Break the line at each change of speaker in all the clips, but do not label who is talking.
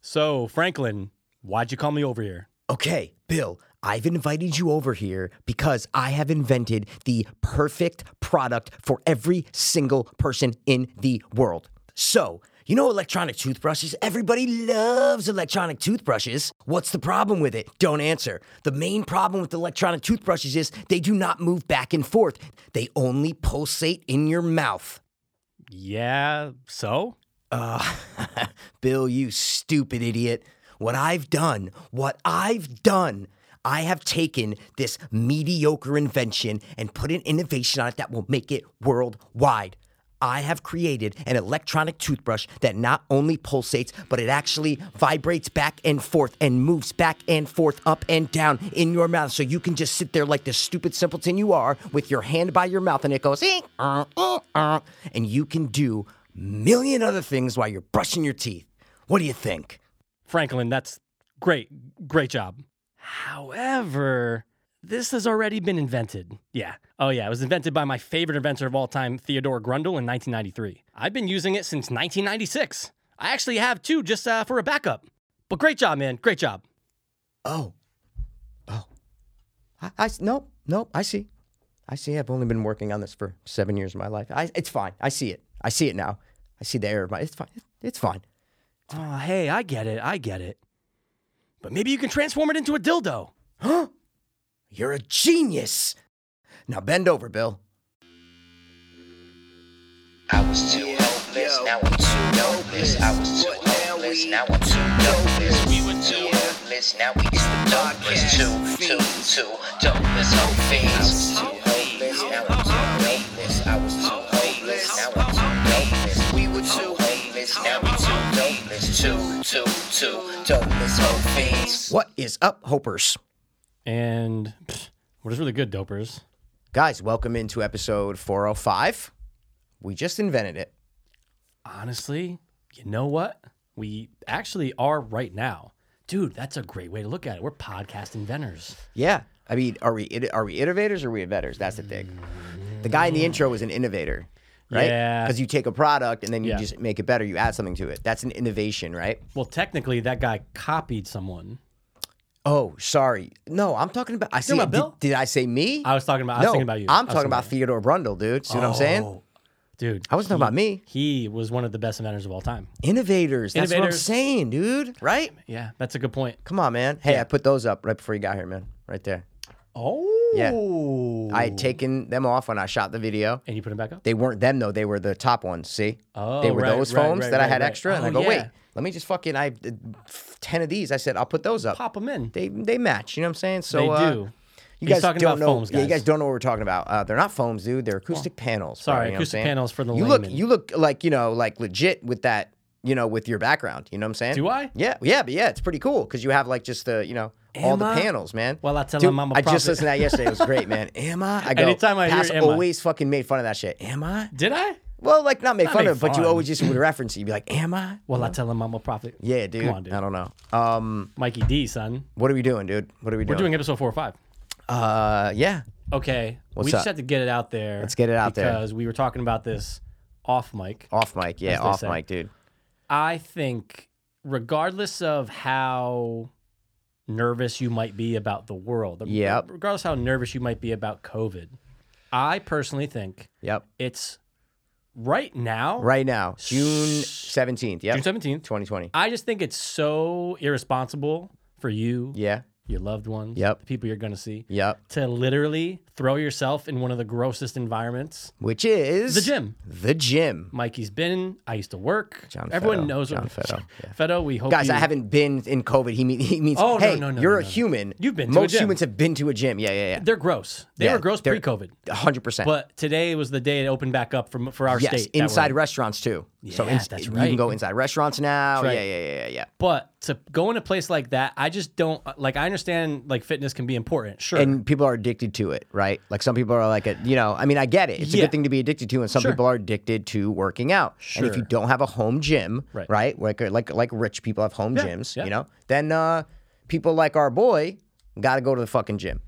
So, Franklin, why'd you call me over here?
Okay, Bill, I've invited you over here because I have invented the perfect product for every single person in the world. So, you know electronic toothbrushes? Everybody loves electronic toothbrushes. What's the problem with it? Don't answer. The main problem with electronic toothbrushes is they do not move back and forth, they only pulsate in your mouth.
Yeah, so?
Uh, Bill, you stupid idiot. What I've done, what I've done, I have taken this mediocre invention and put an innovation on it that will make it worldwide. I have created an electronic toothbrush that not only pulsates, but it actually vibrates back and forth and moves back and forth, up and down in your mouth. So you can just sit there like the stupid simpleton you are with your hand by your mouth and it goes, "Eh, uh, eh, uh," and you can do million other things while you're brushing your teeth. What do you think?
Franklin, that's great. Great job. However, this has already been invented. Yeah. Oh, yeah. It was invented by my favorite inventor of all time, Theodore Grundle, in 1993. I've been using it since 1996. I actually have two just uh, for a backup. But great job, man. Great job.
Oh, oh, I, I no, no, I see, I see. I've only been working on this for seven years of my life. I, it's fine. I see it. I see it now. I see the error of my. It's fine. It's fine.
Oh, hey, I get it. I get it. But maybe you can transform it into a dildo.
You're a genius. Now bend over, Bill.
I was too hopeless, now I'm too hopeless. I was too hopeless, now I'm too hopeless. We were too hopeless, now we too hopeless. Two, two, two, dopeless, hope fiends. I was too hopeless, now I'm too hopeless. I was too hopeless, now I'm too hopeless. We were too hopeless, now we too hopeless. Two, two, two, dopeless, hope fiends.
What is up, Hopers?
And pfft, what is really good, dopers?
Guys, welcome into episode 405. We just invented it.
Honestly, you know what? We actually are right now. Dude, that's a great way to look at it. We're podcast inventors.
Yeah. I mean, are we it- are we innovators or are we inventors? That's the thing. The guy in the intro was an innovator, right?
Yeah.
Because you take a product and then you
Yeah.
just make it better. You add something to it. That's an innovation, right?
Well, technically, that guy copied someone.
Oh, sorry. No, I'm talking about. I see.
about
did-
Bill?
Did, I say me?
I was talking about. I was
no,
thinking about you. I
I'm
was
talking about Theodore Brundle, dude. See what I'm saying?
Oh, dude.
I wasn't talking
he-
about me.
He was one of the best inventors of all time.
Innovators. That's what I'm
Innovators.
saying, dude. Right?
Yeah, that's a good point.
Come on, man. Hey, I put those up right before you got here, man. Right there.
Oh,
I had taken them off when I shot the video.
and you put him back up.
They weren't them though. They were the top ones. See,
Oh,
they were
right,
those
right,
phones
right,
that I
right,
had
right.
extra, and
Oh,
I go,
yeah.
wait, let me just fucking I uh, ten of these. I said I'll put those up.
Pop him in.
They they match. You know what I'm saying? So
They
uh,
do.
You
He's
guys
talking
don't
about
know.
foams,
Yeah, you
guys.
guys don't know what we're talking about. Uh, they're not foams, dude. They're acoustic panels. bro,
sorry,
you know what I'm
acoustic
saying?
panels for the
You look,
layman.
you look like you know, like legit with that. You know, with your background. You know what I'm saying?
Do I?
Yeah, yeah, but yeah, it's pretty cool because you have like just the you know all the
Am I?
panels, man.
Well, I tell
Dude,
him I'm a
I just
prophet.
listened to that yesterday. It was great, man. Am I? I go.
Anytime I hear
Pass
am I.
always fucking made fun of that shit. Am I?
Did I?
Well, like not make fun
make
of, it, but you
fun.
always just would reference it. You'd be like, "Am I?"
Well, I tell him I'm a prophet.
Yeah, dude.
Come on, dude.
I don't know. Um,
Mikey D, son.
what are we doing, dude? What are we doing?
We're doing episode four or five.
Uh, yeah.
Okay.
What's
we just
up?
had to get it out there. Let's
get it out there.
Because we were talking about this off mic.
Off mic, yeah,
they
off
say.
mic, dude.
I think, regardless of how nervous you might be about the world,
Yep.
regardless how nervous you might be about COVID, I personally think
Yep.
it's right now,
Right now, June seventeenth. Yep.
June seventeenth.
Twenty twenty.
I just think it's so irresponsible for you,
Yeah.
your loved ones,
Yep.
the people you're going to see,
Yep.
to literally throw yourself in one of the grossest environments,
Which is
the gym.
The gym.
Mikey's been. I used to work.
John
Everyone
Fetto.
knows
John
what
Fetto, yeah.
Fetto, we hope
Guys,
you,
I haven't been in COVID. He, mean, he means,
Oh, no,
hey,
no, no,
you're
no,
a
no.
human.
You've been to a
Most
gym.
humans have been to a gym. Yeah, yeah, yeah.
They're gross. They
Yeah,
were gross
they're-
pre-COVID.
A hundred percent.
But today was the day it opened back up for, for our
yes,
state. that we're
inside
in.
restaurants too. so
Yeah, that's
You
right.
can go inside restaurants now.
That's right.
Yeah, yeah, yeah, yeah, yeah.
But to go in a place like that, I just don't like. I understand like fitness can be important, sure.
and people are addicted to it, right? Like some people are like, a, you know, I mean, I get it. It's a
Yeah.
good thing to be addicted to, and some
Sure.
people are addicted to working out. And if you
Sure.
don't have a home gym,
Right.
right? like uh, like like rich people have home gyms,
yeah.
you know, then uh, people like our boy got to go to the fucking gym,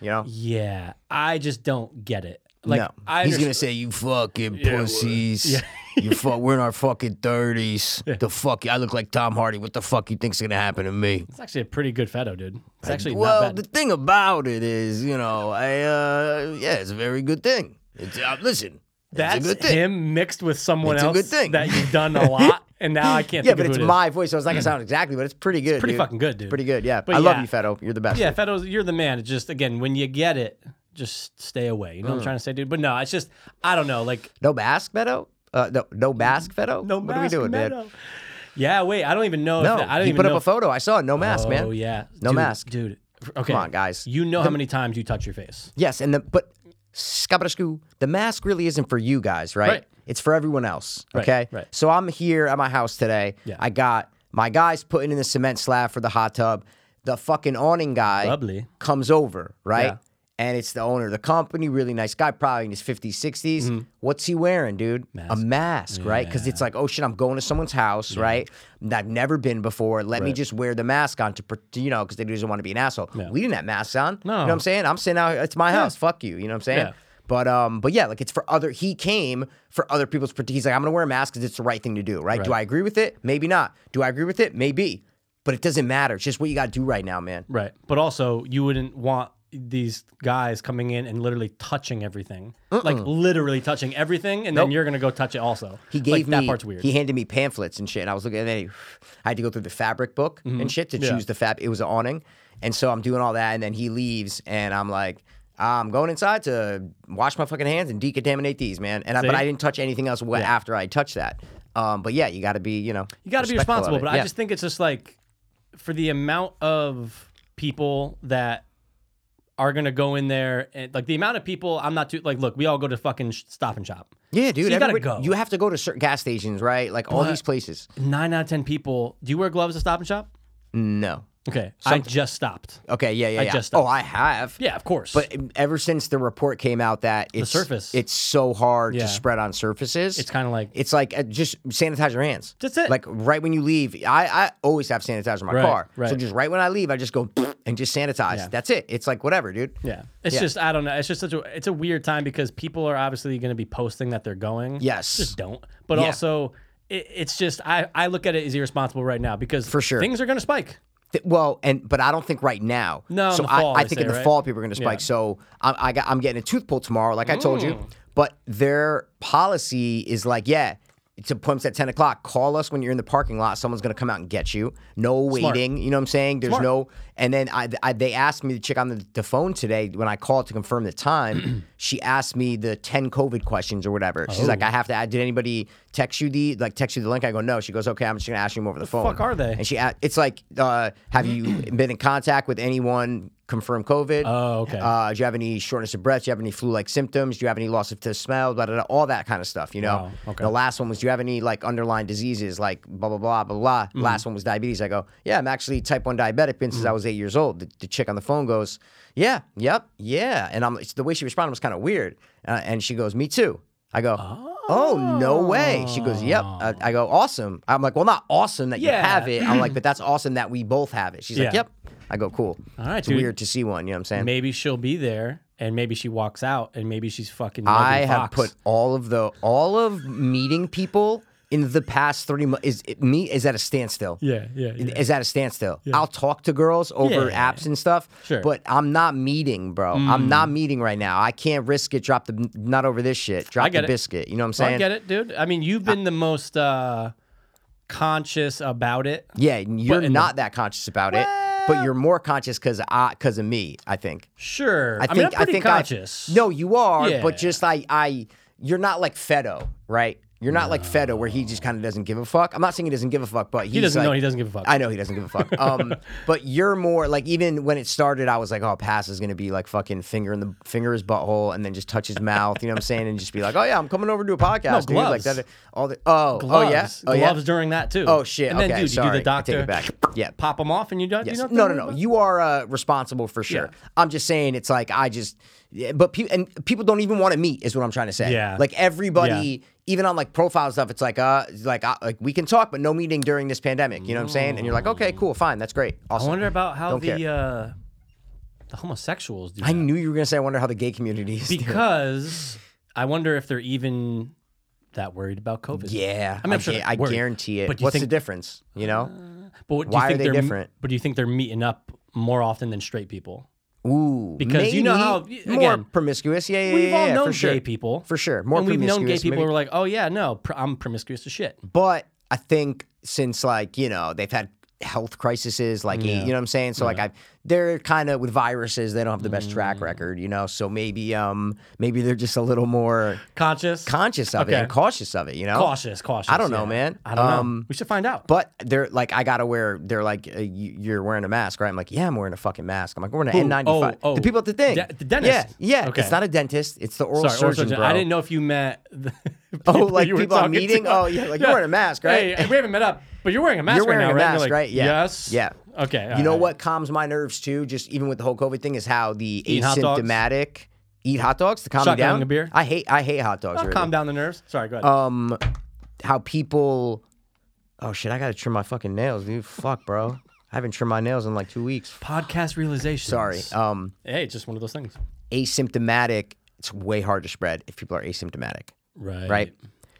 you know.
yeah, I just don't get it. Like
no,
I
he's
underst-
gonna say you fucking pussies. You fuck. We're in our fucking thirties. The fuck. I look like Tom Hardy. What the fuck you think's gonna happen to me?
It's actually a pretty good fetto, dude. It's actually
well,
not bad.
the thing about it is, you know, I uh, yeah, it's a very good thing. It's uh, listen.
That's
it's a good thing.
him mixed with someone
It's a
else
good thing.
that you've done a lot, and now I can't.
Yeah,
think
but
of
it's
who it is.
my voice, so it's not gonna sound exactly, but it's pretty good.
pretty
dude.
fucking good, dude.
Pretty good. Yeah.
But
I love
yeah.
you, Fetto. You're the best.
Yeah, Fetto's you're the man. It's just again when you get it, just stay away. You know what I'm trying to say, dude. But no, it's just I don't know. Like
No mask, Fetto. Uh, no, no mask, Fetto.
Mm. no
what
mask,
are we doing, man?
Meadow. Yeah, wait. I don't even know.
No,
if that, I don't
he
even
put
know
up a photo. I saw it. No mask,
oh,
man.
yeah,
No
Dude,
mask.
dude. Okay,
Come on, guys.
You know how many times you touch your face.
Yes, and the but scoo, the mask really isn't for you guys, right?
Right.
It's for everyone else.
Right,
Okay.
right.
So I'm here at my house today.
Yeah.
I got my guys putting in the cement slab for the hot tub. The fucking awning guy
Lovely.
comes over, right?
Yeah.
And it's the owner of the company, really nice guy, probably in his 50s, 60s.
Mm-hmm.
What's he wearing, dude? A mask, right? Because it's like, oh shit, I'm going to someone's house, right? That I've never been before. Let me just wear the mask on to, pr- to, you know, because they doesn't want to be an asshole. We didn't have masks on. You know what
No.
I'm saying? I'm sitting out here, it's my house. Fuck you. You know what I'm saying?
Yeah.
But um, but yeah, like it's for other. He came for other people's. prote- He's like, I'm gonna wear a mask because it's the right thing to do, right? Do I agree with it? Maybe not. Do I agree with it? Maybe. But it doesn't matter. It's just what you gotta do right now, man.
Right. But also, you wouldn't want these guys coming in and literally touching everything, like literally touching everything, and then you're gonna go touch it also.
He
Like,
gave me.
that part's weird.
He handed me pamphlets and shit. And I was looking, and then he, I had to go through the fabric book and shit to
Mm-hmm. Yeah.
choose the fab. It was an awning, and so I'm doing all that, and then he leaves, and I'm like. I'm going inside to wash my fucking hands and decontaminate these, man. And I, but
See?
I didn't touch anything else wa- after I touched that. Um, but yeah, you got to be, you know,
you got to be
respectful of
responsible.
it.
But I
Yeah.
just think it's just like for the amount of people that are gonna go in there and like the amount of people I'm not too like look we all go to fucking sh- Stop and Shop.
Yeah, dude.
So you gotta
everybody-
go.
You have to go to certain gas stations, right? Like all these places.
Nine out of ten people. Do you wear gloves at Stop and Shop?
No.
Okay, I just stopped.
Okay. Yeah. Yeah.
I
yeah.
just
oh,
stopped.
I have.
Yeah, of course.
But ever since the report came out that it's
surface.
it's so hard
Yeah.
to spread on surfaces.
it's kind of like
It's like uh, just sanitize your hands.
That's it.
Like right when you leave, I, I always have sanitizer in my
Right,
car. So
right.
just right when I leave, I just go and just sanitize.
Yeah.
That's it. It's like whatever, dude.
Yeah, it's just I don't know. It's just such a it's a weird time because people are obviously going to be posting that they're going.
Yes.
just don't. But
Yeah.
also, it, it's just I I look at it as irresponsible right now because
For sure.
things are going to spike.
Th- well, and but I don't think right now.
No, in
so
the
I-
fall,
I,
they
think
say,
in the
right?
fall people are going to spike.
Yeah. Mm.
So I, I got, I'm getting a tooth pulled tomorrow, like I told you. But their policy is like, yeah, it's appointments at 10 o'clock. Call us when you're in the parking lot. Someone's going to come out and get you. No waiting. You know what I'm saying? There's no. And then I, I they asked me to check on the, the phone today when I called to confirm the time. she asked me the 10 COVID questions or whatever. She's
Oh.
like, I have to. add- Did anybody text you the like text you the link? I go, no. She goes, okay, I'm just going to ask you them over the, phone.
fuck are they?
And she, a- it's like, uh, have you been in contact with anyone confirmed COVID?
Oh, okay.
Uh, do you have any shortness of breath? Do you have any flu-like symptoms? Do you have any loss of taste, smell? Blah, blah, blah, all that kind of stuff. You know.
Wow, okay.
The last one was, do you have any like underlying diseases like blah blah blah blah blah.
Mm-hmm.
Last one was diabetes. I go, yeah, I'm actually type one diabetic been since I was eight years old. The, the chick on the phone goes, yeah, yep, yeah. And I'm the way she responded was kind of weird. Uh, and she goes, me too. I go. Oh. no way! She goes, "Yep." Uh, I go, "Awesome." I'm like, "Well, not awesome that you
Yeah.
have it." I'm like, "But that's awesome that we both have it." She's like,
Yeah.
"Yep." I go, "Cool."
All right,
it's
dude.
weird to see one. You know what I'm saying?
Maybe she'll be there, and maybe she walks out, and maybe she's fucking.
I
Megan
have
Fox.
put all of the all of meeting people in the past three months is it, me is at a standstill.
Yeah, yeah, yeah.
Is at a standstill. I'll talk to girls over
Yeah.
apps and stuff,
Sure. Mm.
but I'm not meeting, bro. I'm not meeting right now. I can't risk it. Drop the not over this shit. Drop
get
the
it.
biscuit. You know what I'm
So
saying?
I get it, dude. I mean, you've been the most uh conscious about it.
Yeah, and you're
in the-
not that conscious about it, but you're more conscious because because of me. I think.
Sure,
I
I,
think
mean, I'm pretty
think
conscious.
I, no, you are, but
Yeah.
just I I you're not like Feddo, right? You're not like Feddo where he just kind of doesn't give a fuck. I'm not saying he doesn't give a fuck, but he's
he doesn't
like,
know. He doesn't give a fuck.
I know he doesn't give a fuck. Um, but you're more like even when it started, I was like, oh, pass is gonna be like fucking finger in the finger his butthole and then just touch his mouth. You know what I'm saying? And just be like, oh yeah, I'm coming over to do a podcast. dude. Like
gloves.
that. All the oh
gloves,
oh yeah oh yeah.
gloves during that too.
Oh shit!
And then,
okay,
dude,
sorry.
you do the
I
doctor.
take it back. Yeah,
pop them off and you don't.
Yes.
You don't
no,
think
no, no.
about-
You are uh, responsible for sure.
Yeah.
I'm just saying it's like I just, yeah, but people and people don't even want to meet is what I'm trying to say.
Yeah.
Like everybody, even on like profile stuff, it's like uh, it's like uh, like we can talk, but no meeting during this pandemic. You know what I'm saying? And you're like, okay, cool, fine, that's great,
I
awesome.
wonder about how
Don't
the
care.
uh, the homosexuals do
I
that.
knew you were gonna say. I wonder how the gay community is. doing.
because I wonder if they're even that worried about COVID.
Yeah,
I mean, I'm sure
gu-
they're
I
worried,
guarantee it.
but you
What's the
think-
difference? You know?
But what, do
Why
you
are
think
they
they're,
different?
But do you think they're meeting up more often than straight people?
Ooh,
Uh, Because you know
maybe
how- y-
more
again,
promiscuous. Yeah, yeah,
We've
yeah,
all
yeah,
known
for sure.
gay people.
for sure. More
and we've
promiscuous.
known gay people
maybe.
who are like, oh yeah, no, pr- I'm promiscuous as shit.
But I think since like you know they've had health crises, like you know what I'm saying. So like I, they're kind of with viruses, they don't have the best
Mm.
track record, you know. So maybe um maybe they're just a little more
Conscious,
conscious of it
Okay.
and cautious of it, you know.
cautious, cautious.
oh, I don't know,
yeah.
man.
I don't know.
Um,
We should find out.
But they're like, I gotta wear. They're like, uh, you, you're wearing a mask, right? I'm like, yeah, I'm wearing a fucking mask. I'm like, we're an N95.
Oh, oh.
The people at the thing,
De- the dentist.
Yeah, yeah.
Okay.
It's not a dentist. It's the oral
Sorry, oral
surgeon,
surgeon.
bro.
I didn't know if you met. The
Oh, like
you were
people I'm
talking to.
meeting? Oh, yeah, like, you're wearing a mask, right?
Hey, we haven't met up, but you're wearing a mask
You're
right
wearing
now,
a
right? And
mask,
you're like,
right? Yeah.
Yes.
Yeah.
Okay.
You know
alright.
what calms my nerves too? Just even with the whole COVID thing, is how the
Eating hot dogs?
asymptomatic eat hot dogs to calm me
Shotgunning
down.
a beer?
I hate I hate hot dogs.
I'll
really.
calm down the nerves. Sorry, go ahead.
Um, how people? Oh shit! I gotta trim my fucking nails, dude. Fuck, bro. I haven't trimmed my nails in like two weeks.
Podcast realization.
Sorry. Um,
Hey, it's just one of those things.
asymptomatic, it's way hard to spread if people are asymptomatic,
Right.
right?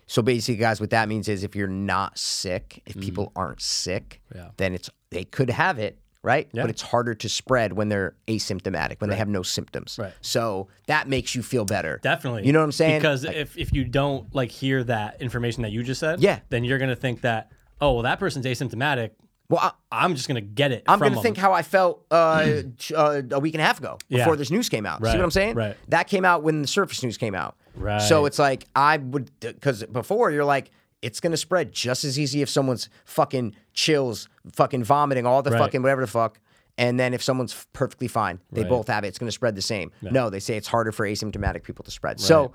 So basically, guys, what that means is if you're not sick, if people aren't sick,
Mm-hmm. Yeah.
then it's they could have it, right?
Yeah.
But it's harder to spread when they're asymptomatic, when they have no symptoms.
Right.
So that makes you feel better.
Definitely.
You know what I'm saying?
Because if, if you don't like hear that information that you just said,
Yeah.
then you're gonna think that oh well that person's asymptomatic.
Well, I,
I'm just gonna get it.
I'm
from
going to
them.
think how I felt uh, t- uh, a week and a half ago
Yeah.
before this news came out. See
Right,
what I'm saying?
right.
That came out when the Surface news came out.
Right.
So it's like I would because before you're like it's going to spread just as easy if someone's fucking chills, fucking vomiting, all the
Right.
fucking whatever the fuck. And then if someone's f- perfectly fine, they
Right.
both have it. It's going to spread the same. No, they say it's harder for asymptomatic people to spread. So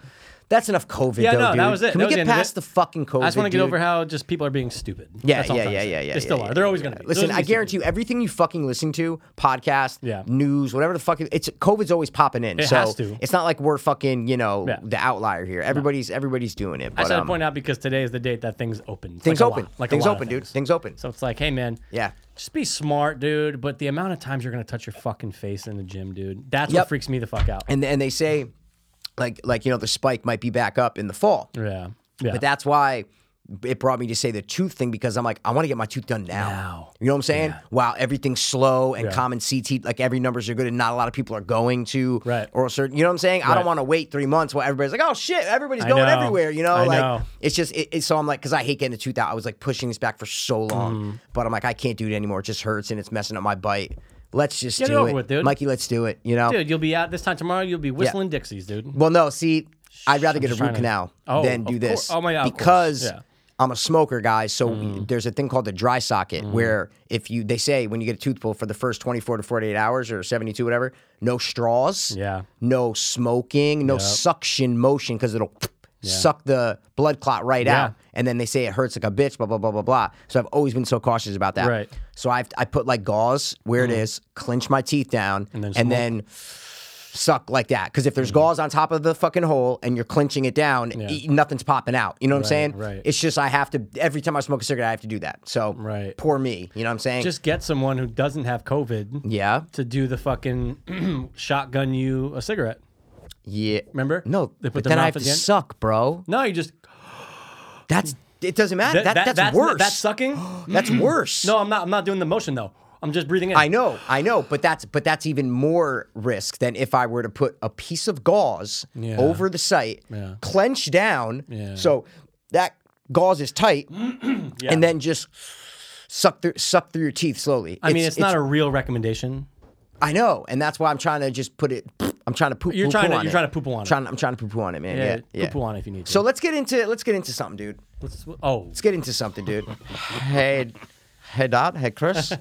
that's enough COVID.
Yeah,
though,
no, that
dude.
was it.
Can
That was the
we get
end of
past
it.
the fucking COVID?
I just want to get
dude?
over how just people are being stupid.
Yeah,
That's all I'm
yeah,
trying to
yeah,
say.
yeah, yeah.
They still
yeah,
are.
yeah,
They're always
yeah.
going to be.
Listen, I guarantee you, everything you fucking listen to, podcast,
Yeah.
news, whatever the fuck, it's COVID's always popping in.
It
so
has to.
it's not like we're fucking, you know,
Yeah.
the outlier here. Everybody's everybody's doing it.
I
But,
just had to
um,
point out because today is the date that things open.
things
Like a
open.
lot. Like a
things
lot of
open, dude.
things.
Things open.
So it's like, hey man,
Yeah.
just be smart, dude. But the amount of times you're gonna touch your fucking face in the gym, dude, that's
Yep.
what freaks me the fuck out.
And and they say, like like you know, the spike might be back up in the fall.
yeah, yeah.
But that's why it brought me to say the tooth thing because I'm like, I want to get my tooth done now.
Now.
You know what I'm saying? Wow, everything's slow and common CT, like every numbers are good and not a lot of people are going to
Right.
oral surgery. You know what I'm saying? I don't want to wait three months while everybody's like, oh shit, everybody's going
know.
everywhere. You know,
I
like
know.
it's just, it, it's so I'm like, because I hate getting a tooth out. I was like pushing this back for so long,
Mm.
but I'm like, I can't do it anymore. It just hurts and it's messing up my bite. Let's just
Get it
do
over with, dude.
Mikey, let's do it. You know?
dude, you'll be out this time tomorrow. You'll be whistling Dixies, dude.
Well, no, see, I'd rather
I'm
get a
just
root
trying to-
canal
Oh,
than
of cour-
do this.
oh my- of course,
because
yeah. Mm.
I'm a smoker, guys. So we- there's a thing called the dry socket where if you, they say when you get a tooth pulled for the first 24 to 48 hours or 72, whatever, no straws,
Yeah.
no smoking, no suction motion because it'll suck the blood clot right
Yeah.
out. And then they say it hurts like a bitch, blah, blah, blah, blah, blah. So I've always been so cautious about that.
Right. Mm.
So I've, I put like gauze where it is, clench my teeth down, and
then
then,
smoke. Mm-hmm.
suck like that. Because if there's gauze on top of the fucking hole and you're clinching it down, e- nothing's popping out. You know what I'm saying?
right.
It's just I have to, every time I smoke a cigarette, I have to do that. So
Right.
poor me. You know what I'm saying?
Just get someone who doesn't have COVID
yeah.
to do the fucking shotgun you a cigarette.
Yeah.
Remember?
No,
They put
but
their
then I
mouth
have to
at the end?
suck, bro.
No, you just
That's, it doesn't matter.
that,
That,
that-
that's,
that's
worse.
That's sucking.
That's worse.
No, I'm not. I'm not doing the motion though. I'm just breathing in.
I know, I know, but that's but that's even more risk than if I were to put a piece of gauze
Yeah.
over the site,
Yeah.
clench down,
Yeah.
so that gauze is tight,
Yeah.
and then just suck through suck through your teeth slowly.
I mean, it's, not a real recommendation.
I know, and that's why I'm trying to just put it. I'm trying to poop.
You're
poo-poo
trying to-
on
you're
it.
trying to poo-poo on it.
Trying, I'm trying to poo poo on it, man. Yeah,
Yeah,
yeah.
yeah. poo on if you need to.
So let's get into let's get into something, dude.
Let's, oh,
Let's get into something, dude. hey, hey, Dot. Hey, Chris.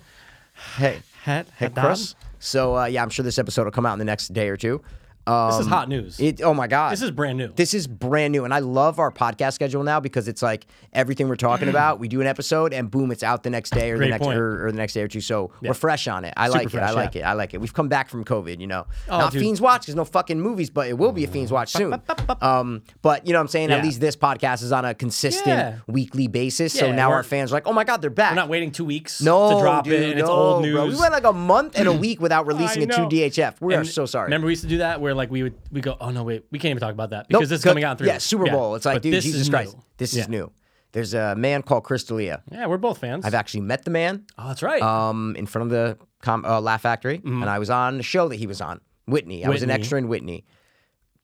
hey,
Hat-
hey,
Hat Dot?
Chris. So uh, yeah, I'm sure this episode will come out in the next day or two. Um,
this is hot news.
It, oh my god,
this is brand new.
This is brand new, and I love our podcast schedule now because it's like everything we're talking about. We do an episode, and boom, it's out the next day or
Mm. Great
the next
point.
or, or the next day or two. So we're fresh on it. I like it. I
fresh,
like
yeah.
it. I like it. We've come back from COVID, you know.
Oh,
Not
dude.
Fiends Watch, there's no fucking movies, but it will be a Fiends Watch soon. Um, but you know what I'm saying? At
Yeah.
least this podcast is on a consistent
Yeah.
weekly basis. so
Yeah,
now our
we're-
fans are like, oh my god, they're back.
We're not waiting two weeks
no,
to drop
dude,
it, and
no,
it's old news.
Bro. We went like a month and a week without releasing
I
it to
know.
DHF. We are
And
so sorry.
Remember, we used to do that where like we would we go, oh no, wait, we can't even talk about that because
Nope,
this is
go-
coming out in three.
Yeah,
weeks."
Super Bowl. It's like,
But
dude,
this
Jesus
is
Christ,
new.
this
Yeah.
is new. There's a man called Chris D'Elia.
Yeah, we're both fans.
I've actually met the man
oh, that's right.
um, in front of the com- uh, Laugh Factory, and I was on the show that he was on, Whitney. I was an
Mm-hmm. Whitney.
extra in Whitney.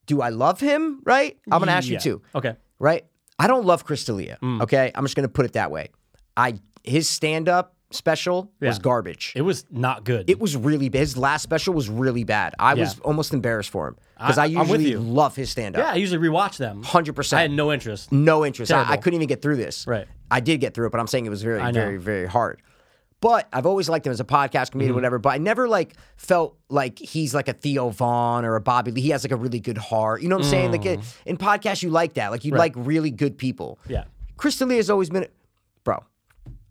Do I love him? Right? I'm gonna ask
Yeah. Mm.
you too.
Okay.
Right? I don't love Chris D'Elia. Okay, I'm just gonna put it that way. I his stand up special was
Yeah.
garbage.
It was not good.
It was really his last special was really bad. I was
Yeah.
almost embarrassed for him because
I-
I,
I'm with
usually
you.
love his stand
yeah, I
up.
usually rewatch them. I
hundred
had
percent, Mm.
no interest.
no interest. I, I
Terrible.
couldn't even get through this.
Right.
I did get through it, but I'm saying it was very,
know.
very, very hard. But I've always liked him as a podcast comedian,
Mm-hmm.
whatever. But I never like felt like he's like a Theo Vaughn or a Bobby Lee. He has like a really good heart. You know what I'm saying? Like in podcasts, you like that. Like you like really good people.
Mm. Yeah.
Chris D'Elia has always been, bro.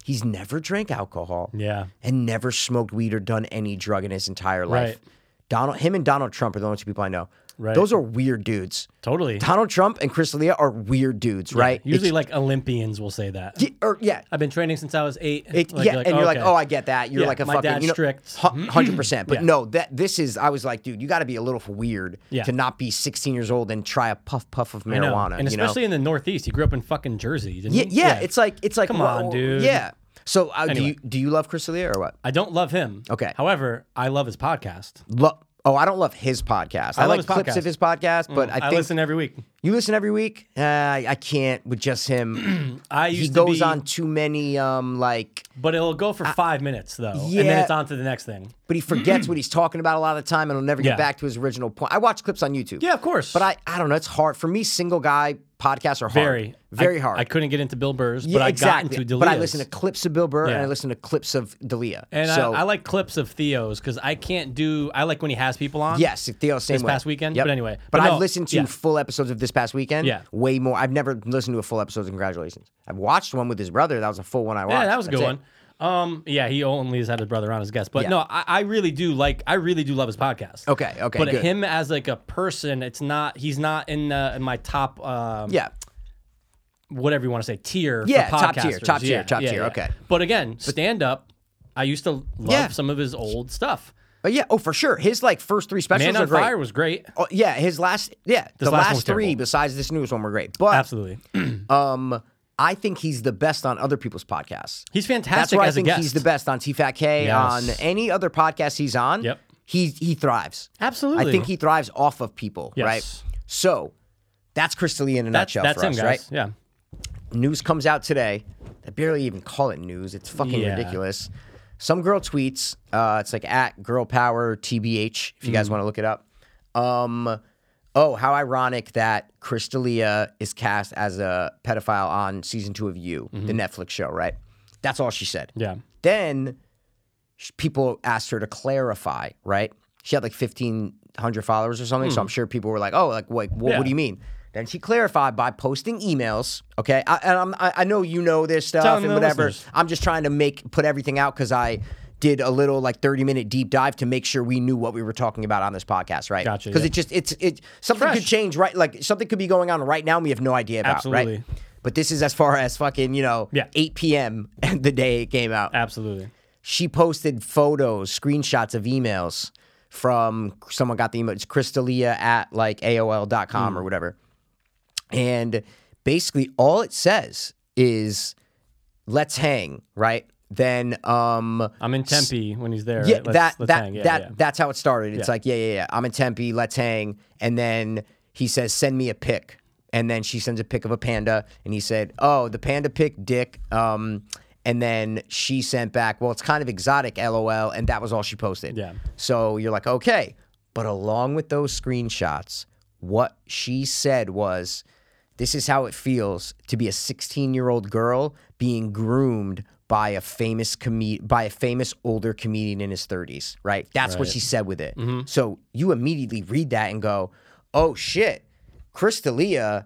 He's never drank alcohol
Yeah.
and never smoked weed or done any drug in his entire life.
Right.
Donald, him and Donald Trump are the only two people I know.
Right.
Those are weird dudes.
Totally.
Donald Trump and Chris D'Elia are weird dudes, right?
Usually, like Olympians will say that.
It's- or yeah,
I've been training since I was eight.
it, yeah, and you're like,
okay.
oh, I get that. You're
Yeah,
like a
my
fucking,
dad's
you know,
strict.
hu- hundred percent. But
Yeah.
no, that this is. I was like, dude, you got to be a little weird
Yeah.
to not be 16 years old and try a puff puff of
I know.
marijuana.
and
you know?
especially in the Northeast. You grew up in fucking Jersey, didn't
yeah,
you?
yeah, it's like it's like
Come
whoa,
on, dude.
Yeah. So uh, do
Anyway.
you do you love Chris D'Elia or what?
I don't love him.
Okay.
However, I love his podcast.
Lo- oh, I don't love his podcast. I,
love
like
his
clips
podcast. Mm.
of his podcast, but I
I,
think
listen every week.
You listen every week? Uh, I I can't with just him.
I used
he
to
goes
be-
on too many, um, like,
but it'll go for five minutes though, and then
yeah.
it's on to the next thing.
but he forgets what he's talking about a lot of the time and he'll never get
Mm-hmm. Yeah.
back to his original point. I watch clips on YouTube.
Yeah, of course.
But I, I don't know. It's hard. For me, single guy podcasts are hard.
very,
Very
I,
hard.
I couldn't get into Bill Burr's,
yeah,
but I
exactly.
got into Delia's.
But I listen to clips of Bill Burr and
Yeah.
I listen to clips of Dalia.
and I-
so,
I, like clips of Theo's because I can't do. I like when he has people on.
Yes, Theo, same
This
way.
past weekend? But anyway,
But,
but
I've
no,
listened to
yeah.
full episodes of this past weekend.
Yeah.
Way more. I've never listened to a full episode of Congratulations. I've watched one with his brother. That was a full one I watched.
Yeah, that was a
That's
good
it.
one. Um, yeah, he only has had his brother on as a guest, but
Yeah.
no, I, I really do like. I really do love his podcast.
Okay, okay,
But
good.
him as like a person, it's not. He's not in, uh, in my top. Um,
Yeah.
whatever you want to say tier.
Yeah,
for
top tier,
podcasters.
top tier, top tier, okay.
But again, stand up. I used to love
Yeah.
some of his old stuff.
But yeah, oh for sure. His like first three specials
Man
are
on
great.
Fire was great.
Oh, yeah, his last yeah, the
last one
last,
was
three
terrible.
besides this newest one were great. But
Absolutely,
um I think he's the best on other people's podcasts.
he's
That's
fantastic
where I
as a
think
guest.
he's the best on TFAT K,
Yes.
on any other podcast he's on.
Yep.
He he thrives.
Absolutely.
I think he thrives off of people,
Yes.
right? So that's Chris D'Elia in a
That's
nutshell
that's
for
him,
us,
guys.
right?
Yeah.
news comes out today. I barely even call it news. It's fucking
Yeah.
ridiculous. Some girl tweets. Uh, it's like at girl power tbh. If you guys want to look it up. Um, oh, how ironic that Chris D'Elia is cast as a pedophile on season two of You, the Netflix show. Right. That's all she said.
Yeah.
Then sh- people asked her to clarify, right? She had like 1,500 followers or something. So I'm sure people were like, oh, like, what, what,
Hmm. Yeah.
what do you mean? Then she clarified by posting emails. Okay. I, and I'm, I, I know you know this stuff
Telling
and
the
whatever.
listeners.
I'm just trying to make, put everything out because I did a little like 30 minute deep dive to make sure we knew what we were talking about on this podcast, right?
Gotcha,
Because
yeah.
it just, it's, it, something could
Fresh.
change, right? Like something could be going on right now and we have no idea about, right?
Absolutely.
But this is as far as fucking, you know,
Yeah.
8 p.m. the day it came out
Absolutely.
she posted photos, screenshots of emails from someone got the email. It's Crystalia at like AOL.com or whatever. And basically all it says is let's hang, right? Then um
I'm in Tempe when he's there.
yeah,
right? Let's-
that
let's
that
hang. Yeah,
that
yeah.
that's how it started. It's like, yeah, yeah, yeah. I'm in Tempe, let's hang. And then he says, send me a pic. And then she sends a pic of a panda, and he said, oh, the panda pic, dick. Um, and then she sent back, well, it's kind of exotic, lol. And that was all she posted.
Yeah.
So you're like, okay. But along with those screenshots, what she said was, this is how it feels to be a 16 year old girl being groomed by a famous com- by a famous older comedian in his 30s, right? Mm-hmm. That's what she said with it. So you immediately read that and go, oh shit, Chris D'Elia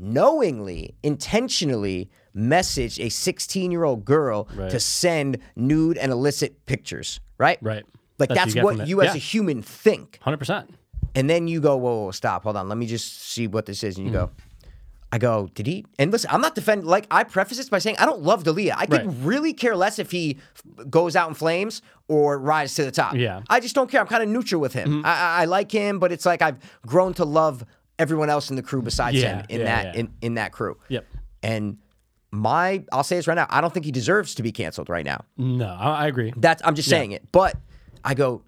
knowingly, intentionally messaged a 16 year old girl to send nude and illicit pictures, right?
Right.
Like
That's what you
that's,
get from
what
it.
you as
Yeah.
a human think.
Hundred percent. Mm.
And then you go, whoa, whoa, whoa, stop, hold on, let me just see what this is. And you go, I go, did he? And listen, I'm not defending. Like I preface this by saying I don't love Dalia. I could
Right.
really care less if he f- goes out in flames or rises to the top.
Yeah. Mm-hmm.
I just don't care. I'm kind of neutral with him. I I, I like him, but it's like I've grown to love everyone else in the crew besides
Yeah,
him in
yeah,
that
yeah.
in in that crew.
Yep.
And my, I'll say this right now. I don't think he deserves to be canceled right now.
No, I, I agree.
That's I'm just saying it. But I go,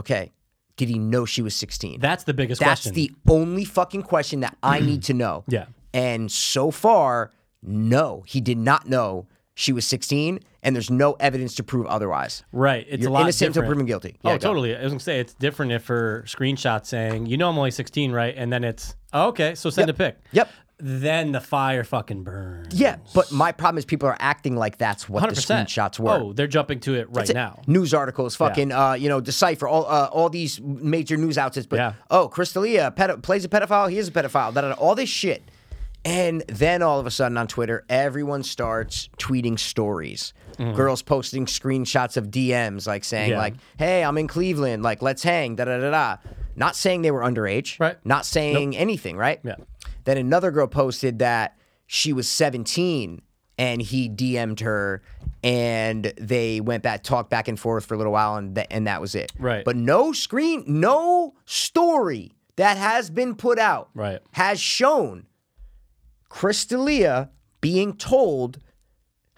okay. Did he know she was 16?
That's the biggest
That's
question.
the only fucking question that I need to know.
Yeah.
And so far, no, he did not know she was 16, and there's no evidence to prove otherwise.
right. It's
You're
a lot
innocent until
different.
proven guilty.
Oh,
Yeah, go.
totally. I was gonna say it's different if her screenshot saying, "You know, I'm only 16, right?" And then it's, oh, "Okay, so send a pic."
Yep.
Then the fire fucking burns.
Yeah, but my problem is people are acting like that's what the
100%.
screenshots were.
Oh, they're jumping to it right
That's it.
now.
News articles, fucking, uh, you know, decipher all uh, all these major news outlets. But
Yeah.
oh, Crystalia pedo- plays a pedophile. He is a pedophile. Da, da, da, all this shit, and then all of a sudden on Twitter, everyone starts tweeting stories. Girls posting screenshots of DMs, like saying,
Mm-hmm. Yeah.
like, "Hey, I'm in Cleveland. Like, let's hang." Da da da da. Not saying they were underage.
Right.
Not saying anything. Right.
Yeah.
Then another girl posted that she was 17 and he DM'd her and they went back talked back and forth for a little while and th- and that was it.
Right.
But no screen, no story that has been put out
Right.
has shown Crystalia being told,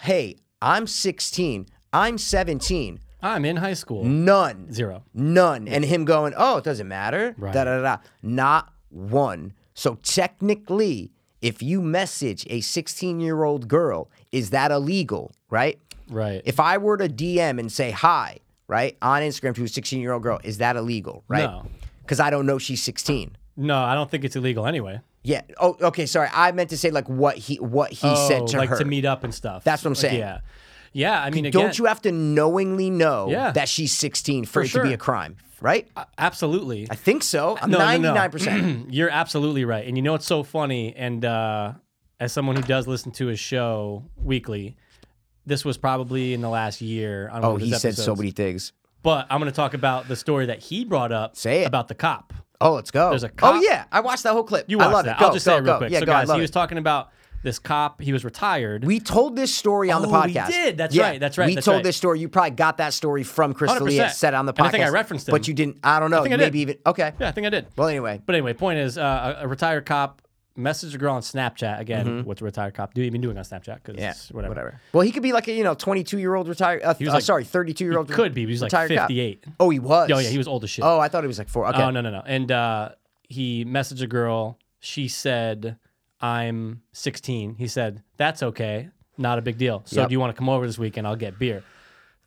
"Hey, I'm 16, I'm 17."
I'm in high school.
None.
Zero.
None. And him going, oh, it doesn't matter.
Right.
Da, da, da, da. Not one. So technically, if you message a 16 year old girl, is that illegal, right?
Right.
If I were to DM and say hi, right, on Instagram to a 16 year old girl, is that illegal, right?
No.
Because I don't know she's 16.
no, I don't think it's illegal anyway.
Yeah. Oh, okay. Sorry. I meant to say like what he what he said
Oh,
to
like
her.
to meet up and stuff.
That's what I'm
Like,
saying.
Yeah. Yeah. I mean, again,
Don't you have to knowingly know
Yeah.
that she's 16 for,
For
it to be
sure.
a crime, right? I,
absolutely.
think so. I'm
No, no, no.
99%.
You're absolutely right. And you know it's so funny and uh as someone who does listen to his show weekly, this was probably in the last year on one
Oh,
of his
he said so
episodes.
many things.
But I'm going to talk about the story that he brought up
Say it.
about the cop.
Oh, let's go.
There's a cop-
Oh yeah, I watched that whole clip.
You
I
watched
love
that.
it. Go,
I'll just
go,
say it real
go.
quick.
Yeah,
so
go. I
guys,
love
he
it.
was talking about this cop, he was retired.
we told this story on the
Oh, we
podcast.
did. That's
Yeah.
right. That's right.
We
That's
told
right.
this story. You probably got that story from Chris
100%.
D'Elia. Said it on the podcast.
And I think I referenced him.
but you didn't. I don't know.
think I
maybe
did.
even okay.
yeah, I think I did.
Well, anyway,
But anyway, point is, uh, a a retired cop messaged a girl on Snapchat again. What's a retired cop do even doing on Snapchat? Because
Mm-hmm. yeah,
whatever.
Well, he could be like a you know 22 year old retired. Uh,
was
uh,
like-
sorry, 32 year old.
Could be. He was like
retired cop.
58.
Oh, he was.
Oh yeah, he was old as shit.
Oh, I thought he was like four. Okay.
Oh no no no. And uh, he messaged a girl. She said, "I'm 16." He said, "That's okay, not a big deal. So
Yep.
do you want to come over this weekend? I'll get beer."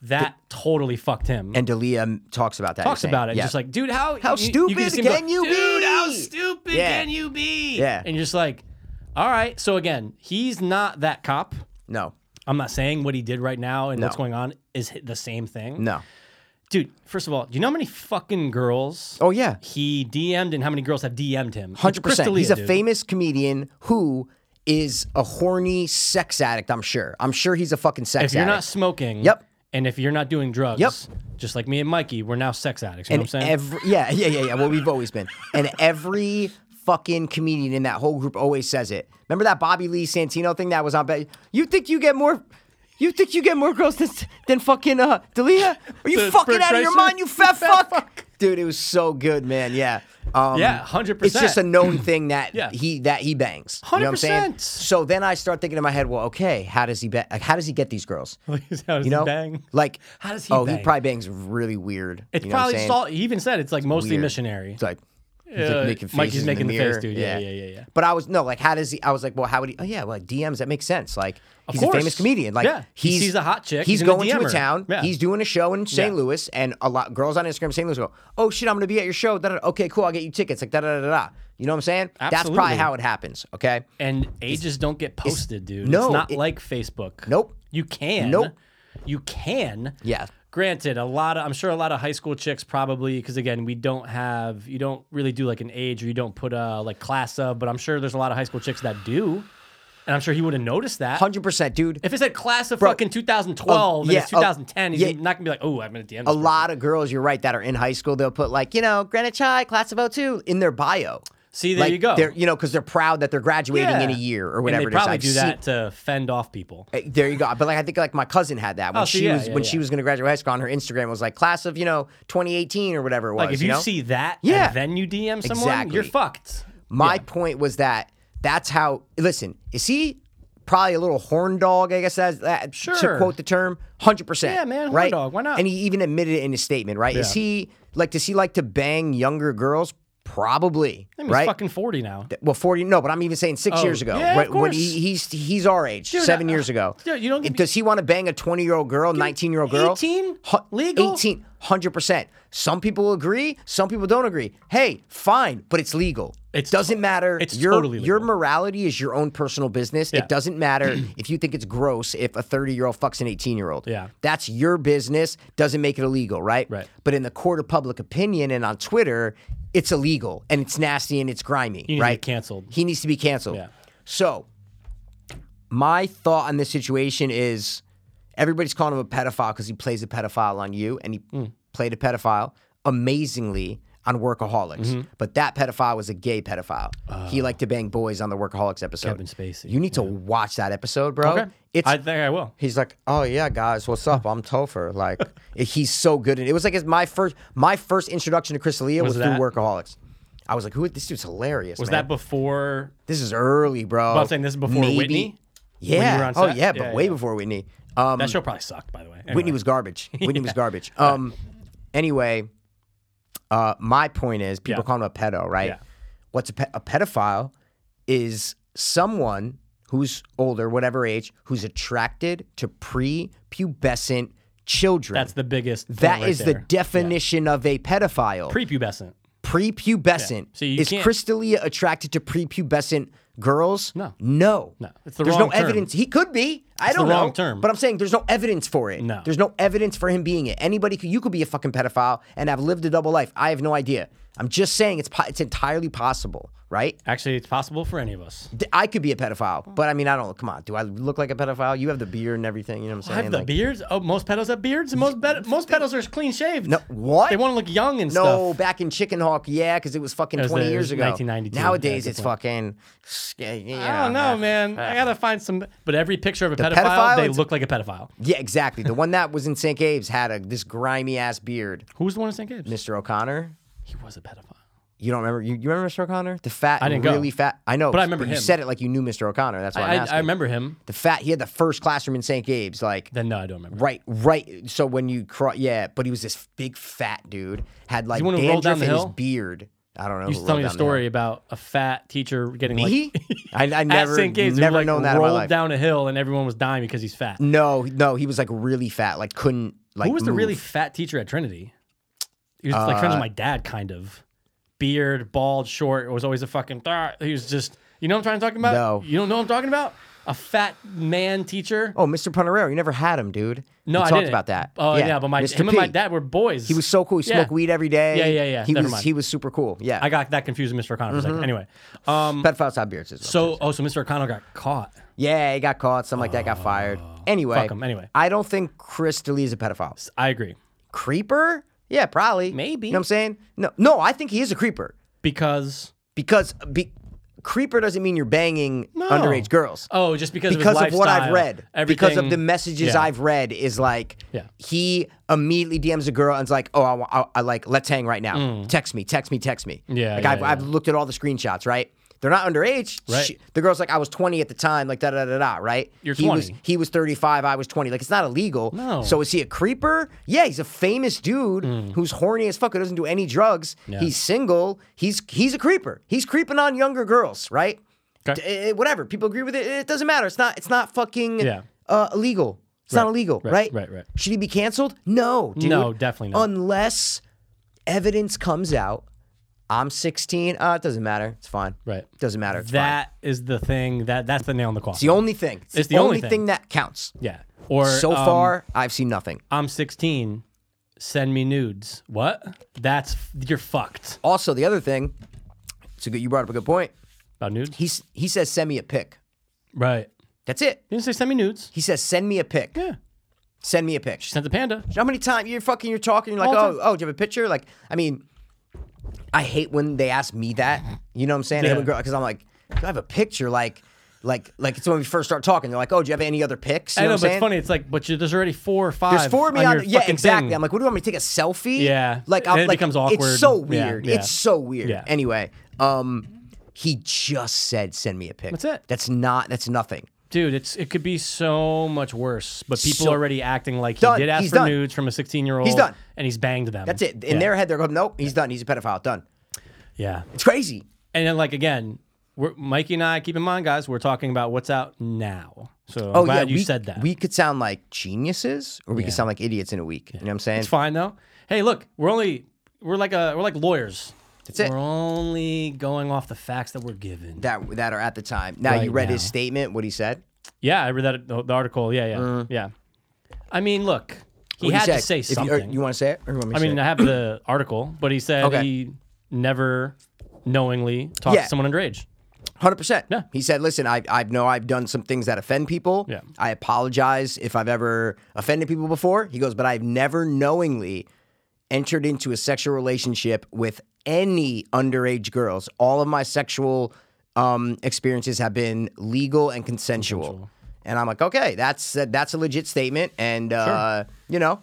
That totally fucked him.
And D'Elia talks about that.
talks
you're saying.
about it.
Yeah.
Just like, dude, how
How
could just
stupid
even
can you be?
Dude, how stupid
Yeah.
can you be?
Yeah.
And you're just like, all right. So again, he's not that cop.
no,
I'm not saying what he did right now and what's going on is the same thing.
no.
Dude, first of all, do you know how many fucking girls?
Oh yeah.
he DM'd and how many girls have DM'd him. It's
Hundred
Chris
percent.
D'Elia,
He's a
dude.
famous comedian who is a horny sex addict. I'm sure. I'm sure he's a fucking sex
If you're not
addict.
smoking,
Yep.
and if you're not doing drugs,
Yep.
just like me and Mikey, we're now sex addicts. You know
and
what I'm saying?
every yeah yeah yeah yeah. Well, we've always been. And every fucking comedian in that whole group always says it. Remember that Bobby Lee Santino thing that was on? Be- You think you get more? You think you get more girls than, than fucking uh Dalia? Are you
The
fucking out of your
Bert
mind? You fat, fuck.
fuck.
dude. It was so good, man. Yeah. Um,
Yeah, 100%.
It's just a known thing that
Yeah.
he that he bangs. You know what I'm saying?
100%.
So then I start thinking in my head, well, okay, how does he ba- like, how does he get these girls?
how does
You know,
he bang?
like
How does he
Oh, he
bang?
probably bangs really weird.
It's
you know what I'm
probably
saying?
just all, he even said it's like mostly
Weird.
missionary.
It's like, he's
Uh,
like making faces
Mikey's
in
making
the,
the
mirror.
face, dude. Yeah, yeah, yeah, yeah.
But I was no like, how does he? I was like, well, how would he? Oh yeah, well, DMs that makes sense. Like he's a
course.
famous comedian. Like
Yeah. He
he's,
sees a hot chick,
He's,
he's gonna
going to
DM
a
her.
town.
Yeah.
He's doing a show in St.
Yeah.
Louis, and a lot girls on Instagram in St. Louis go, oh shit, I'm gonna be at your show. Da, da, da. Okay, cool, I'll get you tickets. Like da da da da. da. You know what I'm saying? That's probably
Absolutely.
how it happens. Okay.
And ages don't get posted, dude.
no,
it's not
it-
like Facebook.
Nope.
You can.
Nope.
You can.
Yeah.
Granted, a lot of I'm sure a lot of high school chicks probably because again we don't have you don't really do like an age or you don't put a like class of, but I'm sure there's a lot of high school chicks that do, and I'm sure he would have noticed that.
Hundred percent, dude.
If it said class of fucking 2012
um, yeah,
and it's
oh,
2010, he's
yeah.
not gonna be like, oh, I'm gonna DM.
a lot of girls, you're right, that are oh in high school, they'll put like, you know, Greenwich High, class of 02 in their bio.
See, there
like
you go.
They're, you know, because they're proud that they're graduating in a
Yeah.
year or
and
whatever.
they
it is.
probably
I've
do
seen-
that to fend off people.
Uh, There you go. But like I think like my cousin had that when
Oh, so
she
yeah,
was
yeah,
when she
yeah.
was going to graduate high school. On her Instagram was like class of you know 2018 or whatever it was.
Like if
you,
you
know?
see that,
Yeah.
and then you DM someone,
Exactly.
you're fucked.
My point was that that's how. Listen, is he probably a little horn dog? I guess that's that, to
Sure.
quote the term, hundred percent.
Yeah, man, horn
right?
dog, why not?
And he even admitted it in his statement. Right? Is
Yeah.
he like does he like to bang younger girls? Probably.
I mean,
right?
he's fucking forty now.
well, forty. No, but I'm even saying six
Oh,
years ago.
yeah, of
when, when
course.
he, he's he's our age,
Dude,
seven
I-
years ago.
Dude, you don't
And
give me-
does he want to bang a twenty year old girl, nineteen year old girl?
18?
Hu-
Legal?
18, 100 percent. Some people agree, some people don't agree. Hey, fine, but it's legal. It
It's
doesn't
to-
matter.
it's
your
totally
your
legal.
morality is your own personal business.
Yeah.
It doesn't matter if you think it's gross if a thirty year old fucks an eighteen year old.
Yeah.
That's your business. Doesn't make it illegal, right?
Right.
But in the court of public opinion and on Twitter, it's illegal and it's nasty and it's grimy.
You need to
right?
get canceled.
He needs to be canceled.
Yeah.
So, my thought on this situation is everybody's calling him a pedophile because he plays a pedophile on you, and he
Hmm.
played a pedophile amazingly on Workaholics.
Mm-hmm.
But that pedophile was a gay pedophile. he liked to bang boys on the Workaholics episode.
Oh. Kevin Spacey,
You need to watch that episode, bro.
Okay,
It's
I think I will.
He's like, oh yeah, guys, what's up? I'm Topher. Like, he's so good. And it was like his, my first, my first introduction to Chris D'Elia was, through
that-
Workaholics. I was like, who? This dude's hilarious.
Was
man.
that before?
This is early, bro.
Well, I'm saying this is before Whitney?
Yeah.
were on
oh
set?
yeah, but
Yeah,
way
yeah.
before Whitney. Um,
That show probably sucked, by the way. Anyway.
Whitney was garbage. Whitney was garbage. Um, anyway, uh, my point is, people
Yeah.
call him a pedo, right?
Yeah.
What's a, pe- a pedophile is someone who's older, whatever age, who's attracted to prepubescent children.
That's the biggest. Point
That
right
is the
there.
definition of a pedophile
prepubescent.
prepubescent.
Yeah. So you
is
can't-
Crystalia attracted to prepubescent girls?
No.
No.
No. It's the
there's
wrong
no
term.
evidence. He could be. I
the
don't know.
wrong term.
But I'm saying there's no evidence for it.
No.
There's no evidence for him being it. Anybody could you could be a fucking pedophile and have lived a double life. I have no idea. I'm just saying it's po- it's entirely possible, right?
Actually, it's possible for any of us.
D- I could be a pedophile, but I mean I don't come on. Do I look like a pedophile? You have the beard and everything, you know what I'm
I
saying?
have the
Like-
beards. Oh, most pedos have beards. Most ped- most pedos are clean shaved.
No, what?
They want to look young and
No,
stuff.
back in Chicken Hawk, yeah, because it was fucking
was
20
the- it
years
was
ago.
1992,
Nowadays,
yeah,
it's
good
fucking. yeah, You know,
I don't know, man. I gotta find some. But every picture of a pedophile,
pedophile,
they
it's-
look like a pedophile.
Yeah, exactly. The one that was in St. Gabe's had a this grimy ass beard.
Who's the one in St. Gabe's?
Mr. O'Connor.
He was a pedophile.
You don't remember? You, you remember Mr. O'Connor? The fat,
I didn't go.
really fat. I know,
But I remember
You
him.
said it like you knew Mr. O'Connor. That's why I, am
I,
asking.
I remember him.
the fat. He had the first classroom in St. Gabe's. Like
Then no, I don't remember.
right, right. So when you cro- yeah, but he was this big fat dude. Had like
the one who rolled
dandruff
down
in
the
his
hill?
beard. I don't know.
You
who
used to tell
rolled
me the
down hill.
story about a fat teacher getting
Me?
like
I, I
at
never,
St. Gabe's.
never
who, like,
known that in my
rolled
life.
down a hill and everyone was dying because he's fat.
No, no, he was like really fat, like couldn't like.
Who was the
move.
really fat teacher at Trinity? He was like
Uh,
friends with my dad, kind of. Beard, bald, short. It was always a fucking. "Tharr." He was just. You know what I'm trying to talk about?
No.
You don't know what I'm talking about? A fat man teacher.
Oh, Mr. Panarero, you never had him, dude.
no,
we
I
talked
didn't.
about that.
Oh yeah, but my
Mr.
him and my
P.
dad were boys.
He was so cool. He smoked weed every day.
Yeah, yeah, yeah.
He
Never
was
mind.
he was super cool. Yeah,
I got that confused with Mr. O'Connor for a
Mm-hmm.
second. Anyway, um,
pedophiles have beards. As well.
so oh, so Mr. O'Connor got caught.
yeah, he got caught. Something like that got fired. Anyway,
Oh, fuck him. Anyway.
I don't think Chris D'Elia is a pedophile.
I agree
Creeper? Yeah, probably.
Maybe.
You know what I'm saying? No, no, I think he is a creeper
because
because be, creeper doesn't mean you're banging
No.
underage girls.
oh, just because
because
of,
of,
his
what I've
lifestyle,
read, because of
everything-
the messages
yeah.
I've read, is like
Yeah.
he immediately DMs a girl and's like, "Oh, I, wa- I, I like let's hang right now. Text me, text me, text me."
Mm. Yeah,
like
yeah,
I've,
yeah.
I've looked at all the screenshots. Right, they're not underage.
Right.
the girl's like, "I was 20 at the time." Like da da da da. Right,
You're
he was
20.
he was 35. I was 20. Like it's not illegal.
No.
So is he a creeper? Yeah, he's a famous dude
Hmm.
who's horny as fuck. Who doesn't do any drugs. He's single. He's he's a creeper. He's creeping on younger girls. Right.
Okay.
D- eh, whatever people agree with it it doesn't matter it's not it's not fucking
Yeah.
uh, illegal it's not
Right,
illegal right,
right, right, right.
should he be canceled no dude.
No, definitely not.
unless evidence comes out i'm 16 uh it doesn't matter it's fine
Right.
doesn't matter it's fine.
That is the thing that that's the nail in the coffin.
it's the only thing it's,
It's the only
thing.
thing.
that counts
yeah. Or
so
um,
far i've seen nothing
I'm 16. Send me nudes. What? That's you're fucked
also the other thing it's a good you brought up a good point
about nudes,
he's he says send me a pic
right?
that's it
You didn't say send me nudes.
he says send me a pic
Yeah,
send me a pic
she sent the panda.
How many times you're fucking, you're talking, you're like,
All the
oh, oh, do you have a picture? Like, I mean, I hate when they ask me that. You know what I'm saying?
Yeah.
Because I'm like, do I have a picture? Like, like, like it's when we first start talking. They're like, oh, do you have any other pics? You
I know,
what I'm
but
saying?
it's funny. It's like, but you, there's already four or five.
There's four of me
on
on,
your
yeah,
fucking
exactly.
thing.
I'm like, what do you want me to take a selfie?
Yeah.
like
And
I'm
it
like,
becomes awkward.
It's so
Yeah,
weird.
yeah.
It's so weird.
Yeah.
Anyway, um, he just said, send me a pic.
That's it.
That's not. That's nothing.
dude, it's it could be so much worse. But people
So-
are already acting like he
Done.
did ask
He's
for
done.
nudes from a 16 year old.
He's done.
and he's banged them.
That's it. In
yeah.
their head, they're going, nope, he's done. He's a pedophile. Done.
yeah.
It's crazy.
And then like again, we're, Mikey and I keep in mind, guys, we're talking about what's out now. So I'm
Oh
glad
yeah,
you
we,
said that.
We could sound like geniuses, or we
Yeah.
could sound like idiots in a week. You know what I'm saying?
It's fine though. Hey, look, we're only we're like a we're like lawyers.
That's it.
We're only going off the facts that we're given.
That that are at the time. Now you
Right
read his
now.
statement. What he said.
yeah, I read that the, the article. Yeah, yeah, yeah. I mean, look, he
Uh-huh. What
had to
said.
say
If you- or
something.
You, want to say it? Or you want me
I
to say
mean,
it?
I have the article, but he said
Okay.
he never knowingly talked
Yeah.
to someone underage.
Hundred percent.
Yeah.
He said, "Listen, I I know I've done some things that offend people.
Yeah.
I apologize if I've ever offended people before." He goes, "But I've never knowingly entered into a sexual relationship with any underage girls. All of my sexual um, experiences have been legal and consensual." And I'm like, "Okay, that's that's a legit statement." And uh, you know,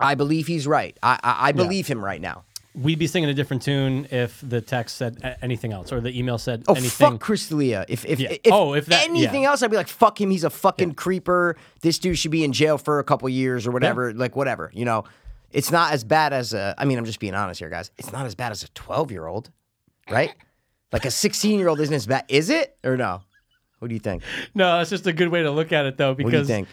I believe he's right. I I, I believe him right now.
We'd be singing a different tune if the text said a- anything else or the email said
Oh
anything.
fuck Chris D'Elia. If if,
Yeah.
if
Oh, if that-
anything
yeah.
else, I'd be like, fuck him. He's a fucking creeper. This dude should be in jail for a couple years or whatever. Like whatever, you know. It's not as bad as a. I mean, I'm just being honest here, guys. It's not as bad as a 12 year old, right? like a 16 year old isn't as bad, is it? Or no? What do you think?
No, it's just a good way to look at it though,
What do you
because
think?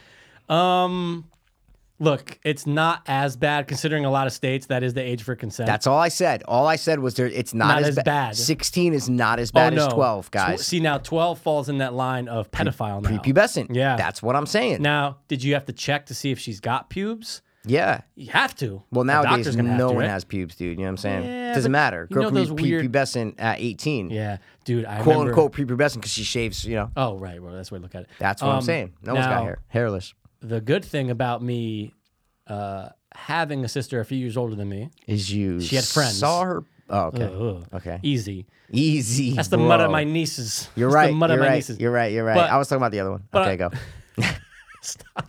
look, it's not as bad considering a lot of states that is the age for consent.
That's all I said. All I said was there. It's not,
Not
as,
as
ba-
bad.
16 is not as
Oh,
bad as
no.
12,
Tw-
guys.
see now, twelve falls in that line of pedophile now.
Pubescent.
Yeah.
That's what I'm saying.
Now, did you have to check to see if she's got pubes?
yeah.
You have to.
Well,
The
nowadays,
doctor's gonna have
no
to,
one
right?
has pubes, dude. You know what I'm saying?
Yeah,
Doesn't
but
matter.
you
Girl
know
can
those
be
weird-
prepubescent at 18.
Yeah, dude. I
Quote
remember,
unquote prepubescent because she shaves, you know.
Oh, right. Well, that's the way to look at it.
That's what I'm
Um,
saying. No one's got
now,
hair. Hairless.
The good thing about me uh, having a sister a few years older than me,
Is you.
She had friends.
Saw her. Oh, okay.
ugh,
Okay.
easy.
Easy.
That's the
bro.
mud of my nieces.
You're
That's
right.
The mud of
you're,
my
right
nieces.
you're right. You're right.
But-
I was talking about the other one.
but
okay,
I-
go.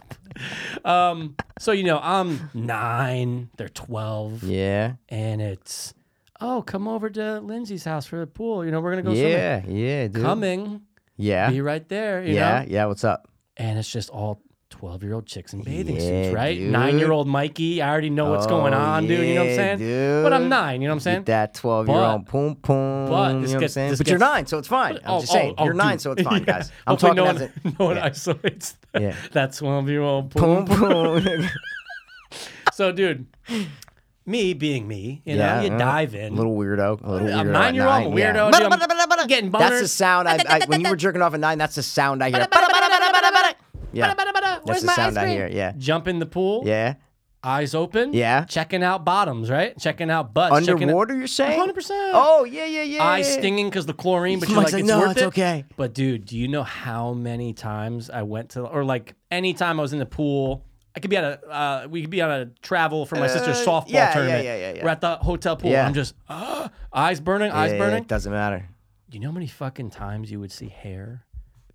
Um, so you know, I'm nine. They're twelve,
Yeah.
and it's oh, come over to Lindsay's house for the pool. You know, we're gonna go swimming.
Yeah. Yeah, dude.
Coming,
Yeah.
be right there. You
Yeah.
know,
Yeah. What's up?
and it's just all. 12 year old chicks in bathing
Yeah,
suits, right?
dude.
Nine year old Mikey. I already know what's going
Oh,
on, dude. You know what I'm
yeah,
saying? But I'm
dude.
nine. You know what I'm saying?
Get that 12 year old poom poom.
but
you know
this
what I'm
gets-
saying?
this
But you're
gets-
nine, so it's fine. I'm
Oh,
just saying.
oh, oh,
You're nine,
dude.
so it's fine,
Yeah.
guys. I'm
Hopefully
talking
no
as
one,
a.
no one isolates. That.
Yeah.
That's one year old
Boom,
poom.
boom.
So, dude, me being me, you
Yeah,
know, you
uh,
dive in.
Little weirdo. A little weirdo.
I'm
at
nine-year-old, I'm a
nine, yeah.
weirdo, dude, I'm getting
That's
boners.
the sound I, I when you were jerking off at nine. That's the sound I hear. Yeah. That's
Where's
the
my
sound
ice
I
cream?
hear. Yeah.
Jump in the pool,
Yeah.
eyes open,
Yeah.
checking out bottoms, right? Checking out butts, checking out,
Underwater, you're saying?
100%.
Oh yeah, yeah, yeah.
eye
yeah.
stinging because the chlorine, but you're
Mike's
like, it's
like, "No,
worth
it's
it."
okay.
But dude, do you know how many times I went to, or like any time I was in the pool, I could be at a, uh, we could be on a travel for my sister's
Uh,
softball
yeah, yeah,
tournament.
yeah, yeah, yeah.
We're at the hotel pool.
Yeah.
I'm just ah, eyes burning, eyes
Yeah,
burning.
It doesn't matter.
you know how many fucking times you would see hair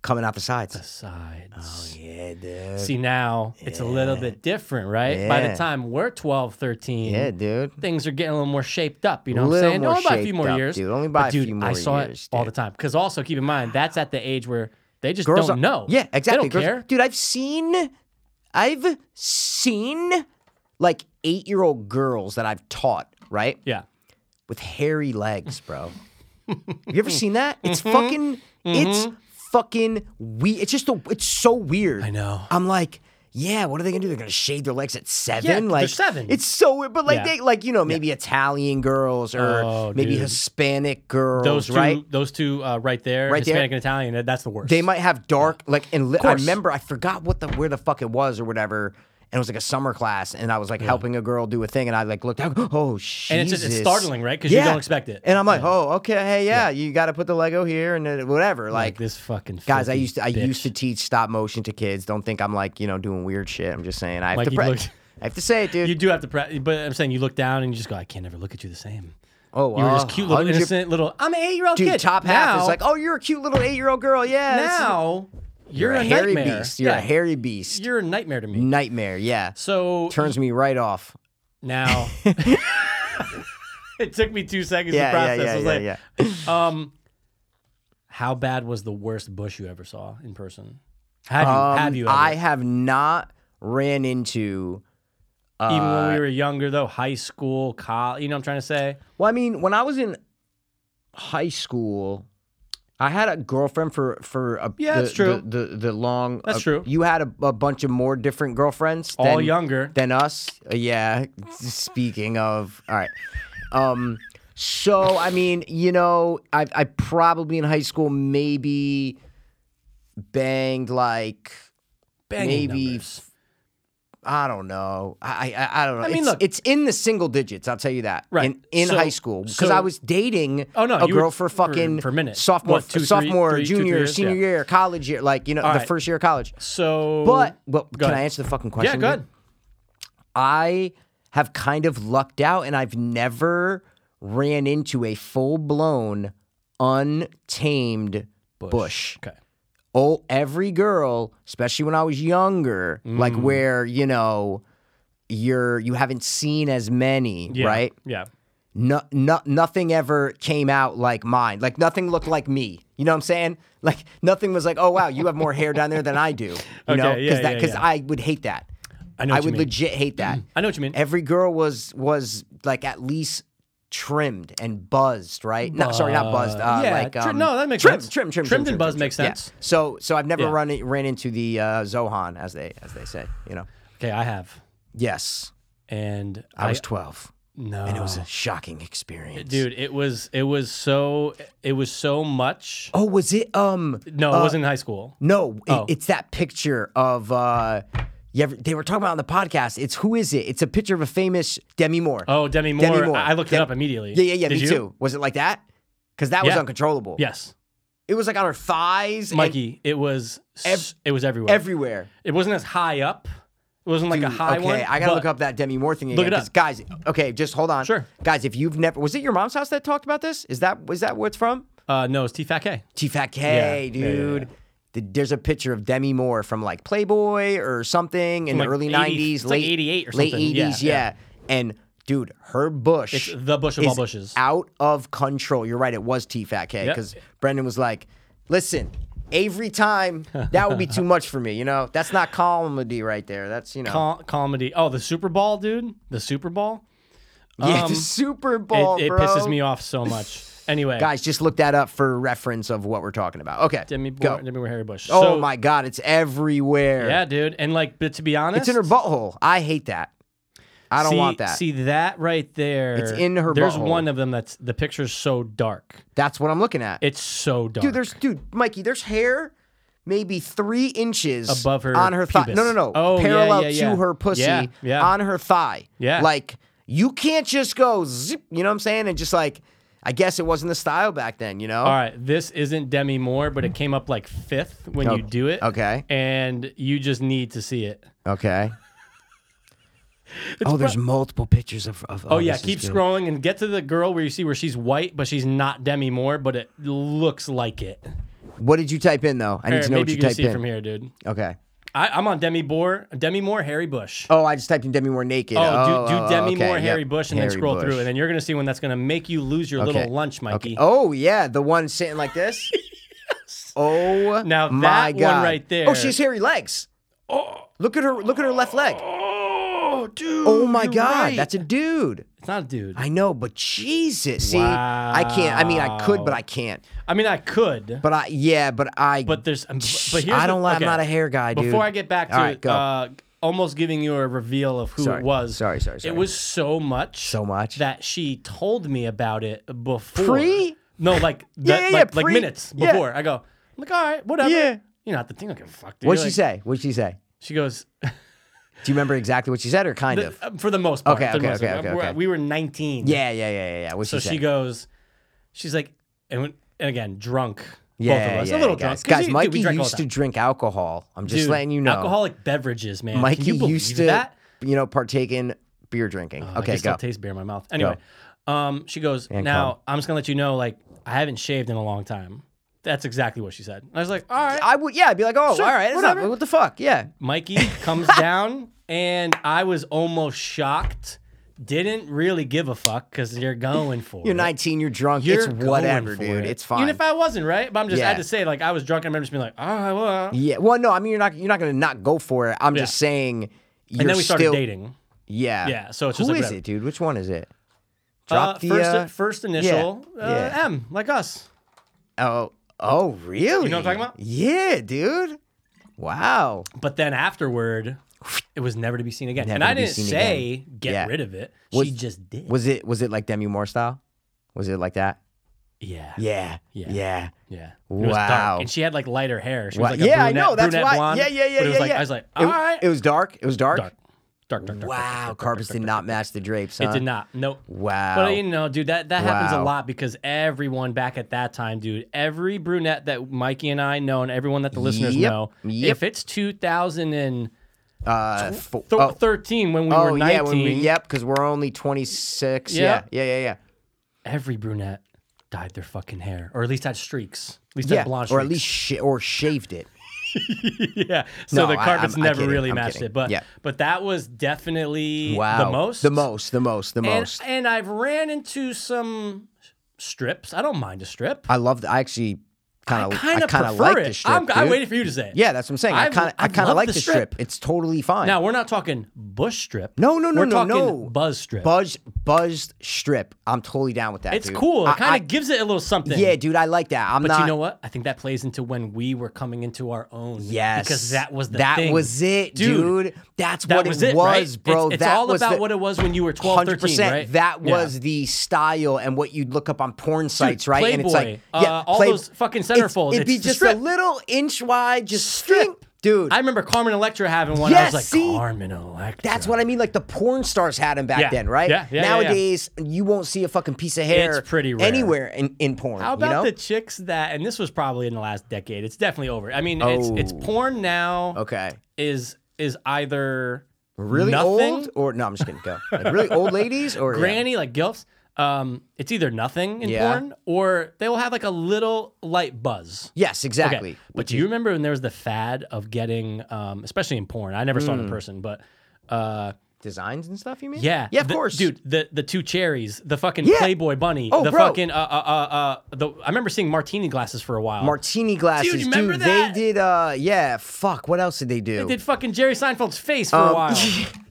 Coming out the sides.
sides.
Oh, Yeah, dude.
See now it's a little bit different, right? By the
Yeah.
time we're 12, 13,
Yeah, dude.
things are getting a little more shaped up. You know what I'm
Little
saying?
more
Only by a few
shaped
more
up,
years,
dude. Only
But
by a
dude,
few
I
more
saw
years,
it all the
dude.
time. Because also keep in mind that's at the age where they just
Girls
don't
are-
know.
Yeah, exactly.
They don't
Girls-
care.
Dude, I've seen, I've seen, like eight year old girls that I've taught. Right.
Yeah,
with hairy legs, bro. you ever seen that? It's
Mm-hmm.
fucking. It's fucking we. It's just. A, it's so weird.
I know.
I'm like. Yeah, what are they gonna do? They're gonna shave their legs at seven?
Yeah, they're
like
seven.
It's so weird, but like
Yeah.
they like, you know, maybe Italian girls or
Oh,
maybe
dude.
Hispanic girls,
those two,
right?
those two uh, right there,
Right there.
Hispanic and Italian. that- That's the worst.
They might have dark like and li- I
course.
remember I forgot what the where the fuck it was or whatever. And it was like a summer class, and I was like helping a girl do a thing, and I like looked out, oh shit.
And it's just- it's startling, right? 'Cause you don't expect it.
And I'm like, oh, okay, hey, yeah, you got to put the Lego here and then whatever. Like,
like this fucking
guys, I
filthy
used to I
bitch.
used to teach stop motion to kids. Don't think I'm like you know doing weird shit. I'm just saying I have
Like,
to
you
pre-
looked-
I have to say it, dude.
You do have to, pre- but I'm saying you look down and you just go, I can't ever look at you the same.
Oh,
You were just
uh,
cute little
100
innocent little. I'm an eight year old
Dude,
kid.
top half
Now-
is like, oh, you're a cute little eight year old girl. Yeah. this is-
now you're,
you're,
a,
a hairy
nightmare.
beast. You're
Yeah,
a hairy Mm. beast.
You're a nightmare to me.
Nightmare. Yeah.
So
Turns me right off.
now, it took me two seconds
Yeah,
to
yeah,
process.
yeah,
I was
yeah,
like,
yeah.
Um, how bad was the worst bush you ever saw in person? Have you?
Um,
have you? Ever?
I have not ran into.
Even
uh,
when we were younger, though, high school, college. You know what I'm trying to say?
Well, I mean, when I was in high school, I had a girlfriend for for a,
Yeah,
the,
that's true.
The, the the long
That's
uh,
true.
You had a, a bunch of more different girlfriends,
All
than,
younger.
than us. Uh, yeah. Speaking of, all right. Um. So I mean, you know, I I probably in high school maybe banged like
Banging
maybe
numbers.
I don't know. I I, I don't know.
I mean,
it's,
look-
it's in the single digits. I'll tell you that.
Right.
In, in
So-
high school, because
so-
I was dating
Oh, no,
a
you were-
girl for fucking
for- for a minute.
sophomore,
What, two, three-
sophomore,
three- two, three
junior,
years?
senior
Yeah.
year, college year, like you know,
All
the
right.
first year of college.
So,
But well,
go
can
ahead.
I answer the fucking question?
yeah,
dude?
good.
I have kind of lucked out, and I've never ran into a full blown, untamed bush.
Okay.
oh every girl especially when i was younger like
Mm.
where you know you're you haven't seen as many
Yeah.
right
Yeah.
no, no, nothing ever came out like mine like nothing looked like me you know what i'm saying like nothing was like oh wow you have more hair down there than i do you know
yeah,
that
yeah,
because
yeah.
i would hate that
I know. What
i
you
would
mean.
legit hate that
I know what you mean.
every girl was was like at least trimmed and buzzed, right? No, sorry, not buzzed. Uh,
Yeah,
like,
tri-
um,
no, that makes
trim,
sense.
Trim, trim, trim,
Trimmed
trim,
and buzzed
trim,
makes
trim, yeah.
sense.
So, so I've never
Yeah.
run it, ran into the uh, Zohan as they as they say, you know.
okay, I have,
Yes,
and
I, was twelve,
no.
and it was a shocking
Oh.
experience,
dude. It was it was so it was so much.
Oh, was it? Um,
No, it wasn't in high school.
no, it-
Oh.
it's that picture of. Uh, you ever, they were talking about on the podcast. It's who is it? It's a picture of a famous Demi Moore.
Oh, Demi Moore.
Demi Moore.
I I looked it
Dem-
up immediately.
yeah, yeah, yeah.
Did
me
you?
too. Was it like that? Because that was
Yeah.
uncontrollable.
Yes,
It was like on her thighs. and
Mikey. It was s it was everywhere.
everywhere.
It wasn't as high up. It wasn't like a
Dude,
high
okay,
one.
I gotta
but-
look up that Demi Moore thing again.
Look it
'cause
up.
guys. Okay, just hold on.
Sure.
guys. If you've never, was it your mom's house that talked about this? Is that was that where it's from?
Uh, no, it's T Fat K.
T Fat K,
Yeah, yeah, yeah,
dude. The- There's a picture of Demi Moore from like Playboy or something in
like
the early
80
90s,
it's like
late
88 or
late
something. Yeah,
80s, yeah. And dude, her bush,
It's the bush of
is
all bushes.
out of control. You're right, it was T Fat K
Yep.
because Brendan was like, "Listen, every time that would be too much for me. You know, that's not comedy right there. That's you know,
Com- comedy. Oh, the Super Bowl, dude. The Super Bowl.
yeah,
um,
the Super
It,
Bowl,
it
bro.
pisses me off so much. Anyway,
Guys, just look that up for reference of what we're talking about. Okay,
Demi
go.
Moore, Demi Moore, Harry Bush.
Oh
So,
my God, it's everywhere.
Yeah, dude. And like, but to be honest,
It's in her butthole. I hate that. I don't
see,
want that.
See that right there.
It's in her
There's
butthole.
one of them that's the picture's so dark.
That's what I'm looking at.
It's so dark.
dude, there's dude, Mikey, there's hair maybe three inches
Above her
on her thigh.
pubis.
No, no, no.
Oh, yeah,
Parallel
yeah, yeah.
to her pussy
Yeah, yeah.
on her thigh.
Yeah.
Like you can't just go zip, you know what I'm saying? And just like I guess it wasn't the style back then, you know?
All right, this isn't Demi Moore, but it came up like fifth when you do it.
okay.
And you just need to see it.
Okay. oh, there's multiple pictures of. of
Oh, yeah,
this is
keep
good.
scrolling and get to the girl where you see where she's white, but she's not Demi Moore, but it looks like it.
What did you type in though? I need
Here,
to know what
maybe
you
you can
typed
see it
in.
from here, dude.
Okay.
I, I'm on Demi Moore, Demi Moore, Harry Bush.
Oh, I just typed in Demi Moore naked.
Oh, do,
oh,
do Demi
okay,
Moore,
yep.
Harry Bush, and then
Harry
scroll
Bush.
through, and then you're gonna see one that's gonna make you lose your
Okay.
little lunch, Mikey.
Okay. Oh yeah, the one sitting like this. Oh
Now that
my
one
God.
right there-
Oh, she's hairy legs. Oh, look at her! Look at her left leg.
Oh, dude!
Oh my God, that's a dude.
it's not a dude. I,
I know, but Jesus, see, I can't. I mean, I could, but I can't.
mean, I could, but,
But I, yeah, but I,
there's. um, But here's
I
the-
don't. like
okay.
I'm not a hair guy, dude.
Before I get back to
All right,
it,
go.
uh, almost giving you a reveal of who
Sorry.
it was.
Sorry, sorry, sorry.
It was so much,
So much?
that she told me about it before.
Pre?
No, like
Yeah,
that-
yeah,
like,
yeah,
like
pre.
minutes
Yeah.
before. I go. I'm like, all right, whatever.
Yeah.
You're not the thing. I give a fuck. Dude.
What'd
You're
she
like-
say? What'd she say?
She goes,
Do you remember exactly what she said, or kind
The-
of?
uh, for the most part.
Okay,
for the
okay,
most part.
okay, okay,
We're-
okay.
We were 19.
Yeah, yeah, yeah, yeah. yeah. What
So
she,
she
said.
goes, she's like, and, when- and again, drunk. both of
yeah,
us.
yeah,
a little drunk.
guys.
'cause
Guys,
you- dude,
Mikey
we drank all
used
the
to
time.
drink alcohol. I'm just
Dude,
letting you know.
Alcoholic beverages, man.
Mikey
Can you believe
used to,
that? Oh,
you know, partake in beer drinking.
I
okay,
can
go.
still taste beer in my mouth. Anyway, Um, she goes, now I'm just gonna let you know, like I haven't shaved in a long time. That's exactly what she said. And I was like, all right.
I would, yeah, I'd be like, oh,
Sure,
all right, it's not-
whatever.
what the fuck, yeah.
Mikey comes down, and I was almost shocked. Didn't really give a fuck because you're going for it.
You're 19, you're drunk,
You're
it's
going
whatever,
for
dude.
it.
It's fine.
Even if I wasn't right, but I'm just I had
Yeah.
to say like I was drunk. and I remember just being like, all right, well.
yeah, well, no, I mean, you're not, you're not gonna not go for it. I'm
Yeah.
just saying, you're
And then we started
still,
dating.
Yeah,
Yeah, so it's
Who
just like
is
whatever.
it, dude? Which one is it?
Uh,
Drop the
first,
uh,
first initial uh,
yeah.
M, like us.
oh, oh, really?
You know what I'm talking about?
Yeah, dude. Wow.
But then afterward, it was never to be seen again. and
Never
I
to be
didn't
seen
say get
Yeah.
rid of it.
Was-
she just did.
Was it was it like Demi Moore style? Was it like that?
yeah.
Yeah.
Yeah.
Yeah.
Yeah. It was dark,
Wow.
And she had like lighter hair. She
Wha-
was like a
yeah,
brunette,
I know. That's
brunette
why.
Blonde,
yeah, yeah, yeah,
But it was
yeah,
like,
yeah.
I was like,
It-
all right.
It was dark. It was dark.
dark. Dark, dark, dark.
Wow, carpets did not match the drapes.
It
huh?
did not. Nope.
Wow.
But you know, dude, that, that happens a
Wow.
lot because everyone back at that time, dude, every brunette that Mikey and I know and everyone that the listeners
Yep.
know,
Yep. Oh.
if it's 2013
uh, fo- oh,
when we
oh
were 19,
yeah. When we, yep, because we're only 26.
Yeah.
Yeah. Yeah. Yeah. Yeah.
every brunette dyed their fucking hair or at least had streaks. At least
Yeah.
had blonde
or
streaks.
at least sh- or shaved it.
yeah. So
No,
the
I-
carpets
I'm- I'm
never
kidding.
really
I'm
matched
kidding.
it. But
Yeah.
but that was definitely
Wow.
the most.
The most. The most. The
And,
most.
and I've ran into some strips. I don't mind a strip.
I love. I actually
I
kind of.
kind of
kind
prefer
of like
it.
the strip.
I'm, I
dude.
waited for you to say it.
Yeah, that's what I'm saying. i
I've-
kind of. I
I've
kind of
loved
like
the
the
strip.
strip. It's totally fine.
Now we're not talking bush strip.
No, no, no,
we're
no,
talking
no.
Buzz strip.
Buzz buzzed strip. I'm totally down with that.
it's
dude.
cool.
I-
It kind
I-
of gives it a little something.
Yeah, dude, I like that. I'm
But
not.
you know what? I think that plays into when we were coming into our own.
yes,
Because that was the
that
thing.
was it, dude. That's
That
what
was
it,
it,
was,
right?
bro.
It's, it's
that
all
was
about
the,
what it was when you were 12, 13, right?
That
Yeah.
was the style and what you'd look up on porn sites, right? and it's like,
Playboy, uh, all those fucking
It's-
centerfolds,
It'd be
it's the
just
strip.
a little inch wide, just strip, dude.
I remember Carmen Electra having one. I was
Yes,
like,
see?
Carmen Electra.
That's what I mean. Like the porn stars had them back
Yeah,
then, right?
yeah, yeah, yeah, yeah.
Nowadays, you won't see a fucking piece of hair
It's pretty rare.
anywhere in, in porn.
How about
you know?
the chicks that, and this was probably in the last decade. It's definitely over. I mean, it's it's
Oh.
porn now.
Okay.
Is is either
Really
nothing,
old or no? I'm just kidding. Go. Like, really old ladies or yeah.
granny like gilfs. Um, it's either nothing in
Yeah.
porn or they will have like a little light buzz.
Yes,
Okay,
exactly.
But do you remember when there was the fad of getting, um, especially in porn? I never saw it
Hmm.
in person, but uh,
Designs and stuff. You mean?
yeah,
Yeah, of
the-
course,
dude. The the two cherries, the fucking
Yeah.
Playboy bunny,
Oh,
the
bro.
fucking uh, uh uh uh. The, I remember seeing martini glasses for a while.
Martini glasses,
Dude,
dude.
you remember that?
They did. Uh, yeah. Fuck. What else did they do?
They did fucking Jerry Seinfeld's face for
Um,
a while.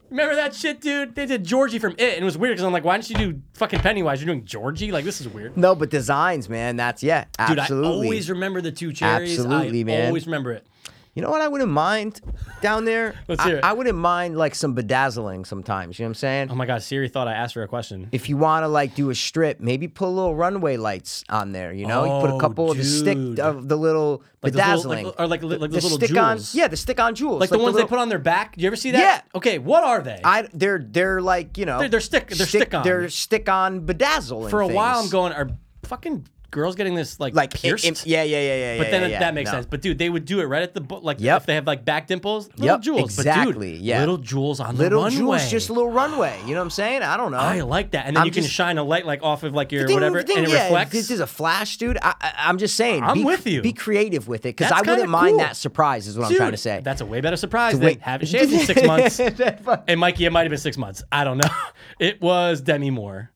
Remember that shit, dude? They did Georgie from It, and it was weird because I'm like, why didn't you do fucking Pennywise? You're doing Georgie? Like, this is weird.
no, but designs, man. That's yeah.
Dude,
Absolutely.
I always remember the two cherries. I
Absolutely, man.
always remember it.
You know what I wouldn't mind down there?
Let's
I,
hear it.
I wouldn't mind like some bedazzling sometimes. You know what I'm saying?
Oh my God, Siri thought I asked her a question.
if you want to like do a strip, maybe put little runway lights on there. You know, you put
Oh,
a couple of the
dude.
stick of the little
Like those little-
bedazzling
like- or like- like those little
stick
jewels.
on, yeah, the stick on jewels,
Like, the ones they
little-
put on their back. You ever see that?
Yeah.
Okay, what are they?
I they're they're like you know
They're- they're stick- they're stick-on.
they're stick on bedazzling
for a while, I'm
things.
going, are fucking girls getting this like,
like it-
pierced?
it- yeah yeah yeah yeah
But
yeah,
then
yeah,
it-
yeah,
that makes
no.
sense. But dude, they would do it right at the bo- like
Yep.
if they have like back dimples, little
Yep,
jewels. But
exactly,
dude,
yeah.
little jewels on
little
the runway.
jewels just a little runway you know what I'm saying I don't know
I like that. And then
I'm
you can
just-
shine a light like off of like your
Ding,
whatever,
ding,
and it
yeah,
reflects.
This is a flash, dude. I, I, I'm just saying.
I'm
be,
with you.
Be creative with it, because
That's
I
kinda
wouldn't mind
cool.
that surprise. Is what
Dude,
I'm trying to say.
That's a way better surprise than
Wait.
haven't shaved in six months.
Maybe
And Mikey, it might have been six months. I don't know. It was Demi Moore.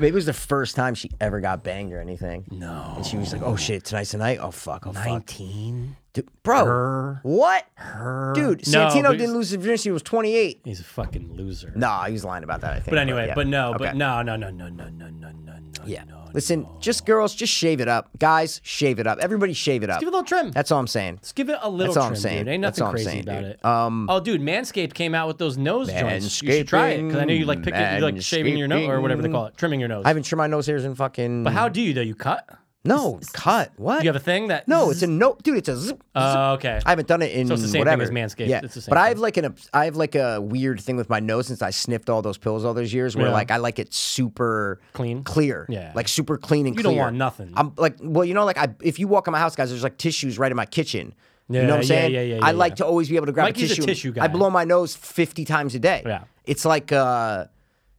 it was the first time she ever got banged or anything. No. And she was like, "Oh shit, tonight's the night. Oh fuck, oh fuck,
Nineteen.
dude, bro,
Her.
what,
Her.
dude?
No,
Santino
but he's-
didn't lose his virginity. He was 28.
He's a fucking loser.
Nah, he was lying about that. I think.
But anyway,
yeah.
but no, but
Okay.
no, no, no, no, no, no, no, no, no.
Yeah.
no.
Listen, just girls, just shave it up. Guys, shave it up. Everybody, shave it up.
Give it a little trim.
That's all I'm saying.
Let's give it a little
That's all
trim,
I'm saying.
dude. Ain't
That's
nothing
all I'm
crazy
saying,
about
dude.
it. Um, oh, dude, Manscaped came out with those nose joints. You should try it because I know you like picking, you like shaving your nose or whatever they call it, trimming your nose.
I haven't trimmed my nose hairs in fucking.
but how do you though? You cut?
No, cut. What?
You have a thing that?
no, it's a no, dude. It's a. Zip, zip.
Uh, okay.
I haven't done it in
it's the same thing
whatever.
as Manscaped.
Yeah,
It's the same
but
thing.
I have like an obs- I have like a weird thing with my nose since I sniffed all those pills all those years where
Yeah.
like I like it super
Clean?
clear,
Yeah.
like super clean and
You
clear.
don't want nothing.
I'm like, well, you know, like I if you walk in my house, guys, there's like tissues right in my kitchen.
Yeah,
you know what I'm
yeah,
saying?
yeah, yeah,
I
yeah,
like
yeah.
to always be able to grab
Mikey's a
a tissue.
tissue
I
guy.
blow my nose 50 times a day.
Yeah.
it's like uh,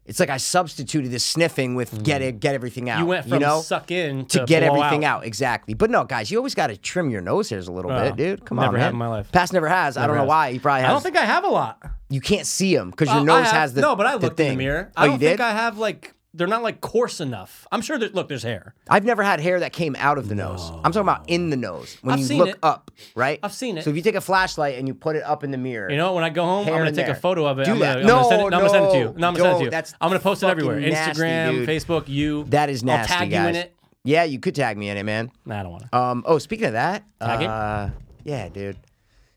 It's like I substituted this sniffing with get it, get everything out.
You went from
know?
suck in
to,
to
get
blow
everything out. exactly. But no, guys, you always got to trim your nose hairs a little bit, dude. Come on,
never had
man.
in my life.
Past never has. I don't
has.
know why. He probably has.
I don't think I have a lot.
you can't see him because your
Uh, I
nose
have-
has the
no, but I
the
looked in
thing.
the mirror.
oh,
I don't
you did.
think I have like they're not like coarse enough. I'm sure. There, look, there's hair.
I've never had hair that came out of the nose. I'm talking about in the nose when
I've
you
seen
look
it.
up, right?
I've seen it.
So if you take a flashlight and you put it up in the mirror,
You know, when I go home,
Hair
I'm gonna
in
take
there.
a photo of it.
Do
I'm, gonna,
that.
I'm gonna send it.
No,
I'm gonna send it to you.
no,
No, I'm gonna send it to
don't.
you.
That's
I'm gonna post it
fucking
everywhere.
nasty,
Instagram,
dude.
Facebook, you.
that is nasty,
I'll tag
guys.
you in it.
Yeah, you could tag me in it, man.
Nah, I don't want to.
Um. Oh, speaking of that,
Tag him?
uh, yeah, dude.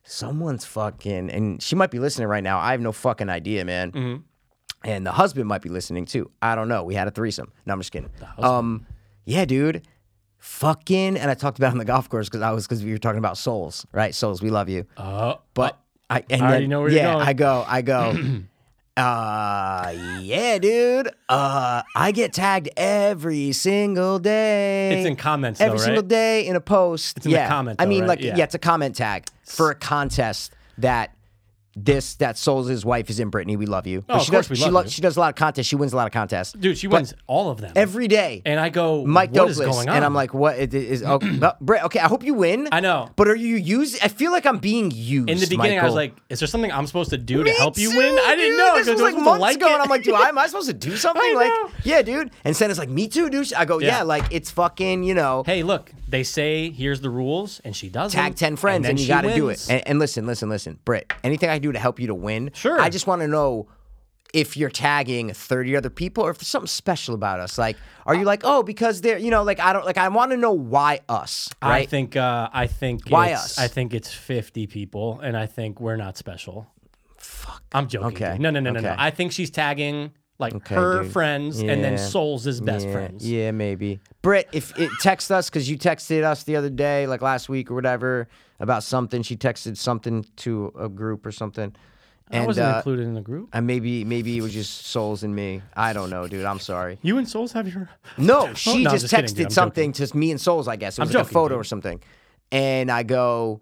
Someone's fucking, and she might be listening right now. I have no fucking idea, man.
Mm-hmm.
And the husband might be listening too. I don't know. We had a threesome. No, I'm just kidding. Um. Yeah, dude. Fucking, and I talked about it on the golf course because I was because we were talking about souls, right? Souls, we love you.
Oh,
But I and
I already
then-
know where you're
yeah,
going.
I go, I go. uh yeah, dude. Uh I get tagged every single day.
It's in comments,
Every
though,
single
right?
day in a post.
in the
yeah.
comment,
I
though,
mean,
right?
like
Yeah.
yeah, it's a comment tag for a contest that this that Souls' wife is in Brittany. We love you.
Oh,
But
of
she
course
does,
we
she
love
lo-
you.
She does a lot of contests. She wins a lot of contests
dude, she wins all of them
every day.
And I go,
Mike
what is
Douglas,
going on?
and I'm like, what it is? oh, no, Brett, okay, I hope you win.
I know.
but are you used? I feel like I'm being used.
in the beginning, I was
Michael.
like, is there something I'm supposed to do to
Me
help you
too,
win? I didn't
dude.
know. I
This
go,
was
"Do I
like
supposed to
months
like
ago, and
it?"
I'm like, "Do I? Am I supposed to do something?" Like,
know.
yeah, dude. And Senna's like, "Me too, dude." I go, "Yeah,
Yeah.
like it's fucking, you know,
hey, look, they say here's the rules, Mm. and she does
tag ten friends, and, you got to do it."
And,
And, and listen, listen, listen, Britt. Anything I can do to help you to win?
Sure.
I just want to know if you're tagging 30 other people or if there's something special about us. Like, are
Uh,
you like, "Oh, because they're, you know, like I don't like I want to know why us."
I
Right?
think, uh, I think,
Why
it's,
us?
I think it's 50 people, and I think we're not special. Fuck. I'm joking.
Okay.
Okay. No, no, no, no, no.
Okay.
I think she's tagging like her
dude.
friends, and
Yeah.
then Souls' best
yeah,
friends.
Yeah, maybe. Britt, if it text us because you texted us the other day, like last week or whatever, about something. She texted something to a group or something.
I
And
wasn't
uh,
included in the group.
and maybe maybe it was just souls and me. I don't know, dude. I'm sorry.
You and Souls have your.
No, she
Oh, no, I'm
just,
just kidding,
texted
dude. I'm
something to me and souls. I guess it was like
joking,
a photo
dude.
or something. And I go,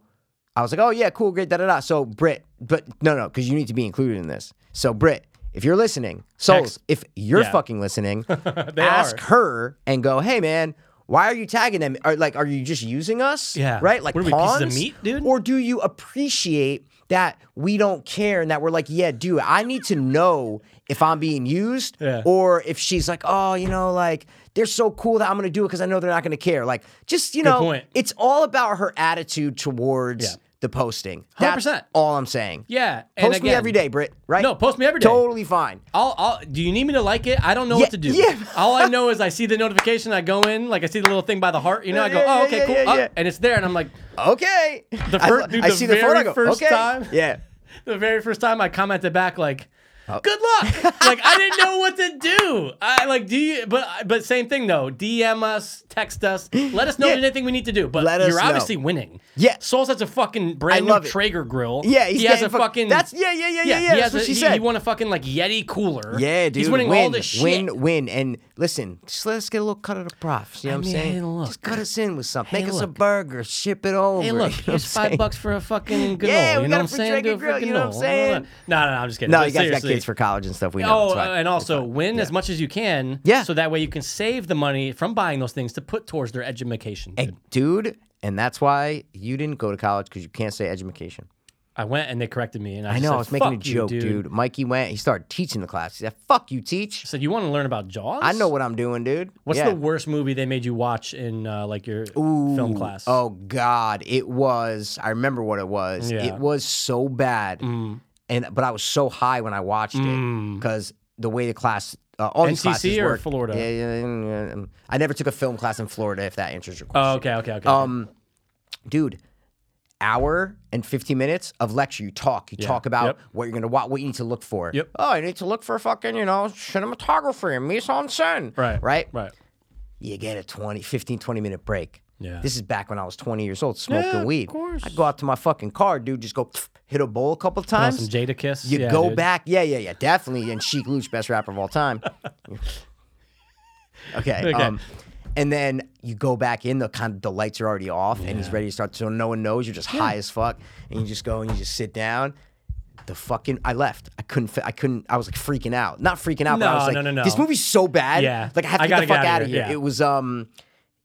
I was like, oh yeah, cool, great, da da da. So Britt, but no, no, because you need to be included in this. So Britt, if you're listening, souls,
Text.
if you're
Yeah.
fucking listening,
They
ask
are.
her and go, "Hey, man, why are you tagging them? Are like, are you just using us?
Yeah.
right? Like
What are we, pieces
pawns,
of meat, dude?
Or do you appreciate that we don't care and that we're like, yeah, dude, I need to know if I'm being used
Yeah.
or if she's like, oh, you know, like they're so cool that I'm gonna do it because I know they're not gonna care. Like, just you know,
point.
it's all about her attitude towards
Yeah.
the posting.
100%.
That's all I'm saying.
Yeah. and
Post me
again-
every day, Britt. Right?
No, post me every day.
Totally fine.
I'll, I'll, do you need me to like it? I don't know
Yeah,
what to do.
yeah.
All I know is I see the notification, I go in, like I see the little thing by the heart, you know, I go,
Yeah, yeah,
oh, okay,
yeah,
cool.
yeah,
up,
yeah.
And it's there, and I'm like,
Okay.
The
I
fir-
lo-
dude,
I
the
see the photo. I
very
go,
first
okay.
time-
Yeah.
the very first time I commented back, like,
Oh.
good luck. like, I didn't know what to do. I like, do you, but, but same thing though. DM us, text us, let us know
Yeah.
if anything we need to do. But
Let us
you're
know.
obviously winning.
Yeah.
Souls has a fucking brand
love
new
it.
Traeger grill.
Yeah, he's
he has
getting
a
fuck-
fucking.
That's yeah, yeah, yeah, yeah. yeah.
he
That's
has
what
a,
she
he,
said.
He won a fucking like Yeti cooler.
yeah, dude.
He's winning
win,
all this shit.
Win, win, and listen. Just let us get a little cut of the profs. You know
I
what I'm
mean,
saying?
hey, look.
Just cut us in with something.
Hey,
Make us a
look.
burger. Ship it over.
Hey,
you know
look,
what I'm
here's five
saying?
bucks for a fucking granola.
Yeah, we
you
got
know what
a
I'm
free
saying?
Dragon
Do a
grill,
fucking
you know what
granola.
I'm saying?
No, no, no, I'm just kidding.
No,
But
you guys got
seriously.
kids for college and stuff. We know.
Oh,
it's fine.
and also win as much as you can.
Yeah.
So that way you can save the money from buying those things to put towards their education.
Hey, dude, and that's why you didn't go to college because you can't say education.
I went and they corrected me, and I,
I
just
know.
Said,
I was making a
"Fuck you,
joke,
dude.
dude. Mikey went. He started teaching the class. He said, "Fuck you,
I
teach."
said you want to learn about Jaws?
I know what I'm doing, dude.
What's
Yeah.
the worst movie they made you watch in uh, like your film
Ooh,
class?
Oh God, it was. I remember what it was.
Yeah. Mm.
It was so bad, and but I was so high when I watched it because the way the class, uh, all these
NCC
classes
or
work.
Florida?
Yeah, yeah, yeah, yeah. I never took a film class in Florida. If that answers your question,
Oh, okay, okay, okay.
um, dude. Hour and 15 minutes of lecture. You talk. You talk about
Yep.
what you're going to watch, what you need to look for.
Yep.
Oh, you need to look for fucking, you know, cinematography and mise en scène.
right,
Right?
right.
you get a 20, 15, 20 minute break.
Yeah.
This is back when I was 20 years old smoking
Yeah, of
weed.
course.
I'd go out to my fucking car, dude, just go hit a bowl a couple
Oh,
times.
some Jada Kiss.
you
Yeah,
go
dude.
back. Yeah, yeah, yeah. Definitely. And Sheik Luch, best rapper of all time. okay.
Okay.
Um, and then you go back in, the kind of the lights are already off, and he's ready to start. So no one knows. You're just high as fuck. And you just go and you just sit down. The fucking I left. I couldn't. fi- I couldn't. I was like freaking out. Not freaking out, but
No,
I was like,
no, no, no.
this movie's so bad.
Yeah.
like I have to
I
get the
gotta
fuck
get
out of here. It was um,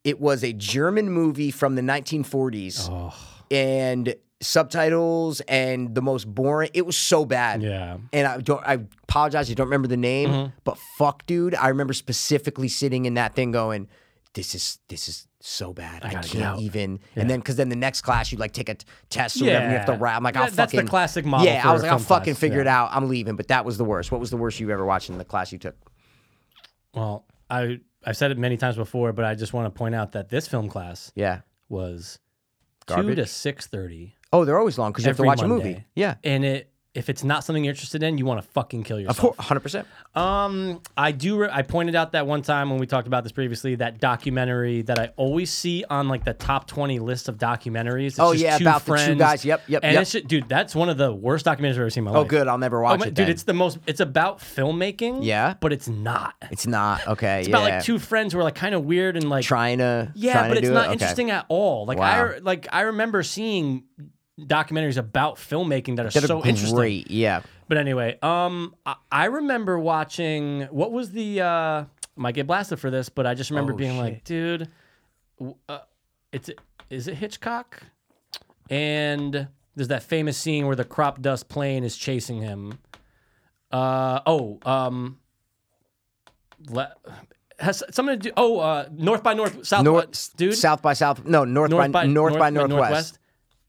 it was a German movie from the 1940s,
Oh.
and subtitles and the most boring. It was so bad.
Yeah.
And I don't. I apologize. I don't remember the name,
Mm-hmm.
but fuck, dude. I remember specifically sitting in that thing going, "This is this is so bad. I,
gotta get
can't
out."
even." And then because then the next class you like take a t- test or whatever. and You have to
Yeah.
write. I'm like, I'll
That- that's the
fucking-
classic model
Yeah, I
for
was like, I'll
film class,
fucking figure
yeah.
it out. I'm leaving. But that was the worst. What was the worst you ever watched in the class you took?
Well, I I've said it many times before, but I just want to point out that this film class
Yeah.
was two
Garbage?
to six thirty
Oh, they're always long because you have to
Every
watch a
Monday.
movie. Yeah.
and it if it's not something you're interested in, you want to fucking kill
Of
yourself.
course, hundred percent.
Um, I do. Re- I pointed out that one time when we talked about this previously, that documentary that I always see on like the top twenty list of documentaries. It's
Oh,
just
yeah,
two
about the two
friends,
guys. Yep, yep,
And
yep.
it's ju- dude, that's one of the worst documentaries I've ever seen in my
Oh,
life.
good. I'll never watch
Oh, my-
it.
dude,
then.
it's the most. It's about filmmaking.
Yeah?
but it's not. It's
It's not okay. yeah.
about like two friends who are like kind of weird and like
trying to.
yeah,
trying
but
to
it's
do
not
it? Okay.
interesting at all. Like I
Wow.
re- like I remember seeing documentaries about filmmaking that are
That are
so interesting.
great. Yeah.
But anyway, um, I, I remember watching what was the uh, I might get blasted for this, but I just remember
Oh,
being like, dude, w- uh, it's is it Hitchcock? And there's that famous scene where the crop dust plane is chasing him. Uh oh, um, le- has something to do? Oh, uh, North by North South,
North,
dude,
South by South. No, north,
North
by, north, by northwest.
Northwest.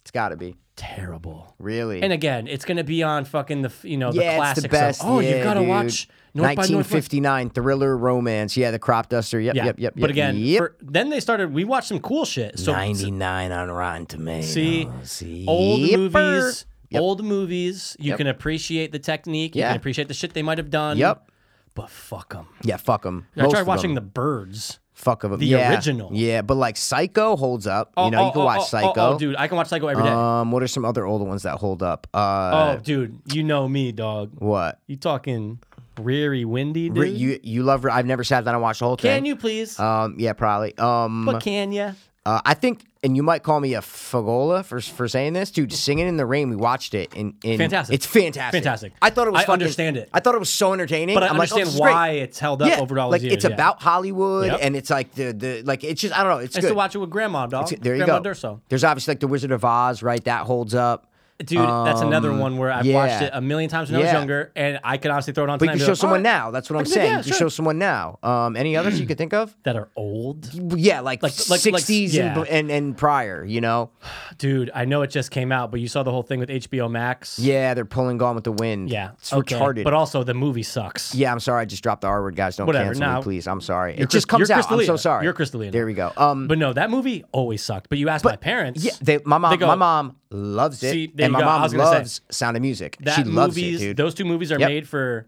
It's got to be
Terrible.
really.
And again, it's gonna be on fucking the f- you know the
yeah,
classics.
it's the
of,
best.
oh,
yeah,
you've got to
dude.
watch North by Northwest.
1959 thriller romance. Yeah, the crop duster. Yep,
Yeah.
yep, yep.
But
yep.
again,
yep.
for- then they started. We watched some cool shit. So
99 on Rotten Tomatoes.
see,
See?
old
Yepper.
movies, old movies. You can appreciate the technique. You
Yeah.
can appreciate the shit they might have done.
Yep.
But fuck them.
Yeah, fuck them.
I tried watching The Birds.
fuck them.
the
yeah.
original.
Yeah, but like Psycho holds up.
Oh,
you know,
oh,
you can
oh,
watch
oh,
Psycho.
Oh, oh, dude, I can watch Psycho every day.
Um, what are some other old ones that hold up?
oh,
Uh,
dude, you know me, dog.
what?
You talking reary windy, dude?
Re- you you love? I've never sat down and watched the whole thing.
can you please?
Um, yeah, probably. Um,
but can you?
uh, I think, and you might call me a fagola for for saying this, dude. Singing in the rain, we watched it, and, and
Fantastic.
It's fantastic,
Fantastic.
I thought it
I
was. fucking-
understand it.
I thought it was so entertaining.
But I
I'm like, oh,
understand
this is great.
why it's held up
Yeah,
over all
like
these years.
it's
yeah.
about Hollywood,
Yep.
and it's like the the like it's just I don't know. It's
I
good.
used to watch it with Grandma, dog.
there you
Grandma
go.
Durso.
There's obviously like the Wizard of Oz, right? That holds up.
Dude, that's another one where I've watched
Um, yeah.
it a million times when I was
Yeah.
younger, and I could honestly throw it Oh, on
But
tonight. and
you could
be
show
like, "Ah,
someone
"Alright."
now. That's what I'm
could- yeah,
saying. You
sure.
show someone now. Um, any others you could think of?
that are old.
Yeah, like,
Like- like- like-
60s and-
yeah.
and, and prior, you know?
Dude, I know it just came out, but you saw the whole thing with HBO Max.
Yeah, they're pulling Gone with the Wind.
yeah,
It's
okay.
retarded.
But also, the movie sucks.
yeah, I'm sorry. I just dropped the R word, guys. Don't
Whatever,
cancel
now-
me, please. I'm sorry.
You're
It just
Chris- you're
comes out. I'm so
Crystalia.
sorry.
You're Crystalia.
There we go. Um,
But no, that movie always sucked. But you asked my parents.
yeah, they, my mom,
they go,
my mom loves it,
See, there
and
you
my
go. I
mom
was gonna say,
loves Sound of Music.
That
she loves it,
movies,
dude.
those two movies are
Yep.
made for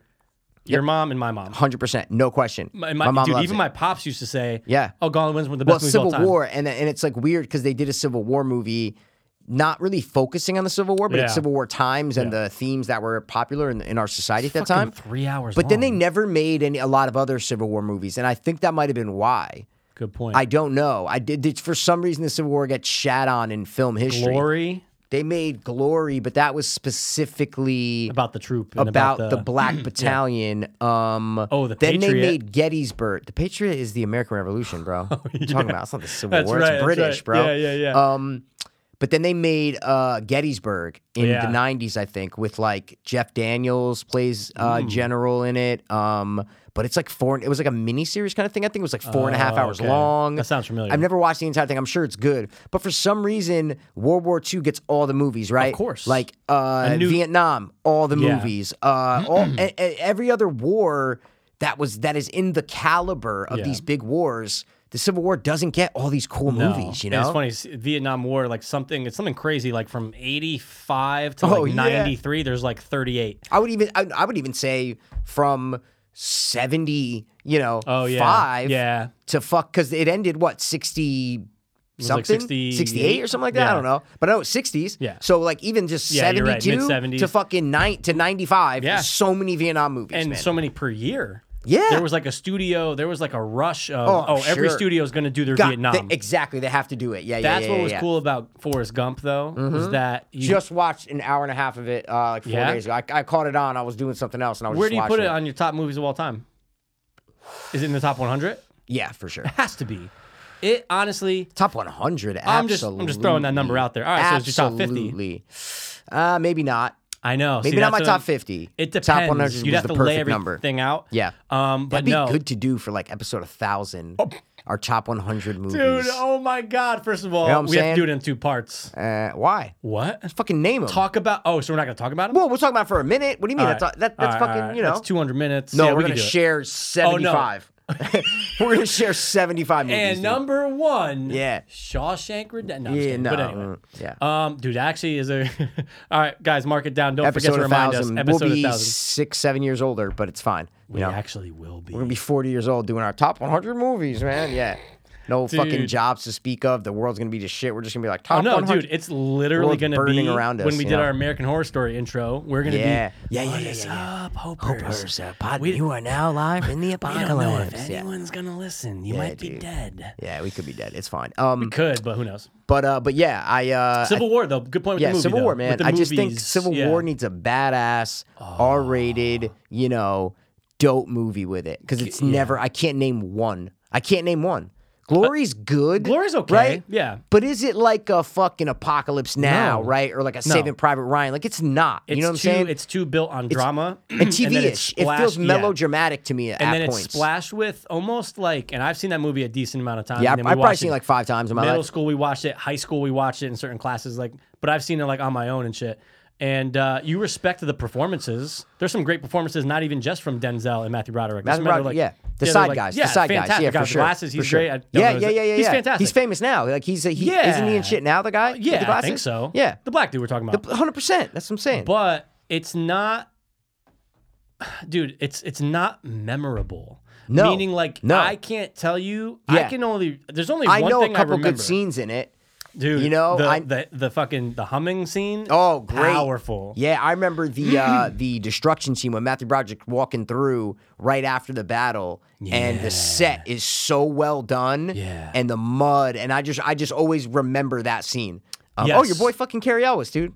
your mom and my mom.
Hundred percent, no question.
My, my-
mom
dude,
loves
even
it.
my pops used to say,
Yeah.
oh, Gone with the Wind's one of the
well,
best movies of
Civil
all time."
War, and and it's like weird because they did a Civil War movie, not really focusing on the Civil War, but
Yeah.
it's Civil War times and the themes that were popular in, in our society at that
Fucking
time.
three hours.
But then they
long.
never made any a lot of other Civil War movies, and I think that might have been why.
good point.
I don't know. I did, did for some reason the Civil War got shat on in film history.
Glory
They made Glory, but that was specifically
about the troop and
about, the, Black Battalion. Um,
Oh, the
then they
Patriot.
made Gettysburg. The Patriot is the American Revolution, bro. What are you talking about? It's not the Civil
That's
War.
right,
it's
that's
British,
right.
bro.
Yeah, yeah, yeah.
Um, but then they made uh, Gettysburg in
Yeah.
the '90s, I think, with like Jeff Daniels plays uh, general in it. Um, but it's like four. It was like a mini series kind of thing. I think it was like four and a half
Oh,
hours
okay.
long.
That sounds familiar.
I've never watched the entire thing. I'm sure it's good, but for some reason, World War II gets all the movies, right?
course.
Like uh,
A new-
Vietnam, all the
Yeah.
movies. Uh, all, e- e- every other war that was that is in the caliber of
Yeah.
these big wars, the Civil War doesn't get all these cool
No.
movies. You
And
know,
it's funny. s- Vietnam War, like something, it's something crazy. Like from eighty five to like
Oh, yeah.
ninety three, there's like thirty eight.
I would even I, I would even say from seventy, you know,
Oh yeah,
five
yeah.
to fuck because it ended what sixty.
was like
Something
68?
68 or something like that. I
Yeah.
don't know, but no, it's 60s.
Yeah.
So like even just
Yeah, you're right,
72
mid-seventies.
to fucking nine to 95.
Yeah.
So many Vietnam movies,
And
man.
so many per year.
Yeah.
There was like a studio. There was like a rush of
Oh,
oh,
I'm
every
sure.
studio is going to do their
Got-
Vietnam.
they- exactly. They have to do it. Yeah, yeah,
That's
yeah,
what
yeah,
was
yeah. Mm-hmm.
cool about Forrest Gump though was that you,
Just watched an hour and a half of it uh, like four
Yeah?
days ago. I, I caught it on. I was doing something else and I was
where
just
do you put
watching
it on your top movies of all time? Is it in the top 100?
Yeah, for sure.
Has to be. It honestly,
Top 100. Absolutely.
I'm just I'm just throwing that number out there. All right, so it's your top 50.
Absolutely. Uh, maybe not.
I know.
Maybe
See,
not
that's what
my top
I'm-
50.
It depends.
Top 100
You'd
was
have
the
to
perfect
lay everything
number.
out.
Yeah.
Um, but
That'd be
no, Oh.
good to do for like episode 1000. Our top 100 movies.
dude. Oh my God! First of all,
You know what I'm
we have to
saying?
do it in two parts.
Uh, why?
What?
Fucking name them.
Talk about? Oh, so we're not gonna talk about it?
Well, we'll talk about it for a minute. What do you mean?
All
That's,
right.
that,
All
that's
right,
fucking,
all right.
you know.
That's 200 minutes.
No,
Yeah,
we're
we
gonna
can do it. Oh,
share seventy-five. we're gonna share seventy-five movies.
And
dude.
number one,
Yeah.
Shawshank Redemption. No, I'm just
yeah,
kidding.
no,
But anyway.
mm, yeah.
Um, dude, that actually is a. All right, guys, mark it down. Don't forget
episode
to
a
remind us.
thousand.
Episode
we'll be
1000.
six, seven years older, but it's fine. You
We
know,
actually will be.
we're gonna be forty years old doing our top one hundred movies, man. Yeah. No fucking
Dude.
jobs to speak of. The world's gonna be just shit. We're just gonna be like top
Oh no,
100.
dude! It's literally
World's
going to
burning
be
around us,
when we
you
did
know?
our American Horror Story intro. We're going to
Yeah.
be
Yeah, yeah,
"What
yeah,
is
yeah, yeah.
up, hopers?
Hopers, uh, pod-
we,
you are now live in
we
the
don't know if
apocalypse. Yeah.
anyone's going to listen. You might be
dude.
dead.
yeah, we could be dead. It's fine. Um,
Could, but who knows?
but uh, but yeah, I uh,
Civil War, though. Good point. With
Yeah,
the movie,
Civil
though.
War,
With
man.
the
I just think
movies,
Civil
yeah.
War needs a badass, R-rated, you know, dope movie with it because it's never. I can't name one. I can't name one. Glory's good.
Glory's okay.
right?
Yeah.
But is it like a fucking apocalypse now,
No.
right? Or like a Saving Private Ryan? Like it's not.
It's
you know what I'm
too,
saying?
It's too built on drama
and
then
TV ish. It
splashed-
feels
yeah.
melodramatic to me at
And then
points.
it's splashed with almost like, and I've seen that movie a decent amount of times.
yeah, I've,
and then we
I've probably
watched
seen
it
it like five times in my
middle
life.
school. We watched it. High school, we watched it in certain classes. Like, but I've seen it like on my own and shit. And uh, you respect the performances. There's some great performances, not even just from Denzel and Matthew Broderick. There's
Matthew
some other,
Broderick, yeah. The
other,
side
like-
guys,
yeah,
the side guys,
fantastic
yeah,
guy
for
with
sure,
glasses,
for
he's
sure.
great. I don't
yeah,
know
yeah,
his-
yeah, yeah.
He's
yeah.
fantastic.
He's famous now. Like he's a, he,
Yeah.
isn't he in shit now? The guy, with the
yeah, I
glasses?
think so.
Yeah,
the black dude we're talking about.
hundred percent. That's what I'm saying.
but it's not dude it's it's not memorable
No.
meaning like
No.
i can't tell you i
Yeah.
can only there's only
I
one
know a
thing
couple
i remember
good scenes in it.
dude
You know,
the,
I-
the the fucking the humming scene
Oh, great!
powerful
Yeah, I remember the uh, the destruction scene when Matthew Broderick walking through right after the battle, and the set is so well done.
Yeah.
and the mud, and I just I just always remember that scene. Um, Oh,
Yes.
your boy fucking Cary Ellis, dude.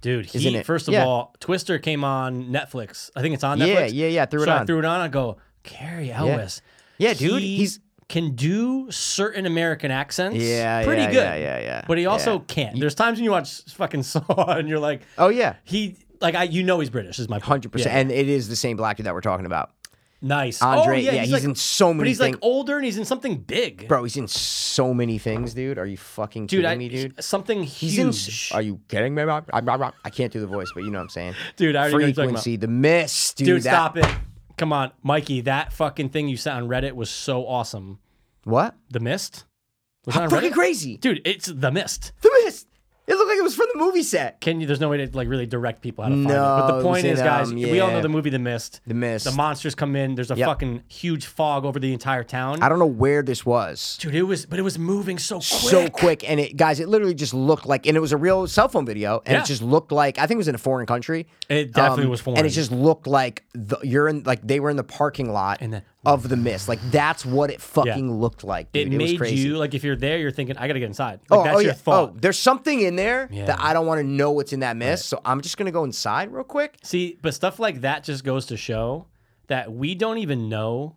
dude he,
Isn't it?
first of
Yeah.
all twister came on netflix i think it's on
Yeah,
netflix
yeah, yeah, I threw it
so i
on.
threw it on i go Cary ellis
Yeah, dude,
He
he's-
can do certain American accents,
Yeah,
pretty
yeah,
good,
yeah, yeah, yeah,
But he also
yeah.
can't. There's times when you watch fucking Saw and you're like,
Oh yeah,
He like I you know he's British is my point.
hundred percent.
Yeah.
And it is the same black dude that we're talking about,
Nice.
Andre.
oh, yeah, he's,
he's
like,
in so many.
But he's
things.
like older and he's in something big.
bro, he's in so many things, dude. Are you fucking
dude,
kidding
I
me, dude?
something
He's in.
huge.
Are you kidding me? I, I, I can't do the voice, but you know what I'm saying.
Dude, I already know what you're talking about.
frequency, the mist, dude.
Dude,
that-
stop it. Come on, Mikey, that fucking thing you sent on Reddit was so awesome.
What?
The Mist? Was that
How
on
fucking
Reddit?
crazy!
Dude, it's The Mist.
The mist. It looked like it was from the movie set.
Can you there's no way to like really direct people how to find it.
No,
But
it
the
was
point
in,
is guys,
um,
we all
yeah.
know the movie The Mist.
The mist.
The monsters come in, there's a
Yep.
fucking huge fog over the entire town.
I don't know where this was.
Dude, it was but it was moving so quick.
So quick, and it, guys, it literally just looked like, and it was a real cell phone video, and
Yeah.
it just looked like I think it was in a foreign country.
It definitely
Um,
was foreign.
and it just looked like the, you're in, like they were in the parking lot
And then-
of the mist. Like that's what it fucking looked like.
it
Dude. It,
made
was crazy.
you like if you're there, you're thinking, I gotta get inside. Like, that's your thought.
Oh, there's something in there
Yeah.
that I don't want to know what's in that mist, so I'm just gonna go inside real quick.
See, but stuff like that just goes to show that we don't even know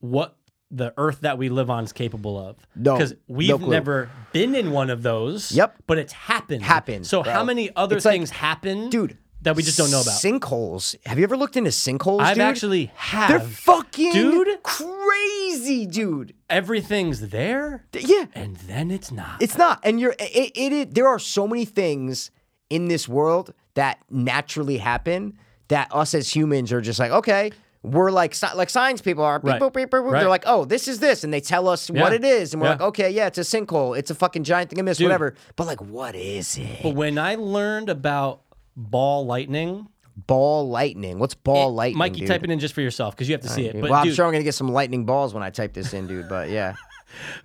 what the earth that we live on is capable of.
No,
Because
no
we've
clue.
never been in one of those.
Yep.
But it's happened.
Happened,
So
bro.
how many other
It's like-
things happen
Dude,
that we just don't know about?
Sinkholes. Have you ever looked into sinkholes?
I've
dude?
actually have
They're fucking
Dude.
crazy, dude.
everything's there
D- Yeah,
and then it's not.
it's not. And you're it, it, it. There are so many things in this world that naturally happen that us as humans are just like, okay, we're like sci- like science people are. Beep,
Right.
boop, beep, boop, boop.
Right.
They're like, oh, this is this, and they tell us what
Yeah.
it is, and we're
Yeah.
like, okay, yeah, it's a sinkhole, it's a fucking giant thing of mist, whatever. But like, what is it?
but when I learned about ball lightning,
Ball lightning. What's ball lightning?
Eh, Mikey,
dude?
type it in just for yourself because you have to see it. But
well, I'm
dude,
sure I'm gonna get some lightning balls when I type this in, dude. But yeah,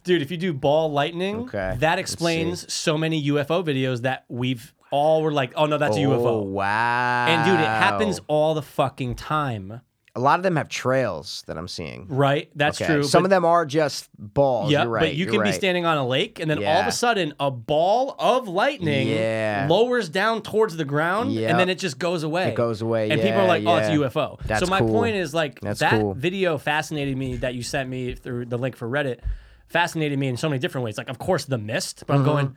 Dude, if you do ball lightning,
Okay,
that
let's
explains so many UFO videos that we've all were like, oh no, that's a
Oh,
UFO.
wow.
And dude, it happens all the fucking time.
a lot of them have trails that I'm seeing.
Right? That's
Okay.
true.
Some
but-
of them are just balls.
Yeah,
Oh, you're right.
but you
you're
can be
right.
standing on a lake, and then all of
Yeah.
a sudden, a ball of lightning
Yeah.
lowers down towards the ground,
Yep.
and then it just goes away.
It goes away.
and people are
yeah,
like, "Oh, it's a
yeah.
UFO." so
That's
my
cool.
point is like
That's
that
cool.
video fascinated me that you sent me through the link for Reddit. Fascinated me in so many different ways. Like, of course, the mist, but I'm going.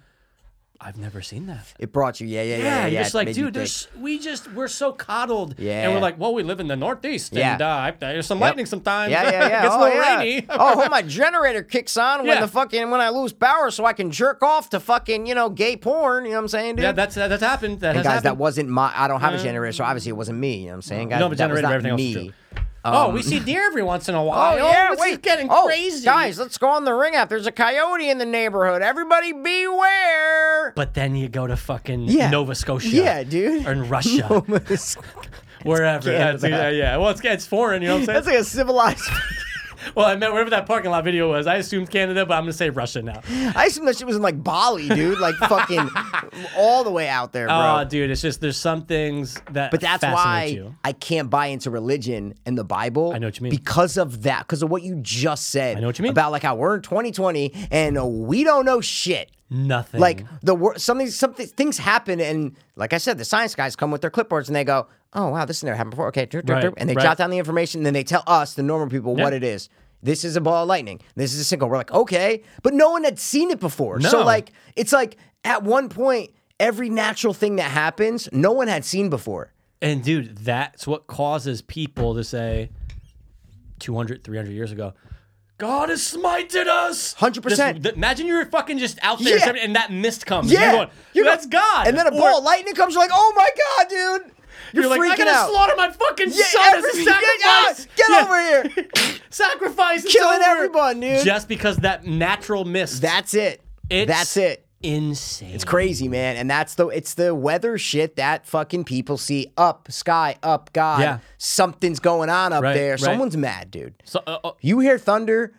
I've never seen that.
It brought you. Yeah, Mm-hmm. yeah, yeah.
Yeah,
yeah,
you're
yeah.
just
It
like,
made you
dude,
think.
there's, we just we're so coddled, and
Yeah.
we're like, well, we live in the Northeast,
Yeah.
and uh, I- there's some
Yep.
lightning sometimes.
Yeah, yeah, yeah.
it gets
oh,
a little
yeah.
rainy.
oh, hope my generator kicks on when
Yeah.
the fucking when I lose power, so I can jerk off to fucking you know gay porn. You know what I'm saying, dude?
yeah, that's that, that's happened. That
and
has
guys,
happened.
that wasn't my. I don't have a generator, so obviously it wasn't me. You know what I'm saying, guys?
don't have a
that was
generator, but everything
not
else is
me.
true. oh, we see deer every once in a while. this is getting
oh,
crazy,
Guys, let's go on the ring app. There's a coyote in the neighborhood. Everybody beware.
But then you go to fucking
Yeah.
Nova Scotia,
Yeah, dude.
or in Russia,
that's
wherever. That's, yeah, yeah. Well, it's, it's foreign. You know what I'm saying?
like a civilized.
well, I meant wherever that parking lot video was. I assumed Canada, but I'm gonna say Russia now.
I assume that shit was in like Bali, dude. Like fucking all the way out there, bro.
Oh, dude, it's just there's some things that
But that's why
fascinate you.
I can't buy into religion and the Bible.
I know what you mean.
Because of that, because of what you just said. I
know what you mean.
About like how we're in 2020 and uh, we don't know shit.
Nothing.
Like the wor- something, something things happen, and like I said, the science guys come with their clipboards and they go, "Oh wow, this has never happened before." Okay, derp, derp,
Right,
derp, and they
right.
jot down the information, and then they tell us, the normal people, what
Yeah.
it is. This is a ball of lightning. This is a single. We're like, okay, but no one had seen it before. So
No.
like, it's like at one point, every natural thing that happens, no one had seen before.
And dude, that's what causes people to say 200, 300 years ago, God has smited us.
100%.
Just- th- Imagine you're fucking just out there
Yeah.
somebody- and that mist comes.
Yeah,
And you're going,
You're
that's
going-
God.
And then a
Or
ball of lightning comes. You're like, oh my god, dude! You're,
You're, like, I
freaking
gotta
out.
slaughter my fucking
Yeah,
son as a
every- yeah, yeah,
sacrifice.
get
Yeah.
over here.
Sacrifice. is
Killing
over.
everyone, dude.
Just because that natural mist.
That's it.
It's-
That's it.
insane. It's
Crazy man, and that's the it's the weather shit that fucking people see up sky up God.
Yeah.
Something's going on up
Right,
there.
right.
Someone's mad, dude.
So, uh, uh,
You hear thunder,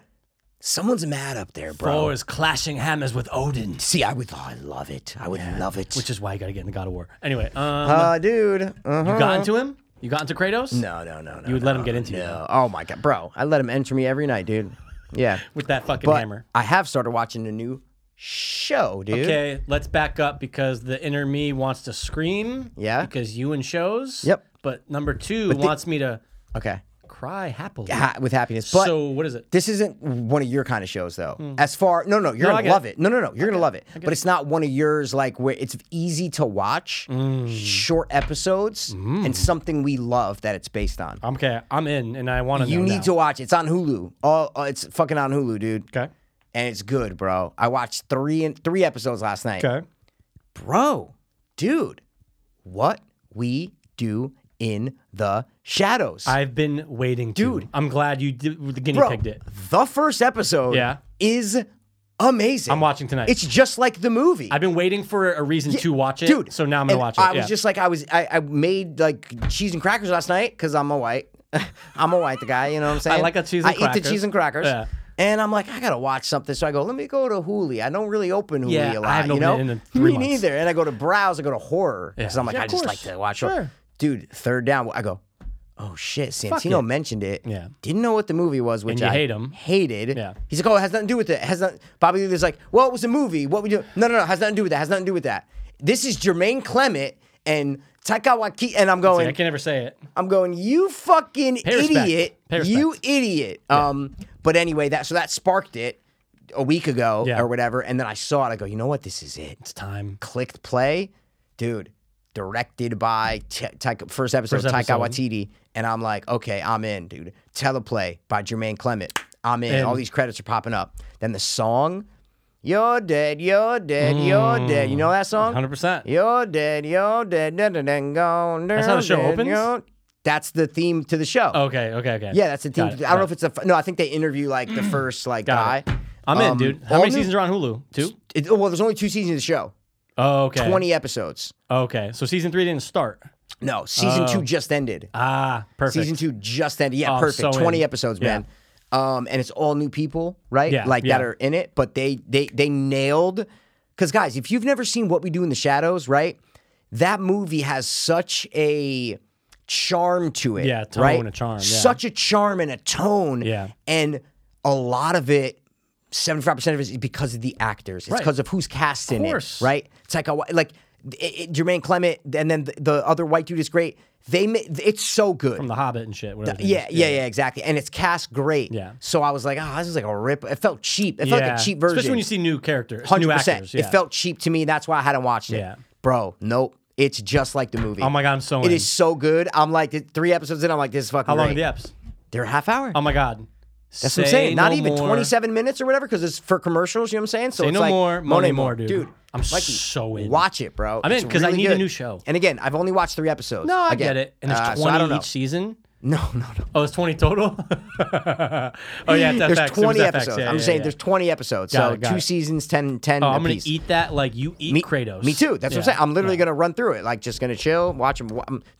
someone's mad up there, bro.
Thor is clashing hammers with Odin,
See, I would oh, I love it. I would love it.
which is why you gotta get into God of War. Anyway, um,
uh, dude. Uh-huh.
you got into him? You got into Kratos?
No, no, no, no.
You would let him get into you
no. Oh my god, bro! I let him enter me every night, dude. Yeah.
with that fucking
But
hammer.
I have started watching a new show, dude.
Okay, let's back up because the inner me wants to scream.
Yeah.
Because you and shows.
Yep.
But number two wants me to
Okay.
cry happily.
Ha- with happiness, but
so what is it?
this isn't one of your kind of shows, though. As far, no, no,
Hmm.
you're
No, I
gonna
get
love
it.
it. No, no, no, you're gonna love it. But it's not one of yours, like where it's easy to watch,
Hmm.
short episodes, and something we love that it's based on.
I'm okay. I'm in, and I want to.
you need to watch. it. It's on Hulu. Oh, oh, it's fucking on Hulu, dude.
Okay.
And it's good, bro. I watched three and three episodes last night.
Okay.
bro, dude, what we do in the shadows.
I've been waiting, to.
Dude.
I'm glad you did, the guinea
bro,
pigged it.
the first episode
Yeah.
is amazing.
I'm watching tonight.
It's just like the movie.
I've been waiting for a reason to watch it,
Dude,
So now I'm gonna
and
watch it.
I
yeah.
was just like, I was, I, I made like cheese and crackers last night because I'm a white, I'm a white guy. You know what I'm saying?
like a cheese
I
and
eat the
crackers.
cheese and crackers.
Yeah.
And I'm like, I gotta watch something. So I go, let me go to Hulu. I don't really open Hulu
Yeah,
a
I
lot.
haven't
you know,
opened it in three
me
months.
neither. And I go to browse. I go to horror because
Yeah.
I'm like,
Yeah,
I
of
just
course.
like to watch.
Sure.
horror. Dude, third down. I go, oh shit. Santino
it.
mentioned it.
Yeah.
Didn't know what the movie was, which
you
I
hate him.
Hated.
Yeah.
He's like, oh, it has nothing to do with it. it has not. Bobby Lee was like, well, it was a movie. What we do? No, no, no. It has nothing to do with that. It has nothing to do with that. This is Jermaine Clement and Taika Waititi, and I'm
See, I
going.
can never say it.
I'm going. You fucking
respect.
idiot.
Pay respect.
You idiot. Um. But anyway, that so that sparked it a week ago
Yeah.
or whatever, and then I saw it. I go, you know what? This is it.
It's time.
Clicked play, dude. Directed by T- Taika- first episode
First
of Taika
episode.
Waititi, and I'm like, okay, I'm in, dude. Teleplay by Jermaine Clement, I'm in.
And-
All these credits are popping up. Then the song, "You're Dead, You're Dead, You're
Mm.
Dead." You know that song?
100. percent
You're dead, you're dead, dun, dun, dun, gone,
That's how the show
dun,
opens?
you're- That's the theme to the show.
Okay. Okay. Okay.
Yeah, that's the theme.
Got it,
I don't know
got
if it's the f- no. I think they interview like the first like
Got
guy.
I'm in,
Um,
dude. How
all
many
new-
seasons are on Hulu? Two.
It, oh, well, there's only two seasons of the show.
Oh, okay.
Twenty episodes.
Okay, so season three didn't start.
No, season two just ended.
Ah, perfect.
Season two just ended. Yeah,
Oh, I'm
perfect.
so
Twenty
in.
episodes,
Yeah.
man. Um, and it's all new people, right?
Yeah,
like that
yeah.
are in it, but they they they nailed. Because guys, if you've never seen What We Do in the Shadows, right? That movie has such a charm to it.
Yeah, tone
right?
and a charm, yeah.
Such a charm and a tone.
Yeah.
And a lot of it, 75% of it is because of the actors. It's
Right.
because of who's cast in
course.
it. Right? It's like, a, wh- like it, it- Jermaine Clement and then the, the other white dude is great. They ma- It's so good.
from The Hobbit and shit. Whatever.
yeah, yeah, yeah, exactly. And it's cast great.
Yeah.
So I was like, oh, this is like a rip. It felt cheap. It felt like a cheap version.
Especially when you see new characters, new
Hundred
actors.
percent.
Yeah.
It felt cheap to me. That's why I hadn't watched it.
Yeah.
Bro, nope. It's just like the movie.
Oh my God, I'm so
It is
in.
so good. I'm like th- three episodes in. I'm like, this is fucking.
How long
great.
are the eps?
They're a half hour.
Oh my God.
That's what I'm saying. Not even 27 minutes or whatever, because it's for commercials. You know what I'm saying? So
Say
it's
no
like
more, money more, dude.
dude.
I'm
Mikey,
so in.
Watch it, bro.
I'm in,
It's
'cause I
really
need a
good.
new show.
And again, I've only watched three episodes.
No, I
Again.
get it. And there's
Uh,
20
so I don't know.
each season.
No, no, no.
Oh, it's 20 total? oh, yeah, it's FX. It was
There's 20
FX.
episodes.
Yeah,
I'm
yeah,
saying
yeah.
there's 20 episodes.
Got
so
it, got
two
it.
seasons, 10, 10
Oh, I'm going
apiece.
to eat that like you eat
Me-
Kratos.
Me too. That's what I'm
Yeah.
saying. I'm literally gonna run through it, like just gonna chill, watch him.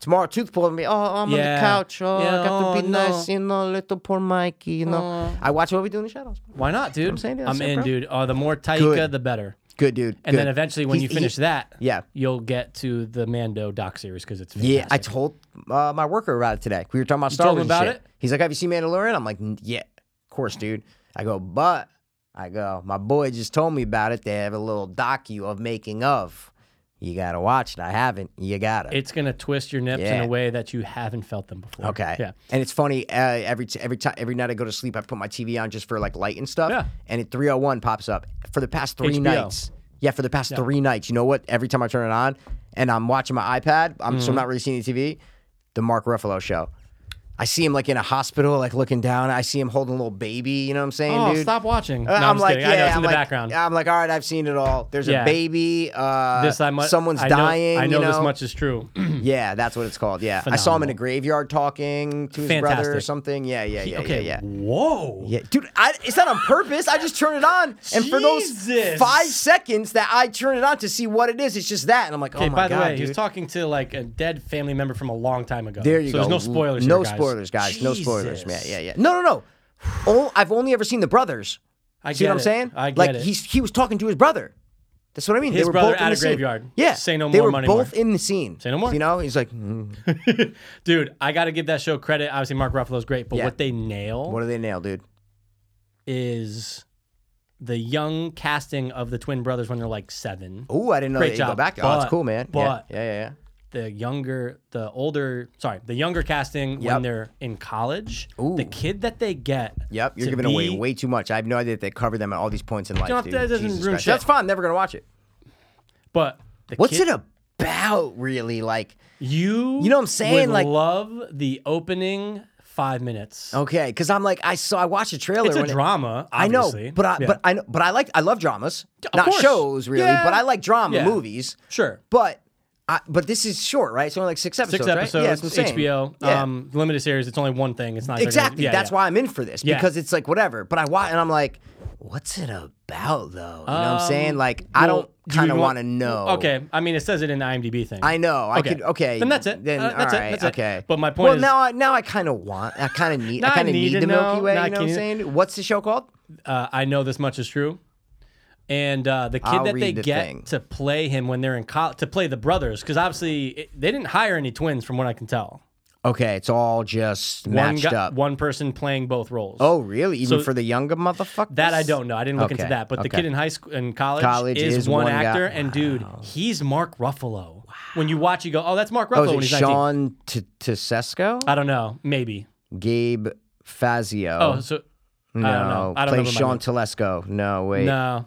tomorrow, tooth pull me. Oh, I'm on
Yeah.
the couch. Oh,
Yeah,
I got to
oh,
be
no. Oh.
nice, you know, little poor Mikey. You know, I watch what we do in the shadows.
Why not, dude? I'm,
saying, dude, that's it,
in,
bro.
dude. Oh, the more Taika,
Good.
the better.
Good dude.
And then
good.
eventually, when
He's-
you finish
he-
that,
Yeah.
you'll get to the Mando doc series because it's
Yeah, I
fantastic.
told uh, my worker about it today. We were talking about Star
told
Wars
him about
and shit.
it?
He's like, "Have you seen Mandalorian?" I'm like, "N- "Yeah, of course, dude." I go, "But," I go, "My boy just told me about it. They have a little docu of making of. You gotta watch it. I haven't. You gotta."
it's gonna twist your nips in
Yeah.
a way that you haven't felt them before.
Okay.
Yeah.
And it's funny. Uh, every t- every time every night I go to sleep, I put my TV on just for like light and stuff.
Yeah.
And at 301 pops up for the past three
HBO.
nights. Yeah, for the past three nights. You know what? Every time I turn it on, and I'm watching my iPad, I'm
Mm-hmm.
so I'm not really seeing the TV. The Mark Ruffalo show. I see him like in a hospital, like looking down. I see him holding a little baby. You know what I'm saying,
Oh,
dude? Uh,
stop watching. No,
I'm,
I'm, just
like,
kidding.
yeah,
I know it's
I'm
in the
like, uh,
background.
I'm like, all right, I've seen it all. There's
Yeah.
a baby. Uh,
this I mu-
someone's
I know,
dying.
I know,
you know
this much is true.
yeah, that's what it's called. Yeah, I saw him in a graveyard talking to his brother or
Fantastic.
something. Yeah, yeah, yeah,
okay.
yeah, yeah.
Whoa.
Yeah, dude, I, it's not on purpose. I just turn it on, and for those
Jesus.
five seconds that I turn it on to see what it is, it's just that, and I'm like,
Okay,
oh my
by the
god,
way, he
dude.
was talking to like a dead family member from a long time ago.
there you
so
go.
There's no spoilers.
No
here, guys.
spoilers, guys. No spoilers, man.
Jesus.
Yeah, yeah. No, no, no. Oh, I've only ever seen the brothers.
I get
See what I'm
it.
saying?
I get
like
it.
he's he was talking to his brother. That's what I mean.
His
they were
brother
both
at
in
a
the scene.
graveyard.
Yeah,
Say no
They
more,
were
money more.
both in the scene.
Say no more.
You know, he's like, mm,
Dude, I got to give that show credit. Obviously, Mark Ruffalo's great, but
Yeah.
what they nail
what do they nail, dude?
is the young casting of the twin brothers when they're like seven.
Oh, I didn't know
Great
they could go
job.
back. Oh, it's
But-
cool, man. Yeah,
but-
yeah, yeah, yeah.
The younger, the older, sorry, the younger casting
Yep.
when they're in college.
Ooh.
The kid that they get.
Yep, you're
to
giving
be-
away way too much. I have no idea that they cover them at all these points in life.
Don't-
dude.
that doesn't
Jesus
ruin
Christ.
shit.
That's fine. I'm never gonna watch it.
But the
What's
kid,
it about, really? Like,
You,
You know what I'm
would
saying? Like- Oh,
love the opening five minutes.
okay, because I'm like, I saw, I watched a trailer.
it's a
when it-
drama.
I know,
obviously.
but I,
Yeah.
but I, know- but I like, I love dramas, not
course.
shows really,
Yeah.
but I like drama
Yeah.
movies.
sure.
But, I, but this is short, right? It's only like six episodes.
Six
right?
episodes,
Yeah, that's what I'm saying.
HBO,
Yeah.
um, limited series. It's only one thing. It's not
Exactly.
Yeah,
That's
yeah.
why I'm in for this
Yeah.
because it's like whatever. But I watch and I'm like, what's it about though? You know what I'm saying?
Um,
Like, I
Well,
don't
do you
kind of
want-
want to know.
Okay, I mean it says it in the IMDb thing.
I know. I
Okay.
could. Okay.
Then that's it.
Then
Uh, that's it,
all right,
that's it.
Okay.
But my point
well,
is-
now I now I kind of want. I kind of need. I
Now I
kind of
need
need,
to
the Milky
know.
Way.
Now I
You know what I'm
can-
saying? What's the show called?
Uh, I know this much is true. And uh, the kid
I'll
that they
read the
get
thing.
to play him when they're in college to play the brothers, because obviously it, they didn't hire any twins from what I can tell.
Okay, it's all just
One
matched
gu-
up.
one person playing both roles.
Oh, really? Even
So-
for the younger motherfuckers?
That I don't know. I didn't look into
Okay,
that. But the
okay.
kid in high school in college,
College
is,
is
one,
one guy.
actor, and dude, he's Mark Ruffalo. When you watch, you go, "Oh, that's Mark Ruffalo."
Oh,
when
is it
he's 19.
Sean T- Tesesco?
I don't know. Maybe.
Gabe Fazio.
Oh, so
no.
I don't know. I don't
Play
remember my
Sean
name.
Telesco. No, wait.
no,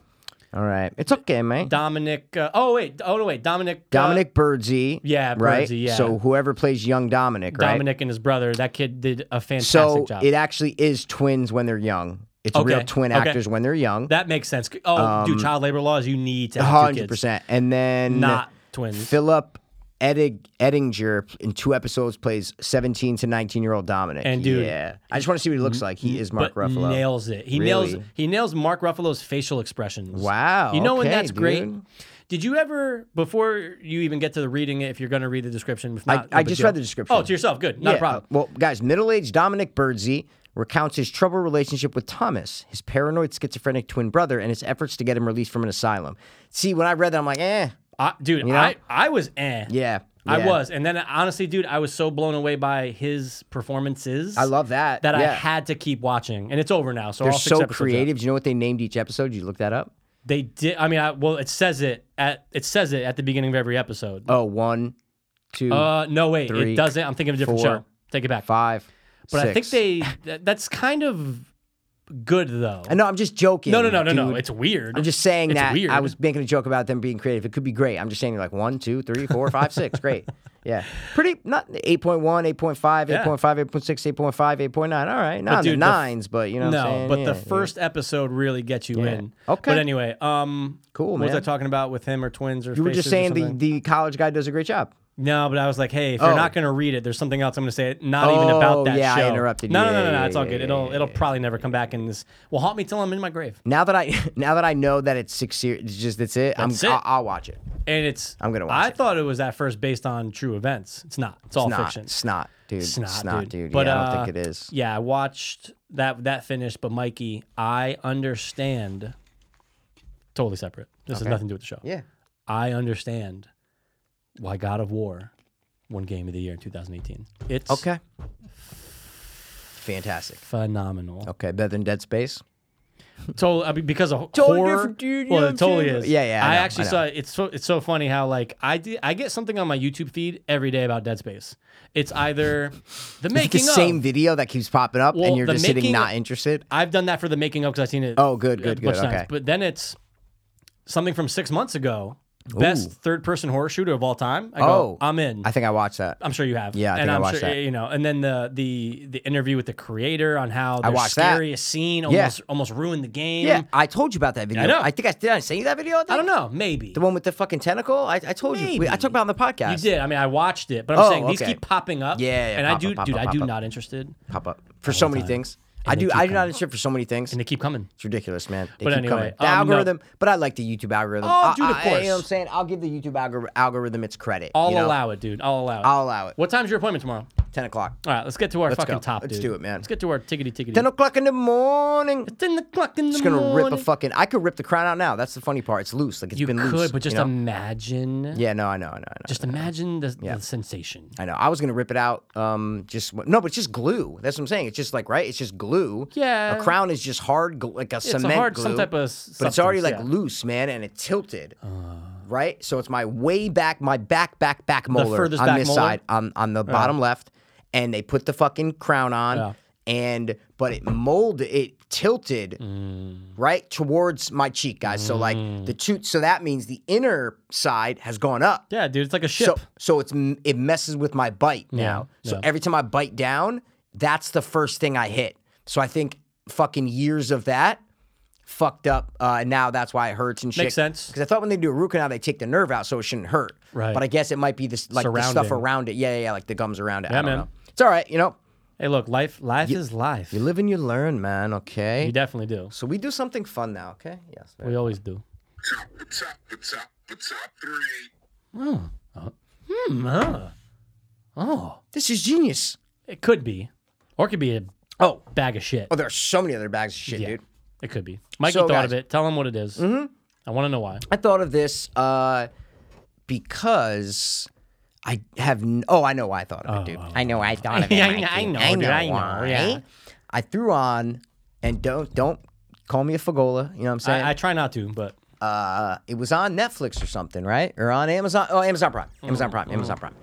All right. It's okay, mate.
Dominic. Uh, oh wait. Oh no, wait. Dominic. uh,
Dominic Birdsey.
yeah,
right?
Birdsey, yeah.
So whoever plays young Dominic, right?
Dominic and his brother. That kid did a fantastic
So
job.
it actually is twins when they're young. It's
Okay,
real twin
okay.
actors when they're young.
that makes sense. Oh, dude, child labor laws. You need to have two
Um, Hundred
kids.
percent. And then
Not twins.
Philip Edig- Edinger in two episodes plays seventeen to nineteen year old Dominic.
And dude-
yeah, I just want to see what he looks like. He is Mark
but
Ruffalo.
nails it. He nails
Really?
he nails Mark Ruffalo's facial expressions.
Wow,
You know when
okay,
that's great.
dude.
Did you ever before you even get to the reading it if you're going to read the description? If
I-
not, no
I
big
just
deal.
read the description.
Oh, to yourself, good. Not
Yeah, uh,
a problem.
Well, guys, middle aged Dominic Birdsey recounts his troubled relationship with Thomas, his paranoid schizophrenic twin brother, and his efforts to get him released from an asylum. See, when I read that, I'm like, eh,
I, dude,
know?
I I was eh.
yeah.
I
Yeah.
was. And then honestly, dude, I was so blown away by his performances.
I love that.
that I
Yeah.
had to keep watching. And it's over now. So
They're
all six
so
episodes are-
creative. Do you know what they named each episode? Did you look that up?
They did. I mean, I, well, it says it at it says it at the beginning of every episode.
Oh, one, two,
uh, no wait,
three,
it doesn't. I'm thinking of a different
four,
show. Take it back.
five,
but I think
six.
they. That, that's kind of good though.
I know. Uh, I'm just joking.
no, no, no, no, no.
dude.
It's weird.
I'm just saying
It's
that
weird.
I was making a joke about them being creative. It could be great. I'm just saying like one, two, three, four, five, six. Great. Yeah. Pretty not 8.1, 8.5, 8.5, 8.6, 8.5, 8.9. All right. Not
dude,
the
the-
nines, but you know what I'm
no,
saying?
but
Yeah,
the
yeah.
first episode really gets you in.
Okay.
But anyway, um,
Cool,
What was I
man.
talking about with him or twins or?
You were just saying the, the college guy does a great job.
No, but I was like, hey, if you're
Oh.
not gonna read it, there's something else I'm gonna say. Not even about
Oh,
that
yeah, I
show.
interrupted you.
No, no,
Yeah,
no, no, no.
yeah,
It's all good.
yeah,
it'll
yeah,
it'll probably never come back in this. Will haunt me till I'm in my grave.
Now that I now that I know that it's six series, it's just that's it.
That's
I'm
it.
I'll, I'll watch it.
And it's
I'm gonna watch
I
it.
thought it was at first based on true events. It's not. It's all
Snot,
fiction.
snot, dude.
It's not, dude.
dude.
But,
yeah, I
uh,
don't think it is.
Yeah, I watched that that finished, but Mikey, I understand. Totally separate. This has nothing to do with the show.
Yeah.
I understand why God of War won Game of the Year in 2018. It's
Okay. Fantastic.
phenomenal.
Okay, better than Dead Space.
Totally, I mean, because of
Totally
horror.
different, dude, you know
well,
what
it
I'm
totally
saying?
is.
Yeah, yeah, I
I,
know,
actually
I know.
saw it's so it's so funny how like I did, I get something on my YouTube feed every day about Dead Space. It's either the
It's the
making
same
of.
video that keeps popping up,
Well,
and you're
the
just sitting
making-
not interested.
I've done that for the making of because I've seen it.
Oh, good,
a
good,
bunch
good,
of times.
okay.
But then it's something from six months ago. Best third-person horror shooter of all time. I
Oh.
go, I'm in.
I think I watched that.
I'm sure you have.
Yeah, I
and
think I
I'm
watched
sure
that.
you know. And then the the the interview with the creator on how the
watched that.
scariest scene
Yeah.
almost almost ruined the game.
Yeah, I told you about that video.
I know.
think I did. I send you that video. I, think?
I don't know. Maybe
The one with the fucking tentacle. I, I told you. We- I
Maybe.
talked about it on the podcast.
You did. I mean, I watched it, but I'm
Oh,
saying these
okay.
keep popping up.
Yeah, yeah,
and I
pop
do,
up, pop
dude.
up,
I
pop
do
up.
not interested,
pop up for so many things. I
they
do.
keep
I do not
coming.
interest for so many things.
and they keep coming.
It's ridiculous, man. They
But
keep
anyway,
coming. The
um, no.
algorithm, but I like the YouTube algorithm.
Oh,
I-
dude, of
I- I- You know
course.
what I'm saying? I'll give the YouTube algor- algorithm its credit.
I'll
you know?
allow it, dude. I'll allow it.
I'll allow it.
What time's your appointment tomorrow?
Ten o'clock.
All right, let's get to our fucking
go.
top.
Let's
dude.
do it, man.
Let's get to our tickety tickety.
Ten o'clock in the morning.
Ten o'clock in the
It's gonna
morning.
rip a fucking. I could rip the crown out now. That's the funny part. It's loose. Like it's
You
been
could,
loose.
but just
you know?
imagine.
Yeah, no, I know, I know, I know.
Just imagine the, the sensation.
I know. I was gonna rip it out. Um, just w- no, but it's just glue. That's what I'm saying. It's just like right. It's just glue.
Yeah.
A crown is just hard, gl- like a cement
hard-
glue.
some type of
But it's already like
substance, Uh.
loose, man, and it tilted. right. So it's my way back, my back, back, back molar
furthest
on
back
this
molar?
side, on on the bottom left, and they put the fucking crown on,
Yeah.
and but it molded, it tilted
Mm.
right towards my cheek, guys. So like the two, so that means the inner side has gone up.
Yeah, dude, it's like a ship.
So so it's m- it messes with my bite now. So
yeah.
every time I bite down, that's the first thing I hit. So I think fucking years of that fucked up. Uh, and now that's why it hurts and shit.
Makes sense.
Because I thought when they do a root canal, they take the nerve out, so it shouldn't hurt.
Right.
But I guess it might be this like the stuff
Surrounding.
around it. Yeah, yeah, yeah, like the gums around it. I
Yeah,
don't
man.
know. It's all right. You know,
hey, look, life, life is life.
you
You,
live and you learn, man. Okay.
definitely do.
so we do something fun now. Okay. Yes.
We always do.
top, the top, the top, the top three.
Hmm, huh. Oh,
This is genius.
it could be, or it could be a
Oh,
bag of shit.
oh, there are so many other bags of shit, dude.
It could be. Mikey
So,
thought
guys- Mm-hmm.
of it. Tell him what it is. I want to know why.
I thought of this uh, because I have. N- oh, I know why I thought of it, dude. I know I thought of it.
Yeah, I-
Mikey.
I know, dude, I know,
why.
yeah.
I threw on, and don't don't call me a fagola. You know what I'm saying?
I, I try not to, but
uh, it was on Netflix or something, right? Or on Amazon? Oh, Amazon Prime. Amazon
Mm,
Prime. Amazon Prime.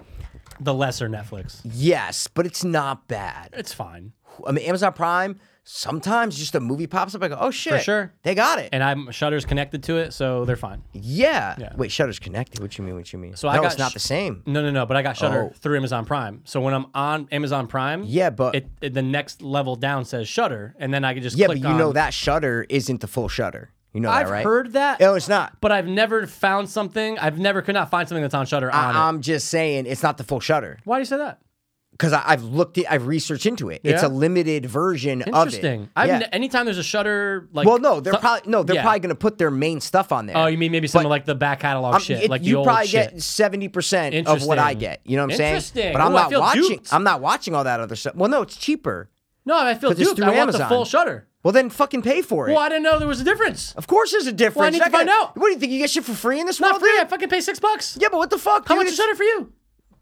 the lesser Netflix.
Yes, but it's not bad.
It's fine.
I mean, Amazon Prime. Sometimes just a movie pops up. I go, oh shit,
sure.
they got it.
And I'm Shutter's connected to it, so they're fine.
yeah. Wait, Shutter's connected. What you mean? What you mean?
So
no,
I got
it's not
sh-
the same.
No, no, no. But I got Shutter
Oh.
through Amazon Prime. So when I'm on Amazon Prime,
Yeah, but-
it, it- the next level down says Shutter, and then I can just
Yeah, but
click
you know
on-
that shutter isn't the full shutter. You know
um, I've
that, right?
heard that,
No, it's not.
but I've never found something. I've never could not find something that's on Shutter on
I,
it.
am just saying it's not the full shutter
Why do you say that?
because I've looked, it, I've researched into it. It's a
Yeah?
limited version of it.
Interesting. I've
Yeah.
ne- anytime there's a Shutter, like
well, no, they're
th-
probably no, they're
yeah.
probably going to put their main stuff on there.
Oh, you mean maybe some of like the back catalog
I'm-
shit,
it-
like the
you
old
probably
shit.
get seventy percent of what I
Interesting.
get. You know what I'm saying?
Interesting.
But I'm
Ooh, I
not
feel
watching.
duped.
I'm not watching all that other stuff. Well, no, it's cheaper.
No, I feel
'Cause it's
duped.
through
I want
Amazon.
the full shutter.
Well, then fucking pay for it.
Well, I didn't know there was a difference.
Of course, there's a difference.
need
You're
to
not
find
gonna-
out.
What do you think? You get shit for free in this
Not
world?
free. I
dude?
fucking pay six bucks.
Yeah, but what the fuck?
How
dude?
much
It's-
is shutter for you?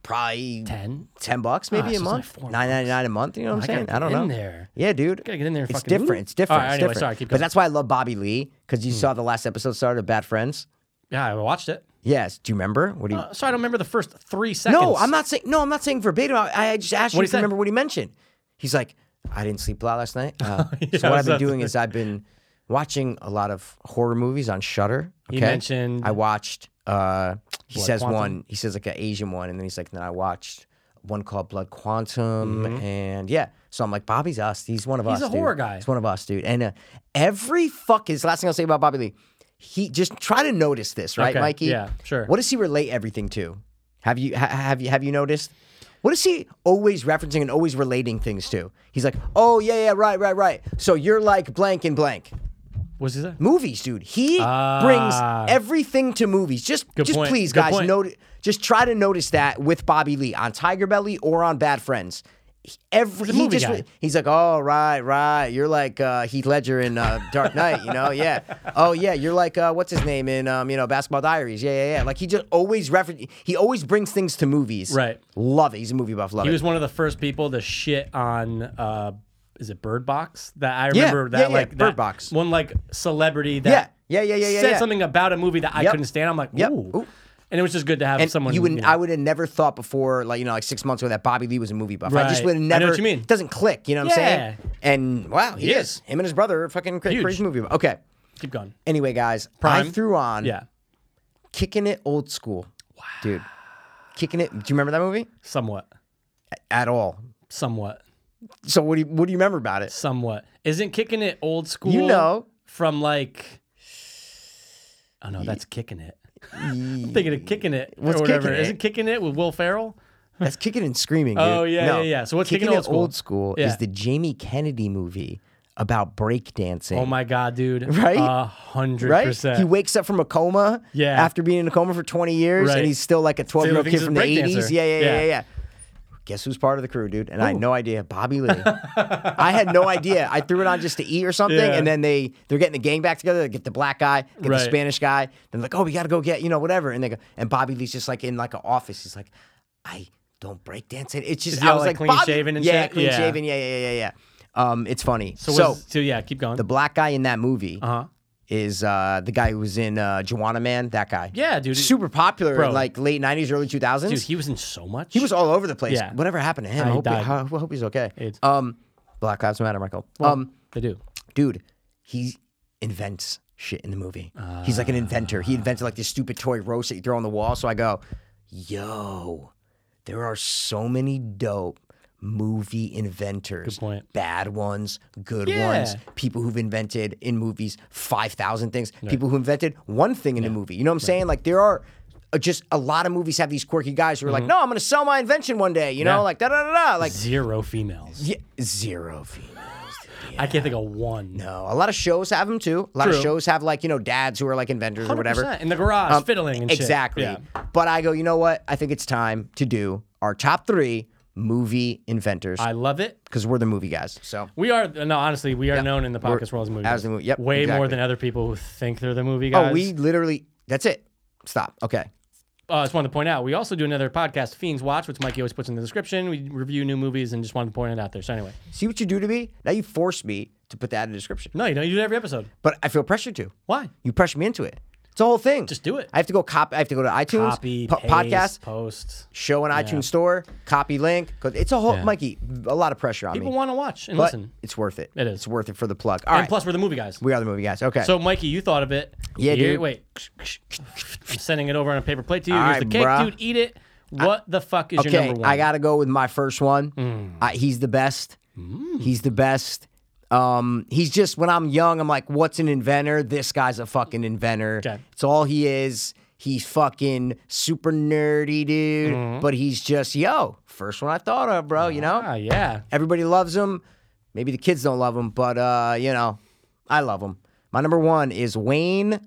probably
10?
10 bucks
Ah, so
maybe a
it's only
month,
four
9.99 a month. You know what I'm
I
saying?
gotta
I don't
get
know.
in there.
Yeah, dude.
Gotta get in there and
It's
fucking-
different. It's different.
All right,
it's
anyway,
different.
sorry, keep
But
going. Hmm.
that's why I love Bobby Lee because you saw the last episode started of Bad Friends.
Yeah, I watched it.
Yes. Do you remember? What do you?
Uh, so I don't remember the first three seconds.
no, I'm not saying. No, I'm not saying verbatim. I, I just
What'd
asked you
he
if
say?
you remember what he mentioned. He's like, I didn't sleep a lot last night. Uh,
Yeah,
so what I've
so-
been doing is I've been watching a lot of horror movies on Shutter.
He
Okay?
mentioned-
I watched. Uh, he
Blood
says
Quantum?
one. He says like an Asian one, and then he's like, then I watched one called Blood Quantum, and yeah. So I'm like, Bobby's us. He's one of
Mm-hmm. He's
us.
a horror
dude.
guy.
He's one of us, dude. And uh, every fuck is the last thing I'll say about Bobby Lee. He just try to notice this, right,
Okay,
Mikey?
yeah, sure.
What does he relate everything to? Have you ha- have you have you noticed? What is he always referencing and always relating things to? He's like, oh yeah yeah right right right. So you're like blank and blank
What's he say?
movies, dude. He
Ah.
brings everything to movies. Just,
Good
just
point.
please,
Good
guys,
point.
noti- just try to notice that with Bobby Lee on Tiger Belly or on Bad Friends. He- Every
He's a
he
movie
just
guy.
re- he's like, oh right, right. You're like uh, Heath Ledger in uh, Dark Knight, you know? Yeah. Oh yeah, you're like uh, what's his name in um, you know Basketball Diaries? Yeah, yeah, yeah. Like he just always refer. He always brings things to movies.
Right.
Love it. He's a movie buff. Love
He
it.
was one of the first people to shit on. Uh, is it Bird Box? That I remember
yeah,
that
yeah,
like
Bird
that
Box.
one like celebrity that
Yeah, yeah, yeah, yeah, yeah,
said
yeah.
something about a movie that I
Yep.
couldn't stand. I'm like, ooh.
Yep. Ooh.
and it was just good to have
and
someone.
you would
know.
I would have never thought before, like you know, like six months ago, that Bobby Lee was a movie buff. I just
Right.
would
I
have
know
never.
what you mean.
It doesn't click. You know what
Yeah.
I'm saying? And wow, he,
He
is.
is.
Him and his brother are fucking cra-
Huge.
crazy movie buff. Okay.
keep going.
Anyway, guys, I
Prime.
threw on
Yeah,
"Kicking It Old School," wow. dude. Kicking it. Do you remember that movie
somewhat,
at all?
somewhat,
So what do you, what do you remember about it?
somewhat. Isn't kicking it old school?
know.
from like. Oh no, that's kicking it. I'm thinking of kicking it or
What's
whatever.
Kickin' It?
Isn't kicking it with Will Ferrell?
That's "Kicking and Screaming." Dude.
Oh, yeah,
No.
yeah, yeah. So what's
"Kicking,
Kickin' It
It Old School"?
Yeah.
Is the Jamie Kennedy movie about breakdancing?
Oh my god, dude!
Right?
a hundred
right?
percent.
He wakes up from a coma
Yeah.
after being in a coma for 20 years
Right.
and he's still like a 12 year old
thinks
kid
he's
from
a
the
breakdancer.
80s. Yeah, yeah, yeah,
Yeah.
yeah, yeah. Guess who's part of the crew, dude? And I had no idea. Bobby Lee. I had no idea. I threw it on just to eat or something,
Yeah.
and then they they're getting the gang back together. They get the black guy, get
Right.
the Spanish guy. Then like, oh, we gotta go get you know whatever. And they go, and Bobby Lee's just like in like an office. He's like, I don't break dance. it. It's just
he
I
all,
was
like,
like,
clean
Bobby-
shaven and
yeah,
shit?
clean
Yeah.
shaven. Yeah, yeah, yeah, yeah, yeah. Um, it's funny.
So,
so
was, so yeah, keep going.
the black guy in that movie
uh huh.
is uh, the guy who was in uh, Joanna Man, that guy.
Yeah, dude.
Super popular
Bro.
in like late 90s, early 2000s.
Dude, he was in so much.
he was all over the place.
Yeah.
Whatever happened to him?
Uh,
I
he
hope, he,
died.
I hope he's okay.
AIDS.
Um, Black Lives Matter, Michael. um,
They do.
dude, he invents shit in the movie. he's like an inventor. He invented like this stupid toy roast that you throw on the wall. So I go, yo, there are so many dope movie inventors.
Good point.
Bad ones, good
Yeah.
ones, people who've invented in movies 5,000 things, people who invented one thing in a movie. You know what I'm saying? Like there are uh, just a lot of movies have these quirky guys who are like, no, I'm going to sell my invention one day, you
Mm-hmm. Yeah.
know, like da da da da. Like
Zero females.
yeah, zero females.
I can't think of one.
No, a lot of shows have them too. A lot
True.
of shows have like you know dads who are like inventors or whatever.
100%, in the garage,
Um,
fiddling and shit.
exactly.
Yeah.
But I go, you know what? I think it's time to do our top three movie inventors
I love it.
because we're the movie guys. So
We are no, honestly, we are known in the podcast world as movie
as
guys.
the movie- yep,
way more
exactly.
than other people who think they're the movie guys.
oh, we literally that's it. Stop. Okay.
uh, just wanted to point out we also do another podcast, Fiends Watch, which Mikey always puts in the description. We review new movies and just wanted to point it out there. So anyway,
See what you do to me? Now you force me to put that in the description,
no, you don't. You do it every episode.
but I feel pressured to.
Why?
You pressure me into it. It's the whole thing.
Just do it.
I have to go cop. I have to go to iTunes,
Copy,
po-
paste,
podcast,
post.
show an iTunes store, copy link. 'cause It's a whole Mikey. A lot of pressure on me.
People want to watch and
But
listen.
it's worth it.
It is.
It's worth it for the plug. All right.
and plus, we're the movie guys.
we are the movie guys. Okay.
So, Mikey, you thought of it.
Yeah,
Here-
dude.
Wait, I'm sending it over on a paper plate to you.
All
Here's
right,
the cake,
bruh.
dude. Eat it. What the fuck is your
okay,
number one? Hmm.
I gotta go with my first one. I, he's the best. He's the best. Um, he's just when I'm young, I'm like, what's an inventor? This guy's a fucking inventor.
Okay.
It's all he is. He's fucking super nerdy, dude.
Mm-hmm.
But he's just yo, first one I thought of, bro. You know,
Ah, yeah.
Everybody loves him. Maybe the kids don't love him, but uh, you know, I love him. My number one is Wayne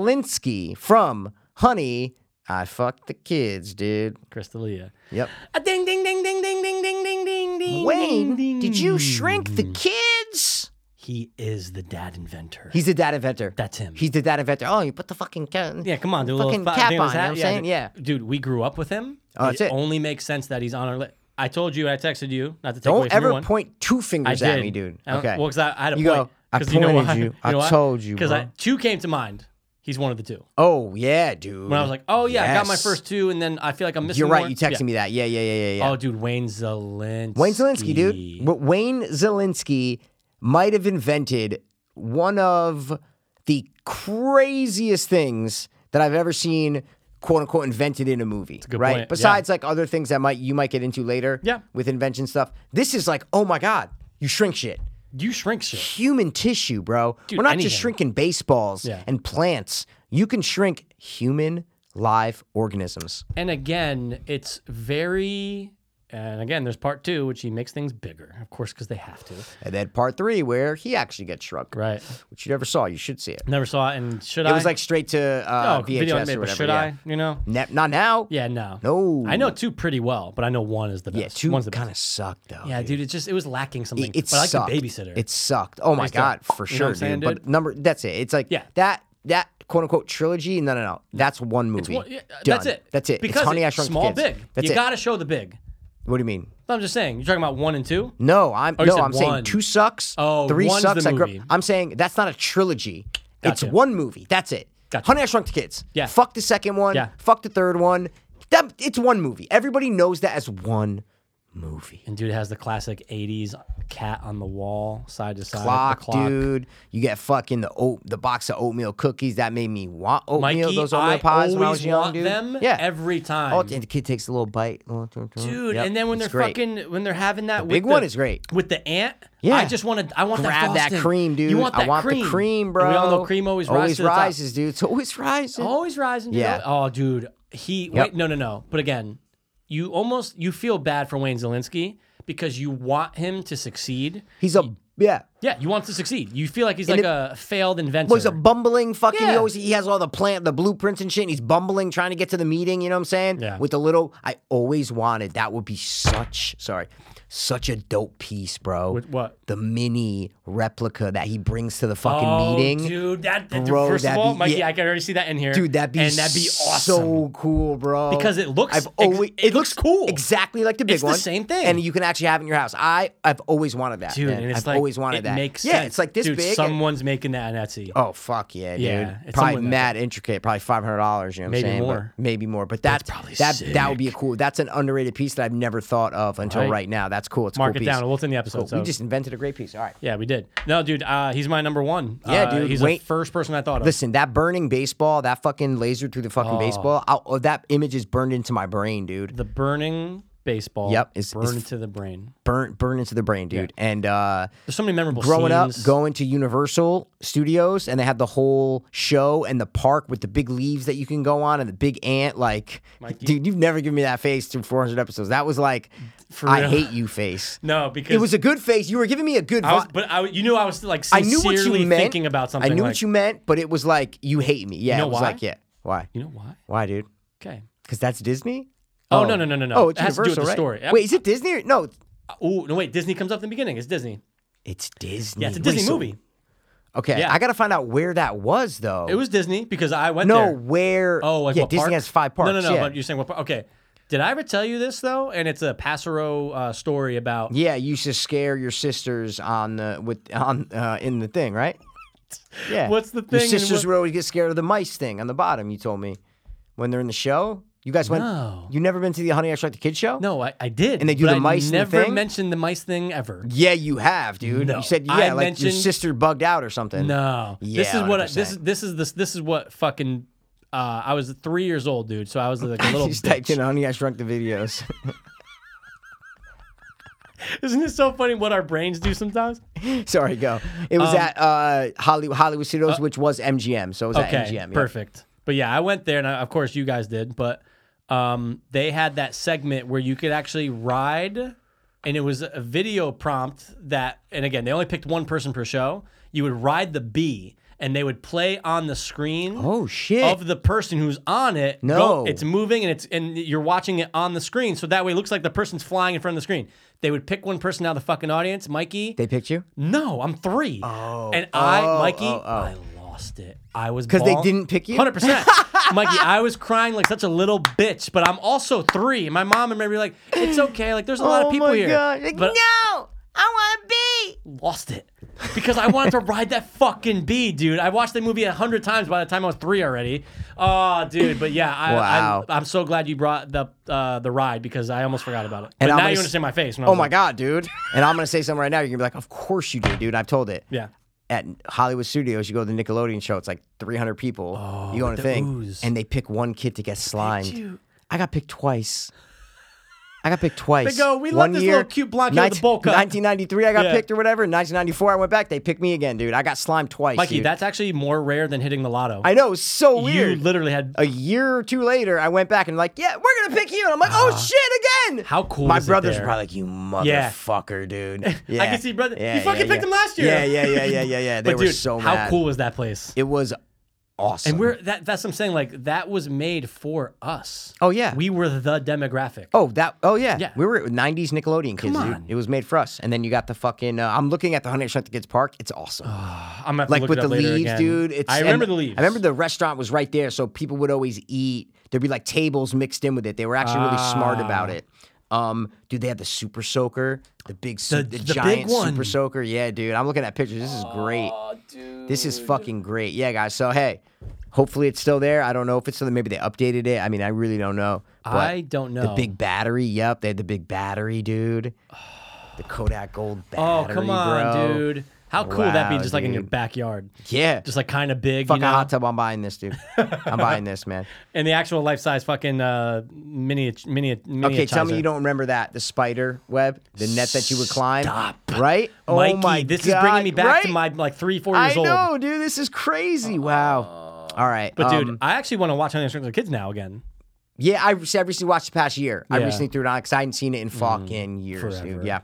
Zelinsky from Honey. I fucked the kids, dude.
Crystalia.
Yep.
A ding, ding, ding, ding, ding, ding, ding, ding, ding, ding.
Wayne,
ding,
did you
ding.
shrink the kids?
He is the dad inventor.
He's the dad inventor.
That's him.
He's the dad inventor. Oh, you put the fucking cat.
yeah, come on, dude.
fucking
little
cap
thing his
on. You know
hat.
what I'm saying? Yeah.
dude. Dude, we grew up with him.
Oh, that's it.
only makes sense that he's on our list. I told you, I texted you not to take away
Don't
from your
ever
one.
point two
I
fingers
did.
at me, dude.
I don't-
Okay.
Well, because I, I had a
You go,
point.
I
'Cause you know
pointed
why?
you. I told you,
Because
bro.
two came to mind. He's one of the two.
oh yeah, dude.
When I was like, oh yeah, I got my
Yes.
first two, and then I feel like I'm missing.
you're right.
one.
You texted
Yeah.
me that. Yeah, yeah, yeah, yeah, yeah.
Oh, dude, Wayne Zelinsky.
Wayne Zelinsky, dude. Wa- Wayne Zelinsky might have invented one of the craziest things that I've ever seen, quote unquote, invented in a movie.
good
right?
point, yeah.
Besides like other things that might you might get into later.
Yeah.
With invention stuff, this is like, oh my god, you shrink shit.
You shrink shit.
Human tissue, bro.
Dude,
We're not
anything.
just shrinking baseballs
Yeah.
and plants. You can shrink human live organisms.
And again, it's very. And again, there's part two, which he makes things bigger, of course, because they have to.
And then part three, where he actually gets shrunk,
Right.
which you never saw. You should see it.
Never saw it, and should I?
It was like straight to uh,
oh,
VHS
video made,
or
but
whatever.
should
yeah.
I? You know?
Ne- not now.
Yeah, no.
No.
I know two pretty well, but I know one is the best.
Yeah, two
One's the
kind
best.
of sucked though.
Yeah, dude, it's just it was lacking something.
It
but I like
sucked.
the babysitter.
It sucked. Oh my
just don't-
god, for
you know
sure,
what I'm saying,
dude. But
dude?
number that's it. It's like
Yeah.
that that quote unquote trilogy. No, no, no. That's one movie.
Well, yeah, uh,
Done.
that's it.
That's it.
Because
it's Honey
it-
I Shrunk the
small
Kids.
big.
That's
you
it.
gotta show the big.
what do you mean?
I'm just saying. You're talking about one and two.
No, I'm
Oh, you
no.
said
I'm
one.
saying two sucks.
Oh,
three
one's
sucks.
the
I grew up-
movie.
I'm saying that's not a trilogy. It's
Gotcha.
one movie. That's it.
Gotcha.
Honey, I Shrunk the Kids.
Yeah.
Fuck the second one.
Yeah.
Fuck the third one. That it's one movie. Everybody knows that as one movie.
And dude has the classic '80s cat on the wall, side to side. the
Clock,
clock.
dude. You get fucking the oat, the box of oatmeal cookies that made me want
Mikey,
oatmeal. those oatmeal
I
pies when I
always
was young,
want
dude.
them
yeah.
every time.
Oh, and the kid takes a little bite. Dude,
dude. and then when they're fucking when they're having that with
big
the,
one is great.
with the ant.
Yeah.
I just want to. I want
Grab
that,
that
frosting.
cream, dude.
You want that
I want
cream.
the cream,
And
bro.
We all know cream always, rises. to the top.
rises, dude. It's always rising.
Always rising. to
Yeah.
the- Oh, dude. He wait. No, no, no. But again, you almost you feel bad for Wayne Zelinsky because you want him to succeed.
He's a yeah.
Yeah, you want to succeed. You feel like he's like
it-
a failed inventor.
Well, he's a bumbling fucking.
Yeah.
He always he has all the plant, the blueprints and shit. And he's bumbling trying to get to the meeting. You know what I'm saying?
Yeah.
With the little, I always wanted. That would be such sorry, such a dope piece, bro.
With what?
The mini replica that he brings to the fucking
Oh,
meeting.
dude. That, that-
Bro,
first of
that'd
all,
be-
Mikey,
yeah.
I can already see that in here.
Dude, that'd be
and that'd be awesome.
so cool, bro.
Because it looks
I've
ex-
always
it looks cool.
exactly like the big
It's the
one.
same thing.
and you can actually have it in your house. I I've always wanted that,
Dude,
man.
and it's
I've
like
always wanted
it
that.
Makes
yeah,
sense.
it's like this
dude,
big. and-
Someone's making that on Etsy.
Oh fuck yeah, dude!
Yeah, it's
probably
somewhere-
mad intricate, probably five hundred dollars. You know what I'm
Maybe
saying? But
more.
maybe more. But that's,
probably
that that would be a cool. That's an underrated piece that I've never thought of until
Right.
right, now. That's cool. It's a
Mark
cool
it
piece.
down. We'll it's in the episode.
Cool.
So.
Oh, We just invented a great piece. All right,
yeah, we did. No, dude, uh, he's my number one.
Yeah,
Uh,
dude,
He's
Wayne-
the first person I thought of.
listen, that burning baseball, that fucking laser through the fucking baseball. I'll, oh, that image is burned into my brain, dude.
the burning baseball.
Yep, it's-
burned
it's-
into the brain.
Burnt, burned into the brain, dude. And uh,
There's so many memorable
growing
scenes.
up, going to Universal Studios, and they had the whole show and the park with the big leaves that you can go on and the big ant. Like, dude, you've never given me that face through 400 episodes. That was like,
For
I
real.
hate you face.
No, because
It was a good face. You were giving me a good.
I was,
vi-
but I, you knew I was like
I knew
sincerely
what you meant.
thinking about something.
I knew
like,
what you meant, but it was like you hate me. Yeah,
know
it was
why?
like yeah. Why?
You know why?
Why, dude?
Okay.
Because that's Disney.
Oh, no, no, no, no, no.
Oh, it's
It has to do with
Universal,
the
right?
story. Yep.
Wait, is it Disney? Or, no,
Oh no, wait. Disney comes up in the beginning. It's Disney.
it's Disney.
Yeah, it's a
Wait,
Disney
so-
movie.
Okay,
Yeah.
I gotta find out where that was though.
It was Disney because I went
no
there.
where.
Oh, like
yeah,
what
Disney
park?
has five parks.
No, no, no.
yeah.
But you're saying what park? Okay. Did I ever tell you this though? And it's a Passero uh, story about.
Yeah, you used to scare your sisters on the with on uh, in the thing, right? Yeah.
What's the thing
Your
and
sisters
what-
would always get scared of the mice thing on the bottom. You told me when they're in the show. You guys went.
No.
You never been to the Honey I Shrunk the Kids show?
No, I, I did.
And they do
but
the mice
I
and the
never
thing?
mentioned the mice thing ever.
Yeah, you have, dude.
No.
You said yeah,
I
like your
mentioned-
sister bugged out or something.
No. this
Yeah,
is what I, this
100%.
is this is this this is what fucking. Uh, I was three years old, dude. So I was like a little.
Just
bitch.
typed in Honey I Shrunk the videos.
Isn't it so funny what our brains do sometimes?
Sorry, go. It
Um,
was at uh, Hollywood, Hollywood Studios, which was MGM. So it was
uh, Okay,
at MGM. yeah.
perfect. But yeah, I went there, and I, of course you guys did. But um, they had that segment where you could actually ride, and it was a video prompt that, and again, they only picked one person per show. You would ride the bee, and they would play on the screen.
Oh shit.
Of the person who's on it,
No.
it's moving and it's and you're watching it on the screen, so that way it looks like the person's flying in front of the screen. They would pick one person out of the fucking audience, Mikey.
they picked you?
no, I'm three, oh, and I,
oh,
Mikey,
oh, oh.
I lost. lost it. I was
Because they
ball-
didn't pick you?
100%. Mikey, I was crying like such a little bitch, but I'm also three. My mom and maybe like, it's okay. Like, there's a
Oh
lot of people here. But
no, I want to be.
lost it because I wanted to ride that fucking bee, dude. I watched the movie a hundred times by the time I was three already. Oh, dude, but yeah, I,
Wow.
I'm, I'm so glad you brought the uh, the ride because I almost forgot about it. But
And
now
I'm gonna
you
s-
understand my face. When I
Oh
was
my
like,
god, dude! And I'm gonna say something right now. You're gonna be like, "Of course you do, dude." I've told it.
Yeah.
At Hollywood Studios, you go to the Nickelodeon show. It's like 300 people. you go on a
the
thing,
ooze.
and they pick one kid to get slimed.
you.
I got picked twice. I got picked twice.
go, "We love
One
this
year,
little cute blonde kid with the
19-
bowl cut."
1993, I got
Yeah.
picked or whatever. 1994, I went back. They picked me again, dude. I got slimed twice.
Mikey,
dude.
that's actually more rare than hitting the lotto.
I know, it's so
you
weird.
literally had.
a year or two later, I went back and like, yeah, we're gonna pick you. And I'm like,
Ah.
oh shit, again.
How cool
My
is it
brothers
there?
were probably like, you
Yeah.
motherfucker, dude. Yeah.
can see brother- you
Yeah,
fucking
yeah,
picked
yeah.
him last year.
Yeah, yeah, yeah, yeah, yeah, yeah. They
but
were
dude,
so mad.
how cool was that place?
It was awesome.
and we're that. That's what I'm saying. Like that was made for us.
Oh, yeah.
we were the demographic.
Oh, that. Oh, yeah.
Yeah.
We were 90s Nickelodeon kids,
Come
dude.
on.
It was made for us. And then you got the fucking. Uh, I'm looking at the Honey I Shrunk the Kids Park. It's awesome.
I'm gonna have to
like
look
with
it
the
up later
leaves,
again.
dude. It's,
I
and
remember the leaves.
I remember the restaurant was right there, so people would always eat. There'd be like tables mixed in with it. They were actually really smart
Ah.
about it. Um, dude, they had the super soaker, the big, su-
The-
the,
the big
giant
one.
super soaker. Yeah, dude, I'm looking at pictures. This is great.
dude.
This is fucking great. Yeah, guys. So hey, hopefully it's still there. I don't know if it's still there. Maybe they updated it. I mean, I really don't know. But
I don't know.
the big battery. Yep, they had the big battery, dude. The Kodak Gold
Oh,
battery.
come on,
bro.
dude. How cool would that be
Wow,
just like in your
dude.
backyard.
Yeah.
Just like kind of big,
Fuck
you know?
a hot tub. I'm buying this, dude. I'm buying this, man.
And the actual life size fucking uh, mini, mini, mini.
Okay, tell me you don't remember that the spider web, the net that you would climb, right?
Mikey,
oh my
this
God,
is bringing me back to
right?
my like three, four
I
years old. Uh,
know, dude. This is crazy. wow. All right,
But dude,
um,
I actually want to watch Honey I Shrunk the Kids now again.
yeah, I, see, I recently watched the past year. I
Yeah. Mm-hmm.
recently threw it on because I hadn't seen it in fucking years,
forever.
dude. Yeah.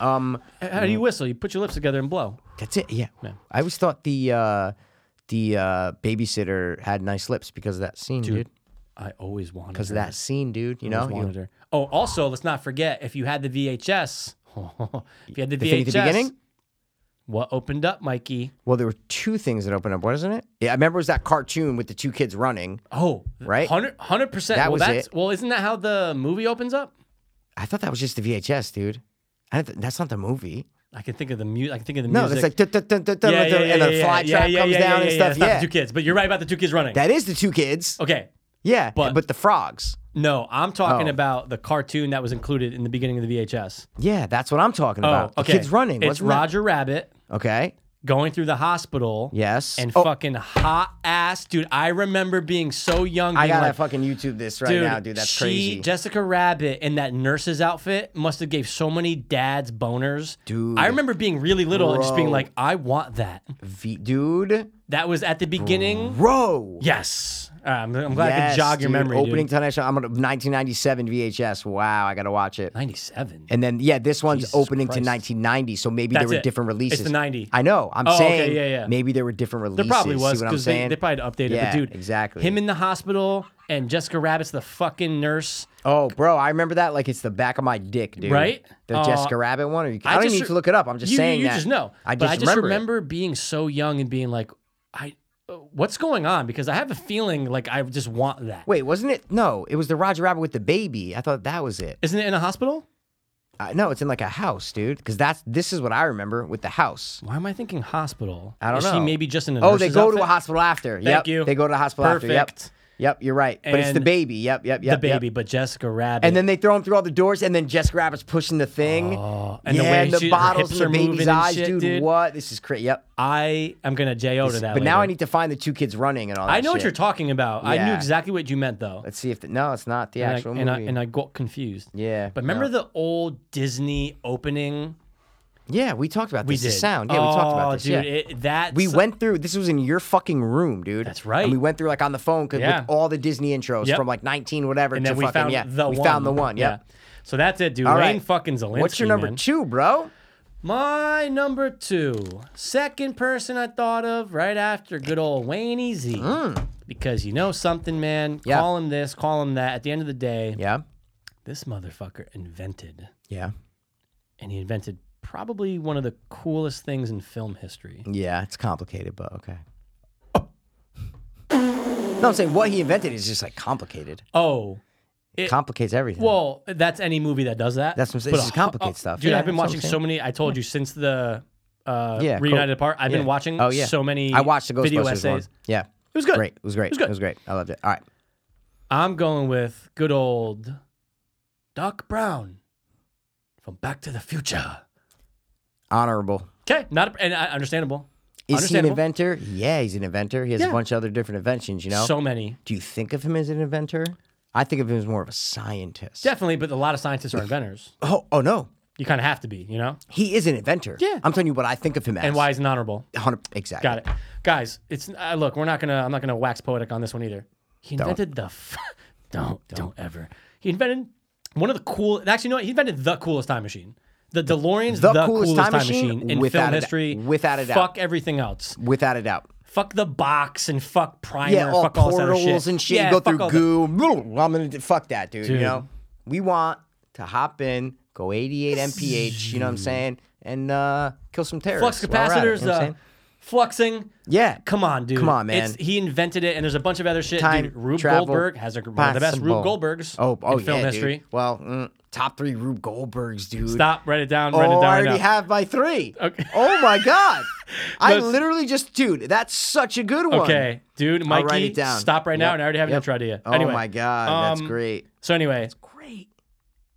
Um,
How do you whistle? You put your lips together and blow.
that's it. Yeah. I always thought the uh, the uh, babysitter had nice lips because of that scene, dude.
I always wanted
Because
her.
of that scene, dude. You know,
Always
You-
wanted her. Oh, also, let's not forget if you had the VHS. if you had the
thing
VHS,
at the beginning?
what opened up, Mikey?
Well, there were two things that opened up, wasn't it? Yeah, I remember it was that cartoon with the two kids running.
Oh,
Right?
100 percent.
That
well,
was
that's,
it.
Well, isn't that how the movie opens up?
I thought that was just the VHS, dude. I didn't th- that's not the movie.
I can think of the music. I can think of the
No,
music.
that's like dun, dun, dun, dun, dun, dun, and the fly trap comes down and stuff.
It's not
Yeah,
the two kids, but you're right about the two kids running.
that is the two kids.
okay.
Yeah,
But-
but, the frogs.
No, I'm talking
Oh.
about the cartoon that was included in the beginning of the VHS.
Yeah, that's what I'm talking
Oh,
about. The
okay.
kids running.
It's
What's
Roger Rabbit
Okay.
going through the hospital.
Yes.
And
Oh.
fucking hot ass, dude. I remember being so young. Being
I gotta
like,
fucking YouTube this right
dude,
now, dude. That's
she,
crazy.
Jessica Rabbit in that nurse's outfit must have gave so many dads boners.
Dude.
I remember being really little and just being
Bro.
like, I want that.
v- dude,
That was at the beginning.
bro.
Yes. Uh, I'm, I'm glad I
Yes,
could jog your
dude.
memory.
Opening
dude.
tonight show. I'm gonna 1997 VHS. Wow, I gotta watch it.
97.
And then yeah, this one's
Jesus
opening
Christ.
to 1990, so maybe
That's
there were
it.
different
It's the
releases.
90.
I know. I'm
Oh, okay,
saying
yeah, yeah.
maybe there were different
there
releases.
probably was
See what I'm
because they,
saying?
they probably updated
yeah,
it. But dude,
exactly.
Him in the hospital and Jessica Rabbit's the fucking nurse.
oh, bro, I remember that like it's the back of my dick, dude.
Right?
The
Uh,
Jessica Rabbit one. Or you, I,
I
don't
just
even need
re-
to look it up. I'm just
you,
saying
you
that.
just know.
I
but
just
I just
remember.
remember,
it.
being so young and being like, I, uh, what's going on? Because I have a feeling like I just want that.
Wait, wasn't it? No, it was the Roger Rabbit with the baby. I thought that was it.
Isn't it in a hospital?
Uh, no, it's in like a house, dude. Because that's this is what I remember with the house.
Why am I thinking hospital?
I don't
Is
know.
She maybe just in a
Oh, they
nurse's
go to a
outfit?
hospital after. yep.
you.
They go to the hospital after.
Perfect.
Yep. Yep, you're right. But it's the
And
baby. Yep, yep, yep.
the
yep.
baby, but Jessica Rabbit.
And then they throw him through all the doors, and then Jessica Rabbit's pushing the thing.
Oh, and the
yeah,
way
and the
she- her
bottles
hips
and the
are moving
baby's
and
eyes,
shit,
dude,
dude.
What? This is crazy. Yep.
I am gonna jo to that.
but now I
later.
need to find the two kids running and all that.
I know what
shit.
you're talking about. I knew
Yeah.
exactly what you meant though.
Let's see if the, no, it's not the
and,
actual
I, and, I,
movie.
and I got confused.
yeah.
But remember
no.
the old Disney opening?
yeah, we talked about this.
We
the
did.
sound. Yeah, we talked
Oh,
about this.
Dude,
yeah.
it, that's,
we went through. This was in your fucking room, dude.
That's right.
And we went through like on the phone 'cause
Yeah.
with all the Disney intros
Yep.
from like 19 whatever
and
to
then we
fucking
found
yeah.
the
we
one.
found the one. Yep.
So that's it, dude.
All
Wayne
right.
fucking Zelensky.
What's your number
man.
two, bro?
My number two, second person I thought of right after good old Wayne Z. Because you know something, man.
Mm. Yeah.
Call him this, call him that. At the end of the day,
Yeah.
this motherfucker invented,
Yeah.
and he invented
Mm.
probably one of the coolest things in film history.
Yeah. It's complicated, but okay.
A
No, I'm saying what he invented is just like complicated.
Oh, It-
complicates everything.
well, that's any movie that does that.
That's what I'm saying.
But
It's just
a hu-
complicated stuff.
Dude,
Yeah,
I've been
that's what I'm
watching so
saying.
many. I told you since the uh,
Yeah, cool.
reunited part. I've
Yeah.
been watching.
oh yeah,
so many.
I watched the Ghostbusters
video
one.
essays.
Yeah, it
was good.
Great, it was great. It was
was good.
great. I loved it. All right,
I'm going with good old Doc Brown from Back to the Future.
honorable.
Okay, not and uh, understandable.
Is he an
Understandable.
inventor? Yeah, he's an inventor. He has a
Yeah.
bunch of other different inventions. You know.
So many,
Do you think of him as an inventor? I think of him as more of a scientist.
definitely, but a lot of scientists are inventors.
Oh, oh no,
You kind of have to be, you know.
he is an inventor.
Yeah.
I'm telling you what I think of him as.
And why is it honorable?
100 exactly.
Got it, guys. It's uh, look. We're not gonna. I'm not gonna wax poetic on this one either. He invented the. F- don't don't ever. He invented one of the cool. Actually, you know what? He invented the coolest time machine. The DeLorean's
The
the,
coolest
coolest,
time
time,
machine,
machine, in
without a
film
doubt.
history.
Without a doubt.
Fuck everything else.
Without a doubt.
Fuck the box and fuck primer.
Yeah, all
fuck all this other
portals
shit.
and shit.
Yeah,
you go
fuck all
through
that.
goo. I'm gonna fuck that, dude, You
Dude.
know, we want to hop in, go 88 mph. You know what I'm saying? And uh, kill some terrorists.
flux
while we're at it,
capacitors,
you know what I'm
uh,
saying?
fluxing.
Yeah.
Come on, dude.
Come on, man.
It's, he invented it, and there's a bunch of other shit.
Time
dude, Rube
travel
Goldberg has a, one of the best Rube
possible.
Goldbergs
Oh, oh
in film
yeah, dude.
history.
Well, mm, top three Rube Goldbergs, dude.
Stop. Write it down.
Oh,
Write it down.
I
right
already
now.
have my three.
Okay.
Oh my god! I
Let's-
literally just, dude. That's such a good one.
Okay, dude,
I'll
Mikey,
write it down.
stop right
Yep,
now, and I already have an
yep.
intro idea.
Oh
anyway,
my god, that's
um,
great.
So anyway,
Great.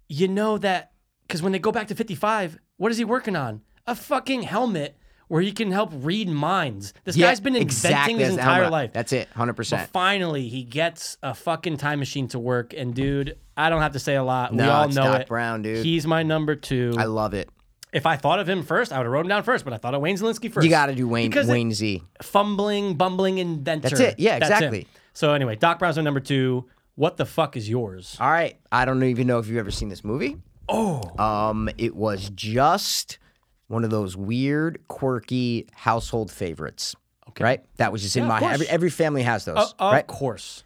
you know that because when they go back to 55, what is he working on? A fucking helmet where he can help read minds. This guy's been inventing
exactly
his
that's how I'm
entire
gonna-
life.
That's it, hundred percent.
Finally, he gets a fucking time machine to work, and dude, I don't have to say a lot. we
No,
all
it's
know
Doc
it.
Brown, dude.
He's my number two.
I love it.
if I thought of him first, I would have wrote him down first, but I thought of Wayne Zelinsky first.
You got to do Wayne
Because it-
Wayne Z.
fumbling, bumbling inventor.
That's it. Yeah,
That's him.
exactly.
So anyway, Doc Brown's my number two. What the fuck is yours?
All right, I don't even know if you've ever seen this movie.
Oh,
Um, it was just one of those weird, quirky household favorites. Okay. Right, that was just in
Yeah,
my
of course. Uh,
every, every family has those.
of
right,
course.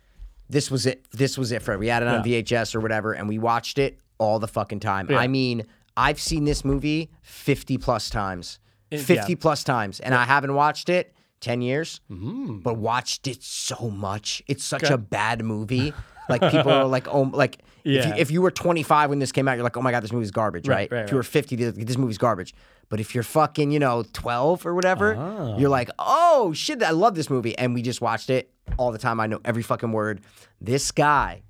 this was it. This was it for it. We had it on VHS or whatever, and we watched it all the fucking time. I mean, I've seen this movie 50 plus times. 50 plus times. And I haven't watched it 10 years,
Mm-hmm.
but watched it so much. It's such a bad movie. Like people are like, oh, like if,
Yeah.
you, if you were 25 when this came out, you're like, oh my god, this movie's garbage,
Right,
right?
right,
if you were 50, this- this movie's garbage. But if you're fucking, you know, 12 or whatever, you're like, oh shit, I love this movie, and we just watched it all the time. I know every fucking word. This guy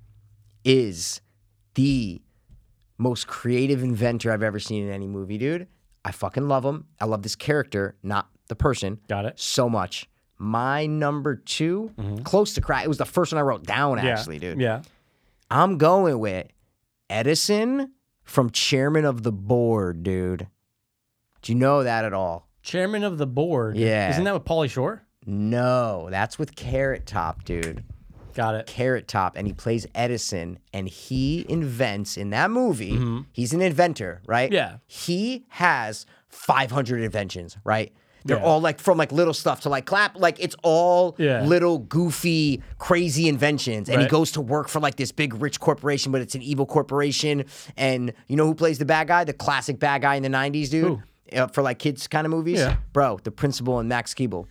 is the most creative inventor I've ever seen in any movie, dude. I fucking love him. I love this character, not the person.
Got it.
So much. My number 2 close to crack. It was the first one I wrote down,
Mm-hmm. Yeah.
actually, dude.
Yeah.
I'm going with Edison from chairman of the board, dude. Do you know that at all?
Chairman of the board.
Yeah.
Isn't that with Paulie Shore?
No, that's with Carrot Top, dude.
Got it.
Carrot Top, and he plays Edison, and he invents in that movie. He's an inventor, right?
Mm-hmm. Yeah.
He has 500 inventions, right? They're
Yeah.
all like from like little stuff to like clap, like it's all
Yeah.
little goofy, crazy inventions. And he
Right.
goes to work for like this big rich corporation, but it's an evil corporation. And you know who plays the bad guy? The classic bad guy in the 90s, dude. Uh, for like kids kind of movies,
Yeah.
bro. The principal and Max Keeble.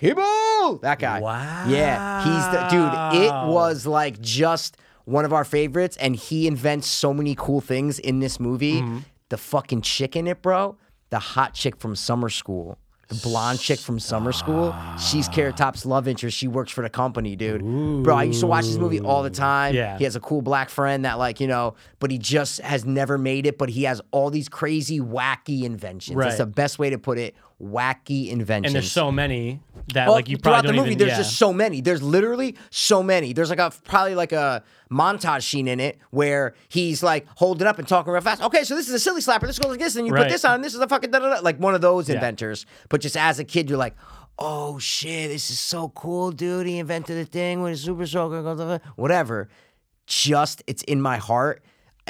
Keeble, that guy.
Wow.
Yeah, he's the dude. It was like just one of our favorites, and he invents so many cool things in this movie.
Mm-hmm.
The fucking chick in it, bro. The hot chick from summer school. The blonde chick from summer school. She's Carrot Top's love interest. She works for the company, dude. Bro, I used to watch this movie all the time.
Yeah.
He has a cool black friend that, like, you know, but he just has never made it. But he has all these crazy, wacky inventions. That's
Right.
the best way to put it. Wacky
And
inventions.
there's so many that
Well,
like you
throughout
probably
the
don't
movie,
even.
there's
yeah.
just so many. There's literally so many. There's like a probably like a montage scene in it where he's like holding up and talking real fast. Okay, so this is a silly slapper. This goes like this, and you put
Right.
this on, and this is a fucking da da da. Like one of those inventors. But just as a kid, you're like, oh shit, this is so cool, dude. He invented a thing with a super soaker, blah, blah, blah," whatever. Just it's in my heart.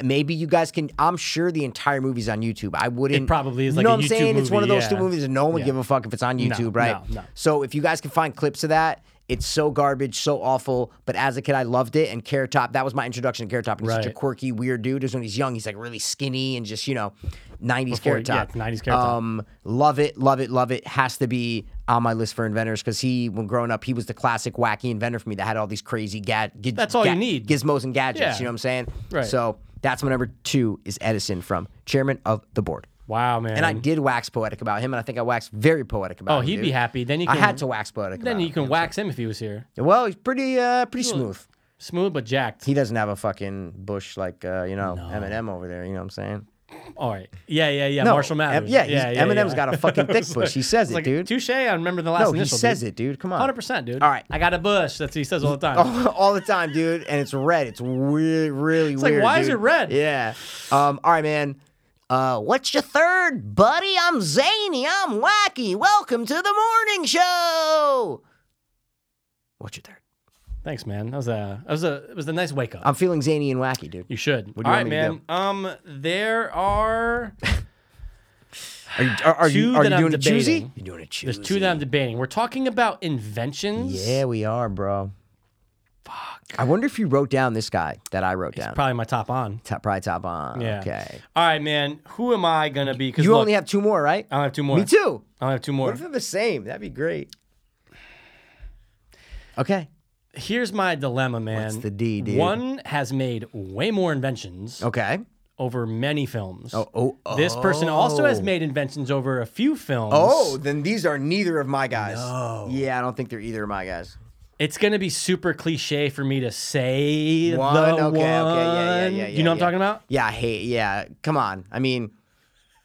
Maybe you guys can. I'm sure the entire movie's on YouTube. I wouldn't.
probably is
You
like
know
a
what I'm
YouTube
saying? It's one of
movie,
those two
yeah.
movies that no one would
Yeah.
give a fuck if it's on YouTube, right?
no, no.
So if you guys can find clips of that, it's so garbage, so awful. But as a kid, I loved it. And Carrot Top, that was my introduction to Carrot Top. And he's such a
Right.
quirky, weird dude. Is when he's young, he's like really skinny and just you know, '90s
Before-
Carrot Top.
yeah, 90s Carrot Top.
Um, love it, love it, love it. Has to be on my list for inventors because he, when growing up, he was the classic wacky inventor for me that had all these crazy gad- giz-
That's all
ga-
you need.
gizmos and gadgets.
Yeah.
You know what I'm saying?
Right.
So that's my number two is Edison from chairman of the board.
Wow, man.
And I did wax poetic about him, and I think I waxed very poetic about
Oh,
him.
he'd be
dude.
happy. Then you
I
can.
had to wax poetic.
Then
about
you
him.
can wax him if he was here.
Well, he's pretty, uh, pretty smooth.
Smooth but jacked.
He doesn't have a fucking bush like uh, you know Eminem over there. You know what I'm saying?
All right. Yeah, yeah, yeah.
No,
Marshall
Em-
Mathers.
yeah, he's- Eminem's got a fucking thick
It's
bush. He says
it's
it,
like,
dude.
Touche. I remember the last
No, he
initial.
says it, dude. Come on,
Hundred percent, dude.
All right.
I got a bush. That's what he says all the time.
all the time, dude. And it's red. It's weird, really
like,
weird.
why is
dude.
it red?
Yeah. Um. All right, man. Uh, what's your third, buddy? I'm zany. I'm wacky. Welcome to the morning show. What's your third?
Thanks, man. That was a that was a it was a nice wake up.
I'm feeling zany and wacky, dude.
you should.
What do
all
you
right,
want me to
man. Um, there are
Are you are, are you,
Two
are you
that I'm
doing a
debating.
choosy? You're doing a choosy.
there's two that I'm debating. We're talking about inventions.
Yeah, we are, bro. Fuck. I wonder if you wrote down this guy that I wrote down.
Probably my top on.
top, probably top on.
Yeah.
Okay.
All right, man. Who am I gonna be? Because
You only have two more, right?
I only have two more.
Me too.
I only have two more.
What if they're the same? That'd be great. Okay.
Here's my dilemma, man.
What's the D, dude?
One has made way more inventions
Okay.
over many films.
Oh, oh, oh.
This person also has made inventions over a few films.
Oh, then these are neither of my guys. Yeah, I don't think they're either of my guys.
It's gonna be super cliche for me to say
One,
the
okay, okay,
one.
yeah, yeah, yeah,
you know what I'm
yeah.
talking about?
Yeah, I hate. Yeah, come on. I mean,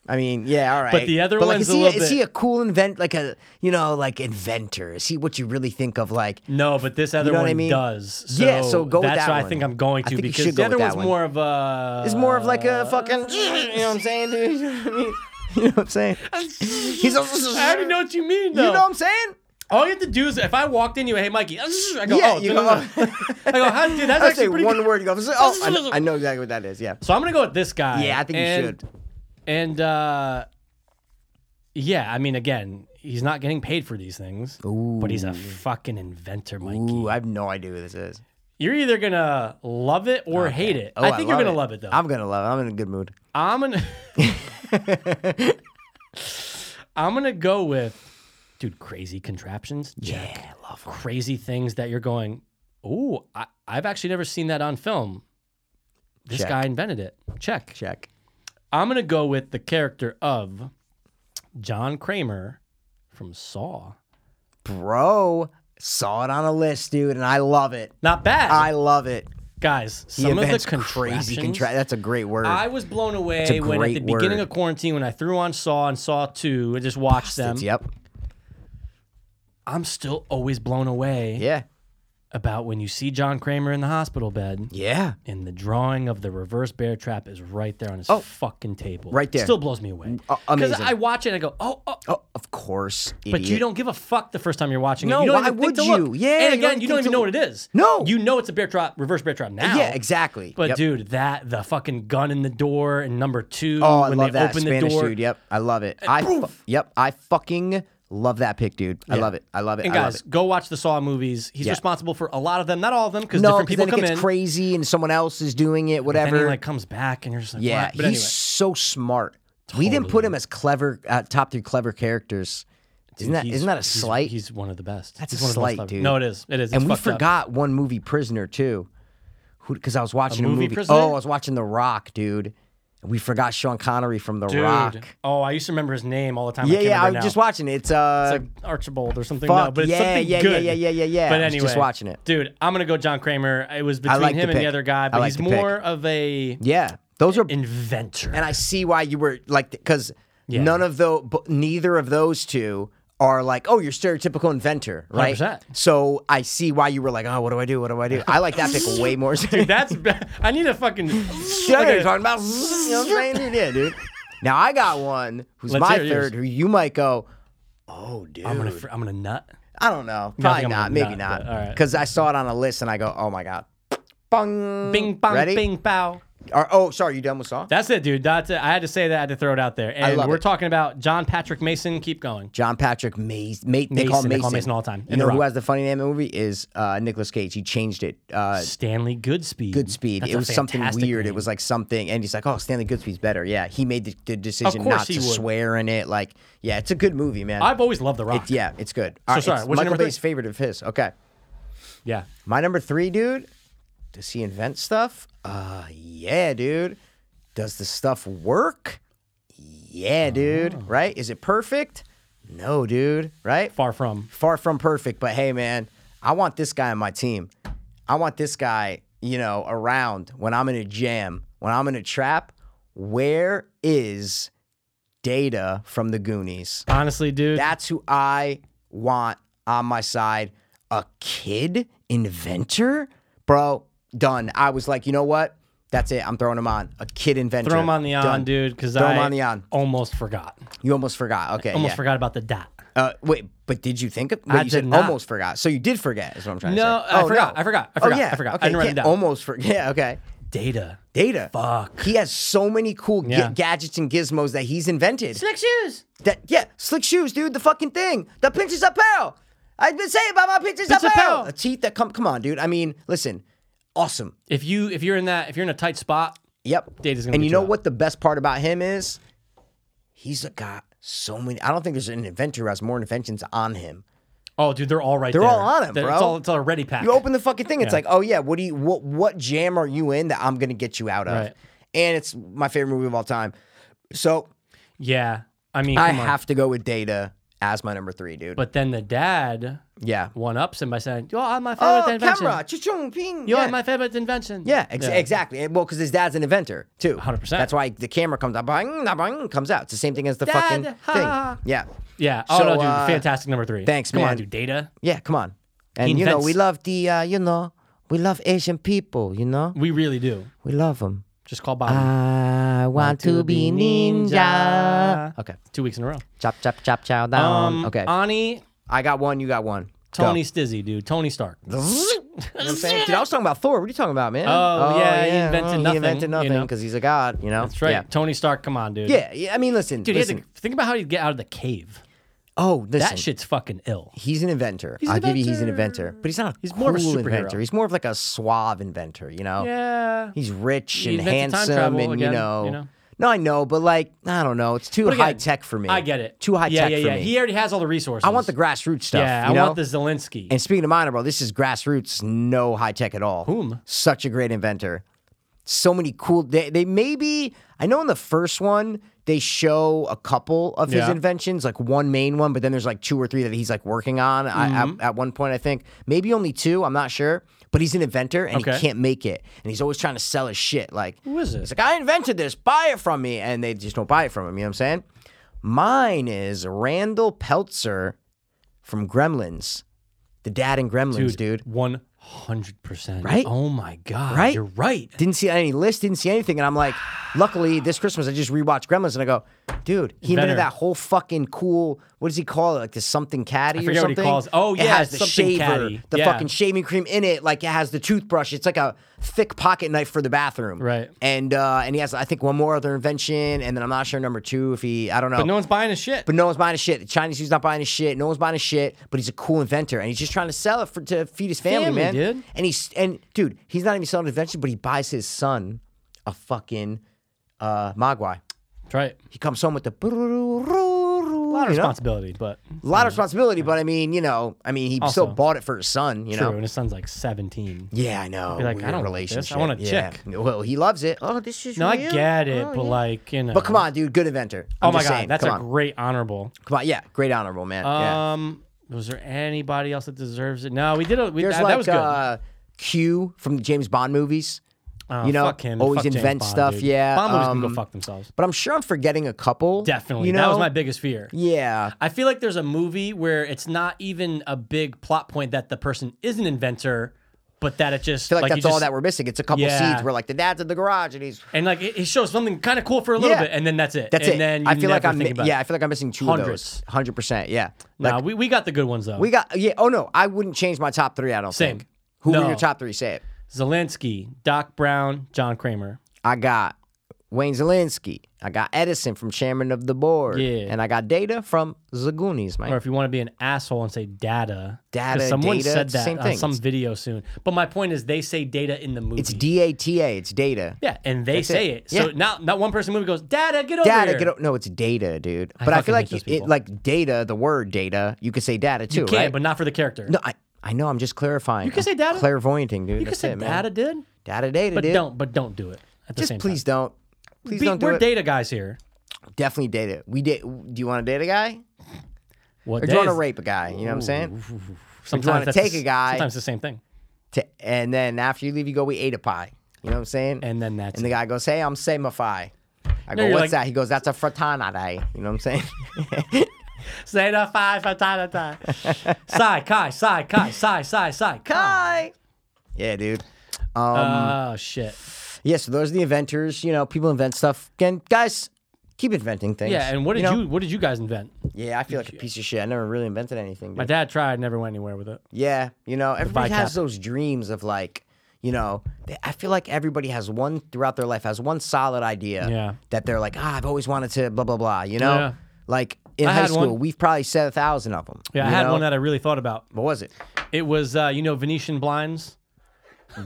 I mean, yeah, all right.
the other
like,
one's
is
a
he
little
is he
bit-
a cool invent? Like a you know, like inventor? Is he what you really think of? Like
No, but this other
know what
one
I mean?
does. So
Yeah, so go with
that's
that
what I
one.
think I'm going
I
to
think you
because
should
the
go
other
with
one's
that one.
more of a.
It's more of like
Uh,
a fucking, you know what I'm saying, dude? You know what I mean? You know what I'm saying? He's also,
I already know what you mean,
you
though.
know what I'm saying?
All you have to do is if I walked in, you went, hey, Mikey, I go,
Yeah,
oh,
you
no,
go,
no, no." I go, how, dude, that's
I
actually
say
pretty
one
good."
word, you go, oh, I know, I know exactly what that is, yeah.
So I'm gonna go with this guy.
Yeah, I think
and,
you should.
And uh, yeah, I mean, again, he's not getting paid for these things, but he's a fucking inventor, Mikey.
Ooh, I have no idea who this is.
You're either gonna love it or hate it.
Oh,
I think you're
love
gonna love it though.
I'm gonna love it. I'm in a good mood.
I'm gonna I'm gonna go with dude crazy contraptions. Check. Yeah, love crazy things that you're going. Ooh, I, I've actually never seen that on film. This
Check.
guy invented it. Check.
Check.
I'm gonna go with the character of John Kramer from Saw.
Bro, saw it on a list, dude, and I love it.
Not bad,
I love it.
guys.
He
Some of the
invents
contraptions.
crazy contraptions. That's a great word.
I was blown away
a
when at the
great
beginning
word.
of quarantine when I threw on Saw and Saw Two and just watched them.
Yep.
I'm still always blown away
Yeah.
about when you see John Kramer in the hospital bed
Yeah.
and the drawing of the reverse bear trap is right there on his fucking table.
Oh. Right there.
Still blows me away.
Uh, amazing.
I watch it and I go, oh, oh.
Oh, of course.
But you
idiot.
don't give a fuck the first time you're watching
No,
it. You don't
why
even think to
would
look.
you? Yeah,
And
you
again,
don't
you don't
think
even
to
know what
look.
it is.
No.
You know it's a bear trap, reverse bear trap now.
Yeah, exactly.
But
Yep.
dude, that the fucking gun in the door in number two.
Oh, I
when
love
they
that
open
Spanish
the door.
dude. Yep, I love it. I fu- yep, I fucking love that pick, dude. I love it. I love it.
And
I love
guys,
it.
go watch the Saw movies. He's
Yeah.
responsible for a lot of them, not all of them, because
No,
different
'cause
people
then it
come
gets
in.
crazy and someone else is doing it.
And
Whatever.
then he like comes back, and you're just like,
yeah,
what?
he's
But anyway,
so smart. We didn't put him as clever uh, top three clever characters. Isn't that
He's-
isn't that a
he's-
slight?
He's, one of the best.
That's
he's
a
one of the most
slight,
loved.
dude.
No, it is. It is. It's
and we
fucked up.
forgot one movie, Prisoner too, because I was watching a,
movie Prisoner?
Oh, I was watching The Rock, dude. We forgot Sean Connery from The
Dude.
Rock.
Oh, I used to remember his name all the time. I
Yeah,
can't
yeah. I
remember
was
now.
just watching it. It's uh,
It's like Archibald or something.
fuck,
no, but it's
yeah,
something
yeah,
good.
yeah, yeah, yeah, yeah, yeah.
But
I was
anyway,
just watching it.
dude. I'm gonna go John Kramer. It was between
like the
him and
pick.
the other guy,
I
but
like
he's
the pick.
more of a
yeah, those are
inventor.
and I see why you were like because
Yeah.
none of those, neither of those two are like, oh, you're stereotypical inventor, right?
100%.
So I see why you were like, oh, what do I do? What do I do? I like that pick way more.
Dude, that's. ba- I need a fucking.
You know what I'm
like a-
talking about? You know what I'm saying? Yeah, dude. Now I got one who's
Let's
my
hear yours.
third, who you might go, oh, dude.
I'm gonna. fr- I'm gonna nut.
I don't know.
I
Probably
think I'm
not.
gonna
Maybe
nut,
not.
but all right.
Because I saw it on a list and I go, oh my God. Bong.
Bing bong
Ready?
bing pow.
Are, oh, sorry, you done with song?
That's it, dude. That's it. I had to say that. I had to throw it out there. And
love
we're
it.
talking about John Patrick Mason. Keep going.
John Patrick Mays. Ma- they call
Mason. They
him Mason.
call him Mason all the time.
You
In The
know who
Rock.
has the funny name in the movie is uh, Nicholas Cage. He changed it. Uh,
Stanley Goodspeed.
Goodspeed.
That's
it
a
was something
fantastic
weird. It
name.
was like something, and he's like, "Oh, Stanley Goodspeed's better." Yeah, he made the, the decision
course
not to
he would.
swear in it. Like, yeah, it's a good movie, man.
I've always loved The Rock.
It- yeah, it's good.
So
All right,
sorry,
it's
what's your
Michael
number
Bay's favorite of his. Okay,
yeah.
my number three, dude. Does he invent stuff? Uh, yeah, dude. Does the stuff work? Yeah,
Oh.
dude. Right? Is it perfect? No, dude. Right?
Far from.
far from perfect, but hey, man, I want this guy on my team. I want this guy, you know, around when I'm in a jam, when I'm in a trap. Where is Data from the Goonies?
Honestly, dude.
That's who I want on my side. A kid inventor? Bro, done. I was like, you know what? That's it. I'm throwing him on. A kid inventor.
throw him on the on,
Done.
dude, because
Throw
I
him on the on.
almost forgot.
You almost forgot. Okay.
Almost
yeah.
forgot about the dot.
Uh, wait, but did you think of? Wait, you
did
said
not.
almost forgot. So you did forget. Is what I'm trying
No,
to say.
I forgot, I forgot, I
Oh,
forgot,
yeah.
I forgot. I
Okay,
didn't write it
can't-
down.
Almost forgot. Yeah. Okay.
Data.
Data.
Fuck.
He has so many cool ga-
Yeah.
gadgets and gizmos that he's invented.
Slick shoes.
that yeah, slick shoes, dude. The fucking thing. The pinches apparel. I've been saying about my pinches
Pinch
apparel.
apparel.
The teeth that come. Come on, dude. I mean, listen. Awesome.
If you if you're in that if you're in a tight spot,
Yep.
Data's gonna
and
beat
you
you
know
up.
what the best part about him is? He's got so many. I don't think there's an inventor who has more inventions on him.
oh dude, they're all right
They're
there.
all on him,
They're-
bro.
It's all it's all a ready pack.
You open the fucking thing. It's like, oh yeah, what do you what what jam are you in that I'm gonna get you out of?
Right.
And it's my favorite movie of all time. So
yeah. I mean,
I
come on.
have to go with Data as my number three, dude.
But then the dad
yeah.
one ups him by saying, "You're on my favorite
Oh,
invention.
camera, chung ping.
You're
yeah.
my favorite invention."
yeah, ex- exactly. And, Well, because his dad's an inventor too.
100%.
That's why the camera comes out, bang, da, bang, comes out. It's the same thing as the
Dad,
fucking
ha.
thing. Yeah,
Yeah. Oh
So,
no, dude,
uh,
fantastic number three.
thanks,
Come on,
man.
dude. Data.
yeah. Come on. And you know,
invents-
we love the, uh, you know, we love Asian people. You know,
We really do.
we love them.
Just call Bobby.
Uh, I want to be ninja. Okay.
Two weeks in a row.
Chop, chop, chop, chow down.
Um,
okay.
Ani,
I got one. You got one. Go.
Tony Stizzy, dude. Tony Stark.
You know what I'm saying? Dude, I was talking about Thor. What are you talking about, man?
Oh, yeah, he invented
He
nothing,
invented
you know?
nothing because he's a god, you know?
That's right.
Yeah.
Tony Stark. Come on, dude.
Yeah, yeah, I mean, listen.
Dude, he had
listen.
to, think about how he'd get out of the cave.
oh, listen.
That shit's fucking ill.
He's an inventor.
an
I'll give you he's an inventor. But he's not a
He's
cool
more of a superhero.
inventor. He's more of like a suave inventor, you know?
Yeah.
He's rich
He
and
invented time
handsome
travel
and,
again,
you, know,
you know?
No, I know, but like, I don't know. It's too
But again,
high tech for me.
I get it.
Too high
yeah,
tech
yeah,
for
yeah.
me.
He already has all the resources.
I want the grassroots stuff.
Yeah,
you
I
know?
want the Zelensky.
And speaking of mine, bro, this is grassroots, no high tech at all.
Whom?
Such a great inventor. So many cool. They, they maybe I know in the first one they show a couple of his
Yeah.
inventions, like one main one, but then there's like two or three that he's like working on. I,
Mm-hmm.
at, at one point, I think maybe only two. I'm not sure. But he's an inventor and
Okay.
he can't make it, and he's always trying to sell his shit. Like
Who is it?
He's like, I invented this. Buy it from me, and they just don't buy it from him. You know what I'm saying? Mine is Randall Peltzer from Gremlins, the dad in Gremlins, dude.
One hundred percent.
Right?
Oh my god.
Right?
You're right.
Didn't see any list, didn't see anything. And I'm like, luckily, this Christmas, I just rewatched Gremlins and I go, dude, he
Inventor.
invented that whole fucking cool, what does he call it? Like the something caddy
I forget
or
what he
something?
calls- oh,
It
yeah,
has the
something
shaver,
caddy.
the
Yeah.
fucking shaving cream in it. Like it has the toothbrush. It's like a thick pocket knife for the bathroom.
Right.
And uh, and he has, I think, one more other invention. And then I'm not sure number two if he, I don't know.
But no one's buying his shit.
But no one's buying his shit. The Chinese dude's not buying his shit. No one's buying his shit. But he's a cool inventor, and he's just trying to sell it for to feed his family,
Family,
man.
dude.
And he's and dude, he's not even selling an invention, but he buys his son a fucking uh, Mogwai.
That's right.
He comes home with the
A lot of responsibility, but
A lot of responsibility, but I mean, you know, I mean, he
Also-
still bought it for his son, you
true.
know.
And his son's like seventeen.
Yeah, I know.
Be like, I
Weird
don't want
relationship.
this. I want a
yeah.
chick.
Well, he loves it. Oh, this is
No, I
real.
get it,
Oh,
but
yeah.
like you know.
But come on, dude, good inventor. I'm
oh my
just
god,
saying.
that's
come
a
on.
great honorable.
come on, yeah, great honorable man. yeah.
Um, was there anybody else that deserves it? No, we did. A, we,
There's
that,
like
that was good.
Uh, Q from the James Bond movies.
Oh,
you know,
fuck him.
always
Fuck James
invent
Bond,
stuff,
dude.
yeah,
Bond movies can
um,
go fuck themselves.
But I'm sure I'm forgetting a couple.
Definitely.
You know?
That was my biggest fear.
Yeah.
I feel like there's a movie where it's not even a big plot point that the person is an inventor, but that it just
I feel like,
you
that's all
just-
that we're missing. It's a couple
Yeah.
scenes where like the dad's in the garage and he's
and like it, it shows something kind of cool for a little
Yeah.
bit, and then that's it.
that's
and
it.
Then you
I feel like
never
I'm
think
mi-
about
yeah. I
It.
feel like I'm missing two of
Hundreds.
those. Hundred percent. Yeah.
No,
Like,
we, we got the good ones though.
we got yeah. Oh no, I wouldn't change my top three. I don't
Same.
think. Who
No.
were your top three? Say it.
Zelensky, Doc Brown, John Kramer.
I got Wayne Zelinsky. I got Edison from chairman of the board.
Yeah.
And I got Data from Zagoonies, man.
Or if you want to be an asshole and say data, 'cause
Data,
someone
data,
said
it's the
that
same
on
thing.
some
It's-
video soon. But my point is, they say data in the movie.
It's D A T A. It's Data.
yeah, and they
That's
say
it.
it. So
Yeah.
now, not one person in the movie goes, data, get over
Data,
here.
get o- no, it's data, dude.
I
but I
fucking
feel like
hate those
you- it,
people.
like data, the word data, you could say data too,
You can't,
right?
but not for the character.
no, I, I know. I'm just clarifying. You
can say data.
Clairvoyanting,
you
dude.
can
That's
say
it, man.
data did,
Data, data,
but
dude.
don't, but don't do it at the
Just
same
please
time.
don't. Please
Be-
don't do
we're
it.
data guys here.
Definitely data. We date. Do you want to date a guy?
What
Or do
day
you want to
is-
rape a guy? You know what I'm saying?
Sometimes
wanna
that's the
take a
s-
guy-
Sometimes the same thing.
To, and then after you leave, you go, we ate a pie. You know what I'm saying?
And then that's
and the guy goes, hey, I'm samify. I go,
you're
what's
like-
that? He goes, that's a frittata day. You know what I'm saying?
Say the five, uh, five, tie, tie, tie. Sai, Kai, Sai, Kai, Sai, Sai, Sai, Kai.
Hi. Yeah, dude. Um,
Oh, shit.
Yeah, so those are the inventors. You know, people invent stuff. Again, guys, keep inventing things.
Yeah, and what did
know?
you what did you guys invent?
Yeah, I feel like a piece of shit. I never really invented anything.
My
dude.
dad tried, never went anywhere with it.
Yeah, you know, everybody
bicap.
has those dreams of like, you know, they, I feel like everybody has one throughout their life has one solid idea
Yeah.
that they're like, ah, I've always wanted to blah blah blah. You know,
Yeah.
like in
I
high
had
school,
one.
we've probably said a thousand of them.
Yeah, I
you
had
know?
one that I really thought about.
What was it?
It was uh, you know Venetian blinds.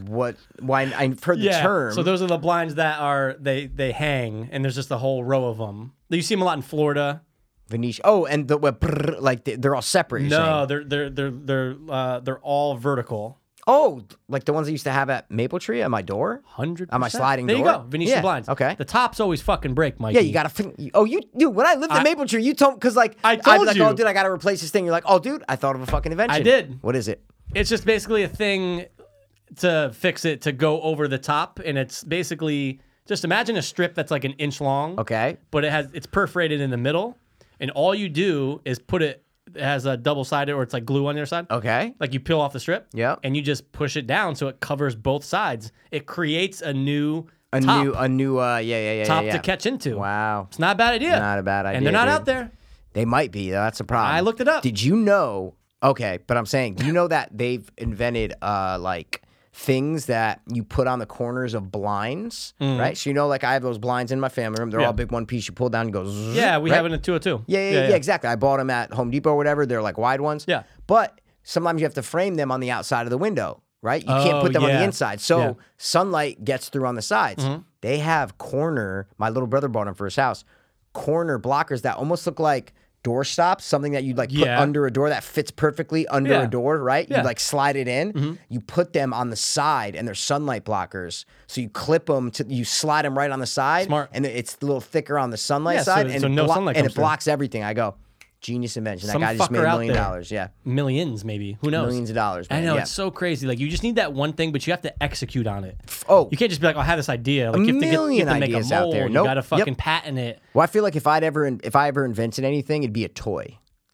What? Why? I've heard the
Yeah.
term.
So those are the blinds that are they they hang, and there's just a whole row of them. You see them a lot in Florida.
Venetian. Oh, and the what, brrr, like they- they're all separate. You're
No,
saying.
they're they're they're they're uh, they're all vertical.
Oh, like the ones I used to have at Maple Tree at my door.
Hundred
On my sliding
There
door?
you go, Venetian
Yeah,
blinds.
okay.
The tops always fucking break, Mikey.
Yeah, you gotta. Fin- oh, you dude. When I lived in Maple Tree, you told because like
I
I'd be
told
like,
you.
oh, dude, I gotta replace this thing. You're like, oh, dude, I thought of a fucking invention.
did.
What is it?
It's just basically a thing to fix it to go over the top, and it's basically just imagine a strip that's like an inch long.
Okay.
but it has it's perforated in the middle, and all you do is put it. It has a double sided, or it's like glue on the other side.
Okay.
Like you peel off the strip.
Yep.
And you just push it down so it covers both sides. It creates a new
A
top,
new, a new, uh, yeah, yeah, yeah,
top
yeah, yeah.
to catch into.
Wow,
It's not a bad idea.
Not a bad
And they're
idea,
not
dude.
out there.
they might be. though. That's a problem.
I looked it up.
Did you know? Okay, but I'm saying, do you know that they've invented uh like things that you put on the corners of blinds, right? So you know, like I have those blinds in my family room. They're
Mm. Yeah.
all big one piece. You pull down and go. zzz,
Yeah, we
right?
have it in a 202.
Yeah, yeah, yeah, exactly. I bought them at Home Depot or whatever. They're like wide ones.
Yeah.
But sometimes you have to frame them on the outside of the window, right? You
Oh,
can't put them on
yeah.
the inside. So
Yeah. Mm-hmm.
sunlight gets through on the sides. They have corner, my little brother bought them for his house, corner blockers that almost look like door stops, something that you'd like put
Yeah.
under a door that fits perfectly under
Yeah.
a door, right?
Yeah. Mm-hmm.
You like slide it in. You put them on the side and they're sunlight blockers. So you clip them to, you slide them right on the side.
Smart.
And it's a little thicker on the sunlight
Yeah, so-
side. and
so
it
no
blo-
sunlight
And
comes
it
through.
blocks blocks everything. I go, genius invention.
Some
that guy just made
fucker
a
out
million
there.
dollars. Yeah.
Millions, maybe. Who knows?
Millions of dollars. Man.
I know
Yeah.
it's so crazy. Like you just need that one thing, but you have to execute on it.
oh.
you can't just be like, "Oh, "I have this idea." Like you have to, get, you
million
have to make a mold.
ideas out there.
You
Nope.
got to
Yep.
fucking patent it.
well, I feel like if I'd ever if I ever invented anything, it'd be a toy.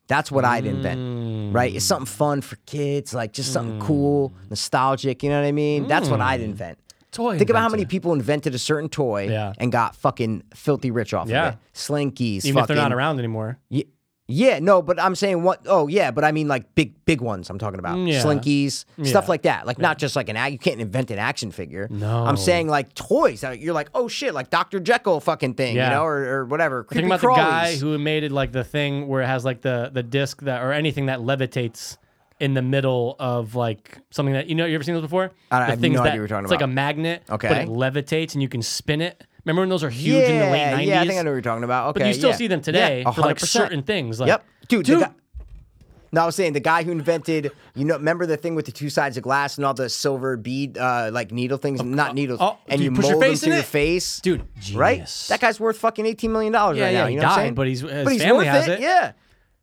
That's what I'd invent. Right? It's something
Mm.
fun for kids, like just something cool, nostalgic, you know what I mean? That's what I'd invent.
Mm. Toy.
Think about how
inventor.
many people invented a certain toy
Yeah.
and got fucking filthy rich off
Yeah.
of it. Slinkies,
even if
fucking
they're not around anymore.
Ye- Yeah, no, but I'm saying what? Oh, yeah, but I mean like big, big ones. I'm talking about
Yeah.
slinkies,
Yeah.
stuff like that. Like not just like an act. You can't invent an action figure.
No.
I'm saying like toys. that You're like, oh shit, like Dr. Jekyll fucking thing,
Yeah.
you know, or, or whatever.
Think
Creepy
about the guy
crawlies.
who made it like the thing where it has like the the disc that or anything that levitates in the middle of like something that you know you ever seen those before?
I
the
have
things
no
that,
idea what you're talking
It's like a
about.
magnet, but
Okay.
it levitates and you can spin it. Remember when those are huge in the late
Yeah,
nineties?
Yeah, I think I know what you're talking about. Okay,
But you still
yeah.
see them
Yeah,
today for like
100%.
certain things. Like,
yep, dude. the guy- no, I was saying the guy who invented, you know, remember the thing with the two sides of glass and all the silver bead, uh, like needle things, not needle,
oh,
and
do
you,
you push your
mold them
face in
through your
it?
face,
dude,
right?
genius.
That guy's worth fucking eighteen million dollars
Yeah,
right
yeah,
now.
he
You know what I'm
died,
saying?
but he's- his
but he's
family
worth
has
it.
it.
Yeah.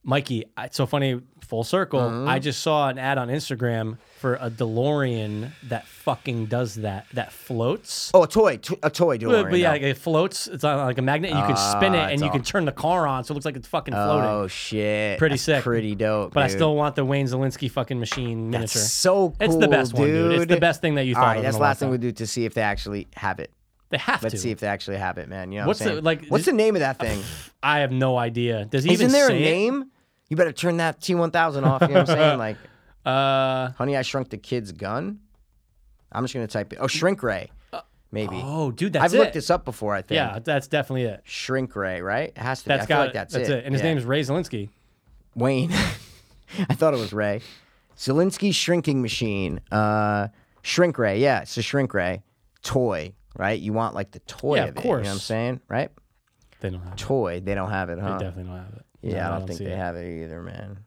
Mikey, I- it's so funny. Full circle.
Uh-huh.
I just saw an ad on Instagram for a DeLorean that fucking does that. That floats.
Oh, a toy, t- a toy
But-
DeLorean.
but yeah,
now.
like, it floats. It's on like a magnet. and You can spin it
Ah,
and
it's
you can
all-
turn the car on, so it looks like it's fucking floating.
oh shit,
Pretty
That's
sick.
pretty dope.
but I
dude.
still want the Wayne Zelinsky fucking machine
That's
miniature.
so cool.
it's the best
dude.
one, dude. It's the best thing that you thought
All right,
of.
that's
in a
the
long
last thing
time.
we do to see if they actually have it.
They have
Let's
to.
see if they actually have it, man. You know
What's
what
the
I'm saying?
like?
What's the
just-
name of that thing?
I have no idea. Does he
Oh, Isn't
even
there a
say it?
name? You better turn that T1000 off. You know what I'm saying? Like,
Uh,
honey, I shrunk the kid's gun. I'm just gonna type it. Oh, shrink ray. maybe.
Oh, dude, that's
I've
it.
looked this up before, I think.
yeah, that's definitely it.
Shrink Ray, right? It has to
That's
be.
got
I feel like that's,
that's it. And his
Yeah.
name is Ray Zelinsky.
Wayne. I thought it was Ray. Zelensky's shrinking machine. Uh, shrink Ray. Yeah, it's a shrink Ray. Toy, right? You want like the toy
Yeah,
of,
of
it. You know what I'm
course.
saying? Right?
They don't have it.
Toy. They don't have it,
They
huh?
definitely don't have it.
yeah,
No,
I, don't think
see
they
it.
have it either, man.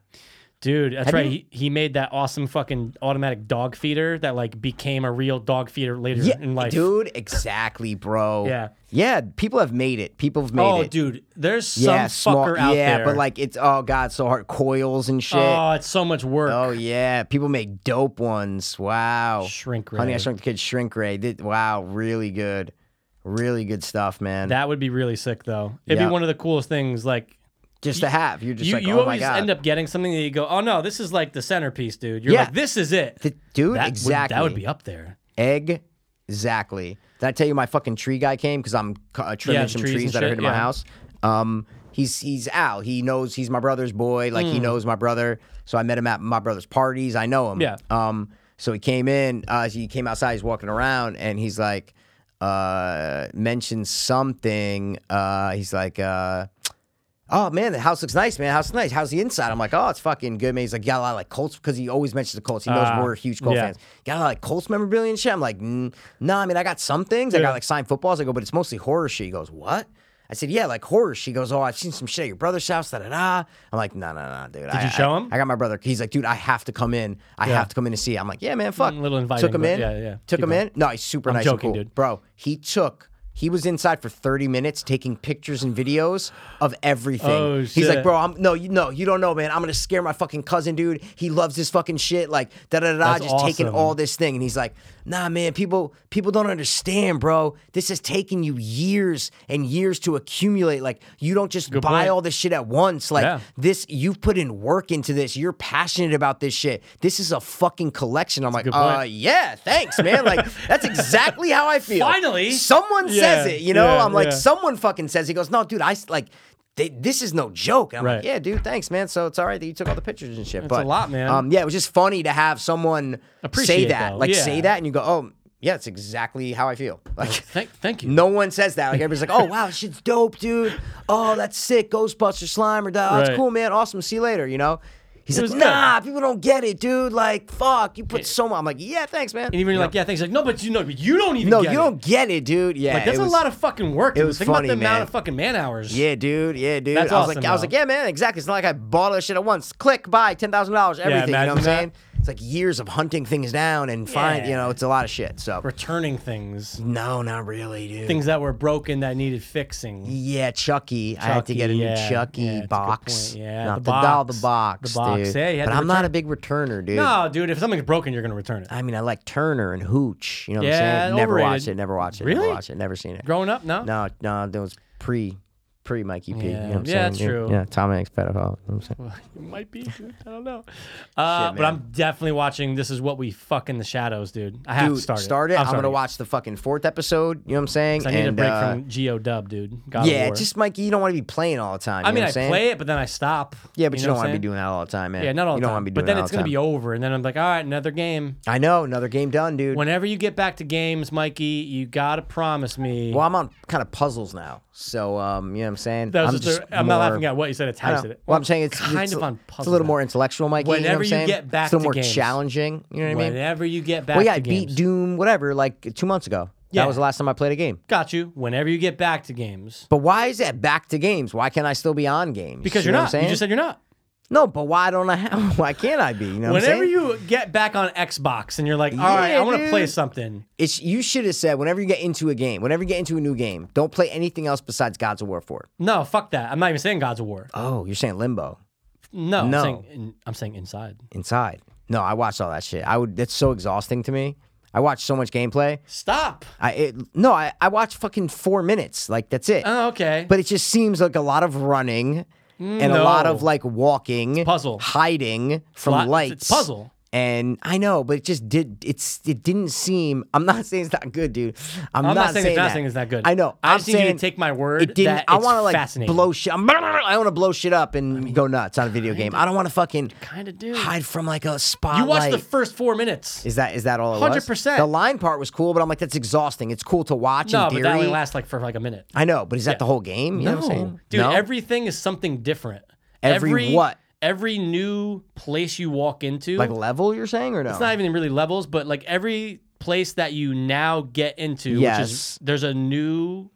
Dude, that's
Have
right.
you-
He, he made that awesome fucking automatic dog feeder that like became a real dog feeder later
Yeah,
in life.
dude, exactly, bro.
Yeah.
Yeah, people have made it. People have made
oh,
it.
dude, there's some
Yeah, small,
fucker out
yeah,
there.
but like it's oh god, so hard coils and shit.
oh, it's so much work.
Oh yeah, people make dope ones. Wow.
Shrink
Honey, I
Ray.
Shrunk the Kids Shrink Ray. Did, wow, really good, really good stuff, man.
That would be really sick though. It'd
Yeah.
be one of the coolest things. Like
just to have, you're just
you,
like,
you
oh my
always
god,
end up getting something that you go, oh no, this is like the centerpiece, dude. You're
Yeah.
like, this is it.
Th- dude.
that
exactly.
Would, that would be up there.
egg. Exactly. Did I tell you my fucking tree guy came because I'm cu- uh, trimming
Yeah, the
some
trees
trees,
and
that are
shit,
in my
yeah.
house? Um, he's he's Al. He knows he's my brother's boy. Like he
Hmm.
knows my brother. So I met him at my brother's parties. I know him.
Yeah.
Um. So he came in. Uh, he came outside. He's walking around, and he's like, uh, mentioned something. Uh, he's like, uh. Oh man, the house looks nice, man. House is nice. How's the inside? I'm like, oh, it's fucking good, man. He's like, got a lot of like Colts because he always mentions the Colts. He knows
Ah,
we're huge Colts
yeah.
fans. Got a lot of like, Colts memorabilia and shit. I'm like, mm, nah, I mean, I got some things. I
Yeah.
got like signed footballs. I go, but it's mostly horror shit. He goes, what? I said, yeah, like horror. She goes, oh, I've seen some shit at your brother's house. Da da da. I'm like, no, no, no, dude. Did I,
you show
I-
him?
I got my brother. He's like, dude, I have to come in. I have to come in to see. it." I'm like, yeah, man, fuck.
Mm, little
Took
inviting,
him
but
in.
yeah, yeah.
Took
Keep
him
going.
in. No, he's super
I'm
nice.
joking,
and cool.
dude.
Bro, he took. He was inside for 30 minutes taking pictures and videos of everything.
Oh,
He's like,
shit.
bro, I'm no, you no, you don't know, man. I'm gonna scare my fucking cousin, dude. He loves this fucking shit. Like, da da da da.
That's
Just taking
awesome.
all this thing, and he's like, nah, man. People, people don't understand, bro. This has taken you years and years to accumulate. Like, you don't just buy
point.
all this shit at once. Like,
Yeah.
this, you've put in work into this. You're passionate about this shit. This is a fucking collection. I'm
good
like, uh,
point.
yeah, thanks, man. like, that's exactly how I feel.
Finally.
someone says
Yeah,
it. You know,
yeah,
I'm like,
yeah.
someone fucking says. He goes, no, dude, I s- like. They, this is no joke. And I'm like,
Right.
yeah, dude, thanks, man. So it's all right that you took all the pictures and shit. It's but
a lot, man.
Um, yeah, it was just funny to have someone say
Appreciate
that,
that,
like
yeah.
say that, and you go, oh, yeah, it's exactly how I feel. Like
Thank, thank you.
no one says that. Like everybody's like, oh wow, shit's dope, dude. Oh, that's sick. Ghostbuster slime or that. Oh, that's
Right.
cool, man. Awesome. See you later. You know. He's
It
like,
was
nah, people don't get it, dude. Like, fuck, you put so much. I'm like, yeah, thanks, man.
And even like, yeah, things like, no, but you know, but you don't even.
no,
get
you
it."
don't get it, dude. Yeah,
Like that's
it
a
was-
lot of fucking work.
it was
Think
funny,
about the
man.
amount of fucking man hours.
Yeah, dude. Yeah, dude.
That's
I was
awesome,
like, I was
though.
like, yeah, man, exactly. It's not like I bought all this shit at once. Click, buy, ten thousand dollars, everything. you know what I'm
imagine that.
saying? It's like years of hunting things down and find. You
Yeah.
know, it's a lot of shit. So
Returning things,
no, not really, dude.
things that were broken that needed fixing.
yeah, Chucky. I had to get a
Chucky,
new
yeah,
Chucky
yeah, that's a good
box.
point. Yeah, the
not the, doll, the
box,
box,
the box.
dude.
Yeah, you had
but
to
I'm not
return-
a big returner, dude.
No, dude, if something's broken, you're gonna return it.
I mean, I like Turner and Hooch. You know what
Yeah,
I'm saying? Never watched
overrated.
it. Never watched it. Never
Really?
watched it. Never seen it.
Growing up, no.
No, no, that was pre, pre Mikey P. You know
Yeah.
what I'm
Yeah,
saying?
that's true.
Yeah, Tom Hanks pedophile. You know what I'm saying?
It might be. Dude. I don't know. Uh,
Shit,
but
man.
I'm definitely watching. This is what we fuck in the shadows, dude. I have
Dude,
to start it.
I'm,
starting
gonna
it.
watch the fucking fourth episode. You know what I'm saying?
'Cause I need
And,
a break
uh,
from Geo Dub, dude. God of
yeah,
War.
just Mikey, you don't want to be playing all the time. You
I
know
mean,
what
I
I'm saying?
play it, but then I stop.
Yeah, but you,
know
don't
what I'm
want to be
saying?
doing that all the time, man.
Yeah, not all the
You don't
time.
want to be doing
but then
that
it's
all
gonna
the
be
time.
over, and then I'm like, all right, another game.
I know, another game done, dude.
Whenever you get back to games, Mikey, you gotta promise me.
well, I'm on kind of puzzles now, so um, you know what I'm saying.
That was
I'm
just a- I'm not laughing at what you said. It's how
I
you
know.
said it.
Well, I'm saying it's
kind
it's,
of on
It's a little
puzzle.
more intellectual, Mikey. you know
Whenever
what I'm
you
saying?
get back
it's a little
to
more
games.
challenging. You know what I mean?
Whenever you get back
Well, yeah,
to
I beat
games.
Doom, whatever, like two months ago.
Yeah.
That was the last time I played a game.
Got you. Whenever you get back to games.
But why is that back to games? Why can't I still be on games?
Because
You
you're
know what I'm
not. You
saying?
just said you're not.
No, but why don't I have? Why can't I be? You know what I'm
Whenever
saying?
you get back on Xbox and you're like, all right,
Yeah,
I want to play
dude.
something.
it's you should have said whenever you get into a game, whenever you get into a new game, don't play anything else besides Gods of War 4.
No, fuck that. I'm not even saying God's of War.
Oh, you're saying Limbo
No,
No.
I'm saying, in- I'm saying inside.
inside? No, I watched all that shit. I would. That's so exhausting to me. I watched so much gameplay.
Stop.
I it, no, I I watched fucking four minutes. Like that's it.
Oh, okay.
but it just seems like a lot of running and a lot
no.
of like walking,
puzzle.
hiding from
Lot- it's-
lights,
it's puzzle.
And I know, but it just did. It's it didn't seem. I'm not saying it's not good, dude. I'm,
I'm not saying it's not
that.
saying it's not good.
I know.
I
I'm
just need you to
saying
take my word
It didn't.
that
I
it's
wanna, like
fascinating.
blow shit. I'm, I want to blow shit up and go nuts on a video game. I don't want to fucking
Kinda do.
hide from like a spotlight.
You watch the first four minutes.
Is that is that all? it was?
100%.
The line part was cool, but I'm like, that's exhausting. It's cool to watch.
No,
in theory.
but that only lasts like for like a minute.
I know, but is that the whole game? You know what I'm saying?
Dude,
No?
everything is something different.
Every what?
Every new place you walk into,
like level you're saying or no?
it's not even really levels, but like every place that you now get into, which
Yes.
is there's a new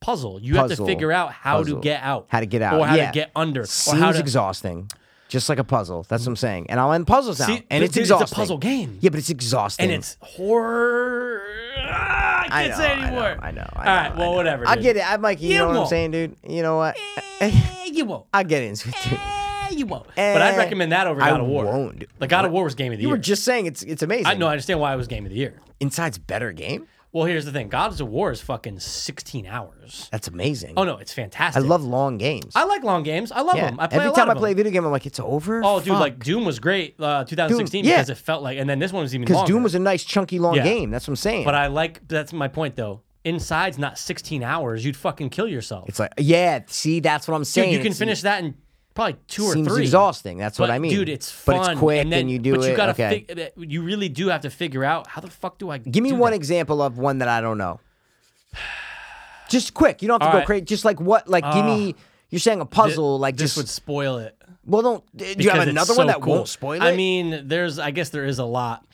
puzzle. You have to
Puzzle.
figure out how
Puzzle.
to get out,
How to get out.
or how
Yeah.
to get under,
Seems
or how to.
exhausting. Just like a puzzle. That's what I'm saying. And I'll end puzzles now.
See,
and
but
it's
dude, it's a
exhausting.
puzzle game.
Yeah, but it's exhausting.
and it's horror. Ah, I
I
can't
know,
say
I know,
anymore.
I know. I
All
know,
right, well,
I know.
whatever.
I
dude.
get it. I Mikey, you,
You
know what I'm
won't.
saying, dude? You know what?
Eh, you won't.
I'll get into it, dude.
Eh, you won't. but I'd
Eh,
recommend that over
I
God of War.
won't, dude.
Like God of War was game of the
You
year.
were just saying it's it's amazing.
I know. I understand why it was game of the year.
Inside's better game.
Well, here's the thing: God of War is fucking 16 hours.
That's amazing.
Oh no, it's
I
fantastic.
love long games.
I like long games. I love
yeah.
them. I play
Every
a lot
time
of
I play a
them.
video game, I'm like, it's over.
Oh, dude,
Fuck.
like Doom was great, uh, 2016,
Doom- yeah.
because it felt like, and then this one was even
Because
longer.
Doom was a nice, chunky, long
Yeah.
game. That's what I'm saying.
but I like. That's my point, though. Inside's not 16 hours. You'd fucking kill yourself.
it's like, yeah, see, that's what I'm
dude,
saying.
you can
It's-
finish that in probably two or
seems
three.
exhausting. That's
But
what I mean.
dude, it's fun.
but it's quick
and, then,
you do
but
it.
You gotta
okay.
fig- you really do have to figure out how the fuck do I
Give me
do
one
that?
example of one that I don't know. Just quick. You don't have to
All
go
right. Ah.
crazy. Just like what? Like give me. You're saying a puzzle. like
this
just.
would spoil it.
well, don't. Do you
because
have
it's
another one
so
that
cool.
won't spoil it?
I mean, there's I guess there is a lot.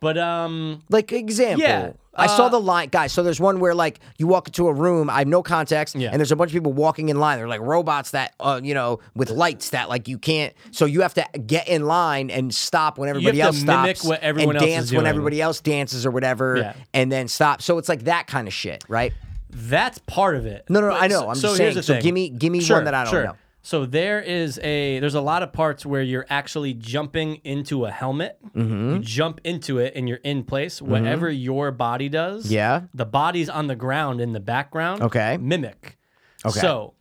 But um
Like example.
Yeah,
I saw
uh,
the line, guys. So there's one where like you walk into a room, I have no context,
Yeah.
and there's a bunch of people walking in line. They're like robots that, uh, you know, with lights that like you can't. So you have to get in line and stop when everybody
to
else
mimic
stops,
what everyone
and
else is
dance when
doing.
everybody else dances or whatever,
Yeah.
and then stop. So it's like that kind of shit, right?
that's part of it.
No, no,
But
I know.
so-
I'm just
so
saying.
Here's the
So
thing.
gimme- gimme one
Sure,
that I don't
sure.
know.
So there is a there's a lot of parts where you're actually jumping into a helmet.
Mm-hmm.
You jump into it and you're in place. Whatever your body does,
Yeah.
the body's on the ground in the background.
Okay.
mimic.
Okay.
So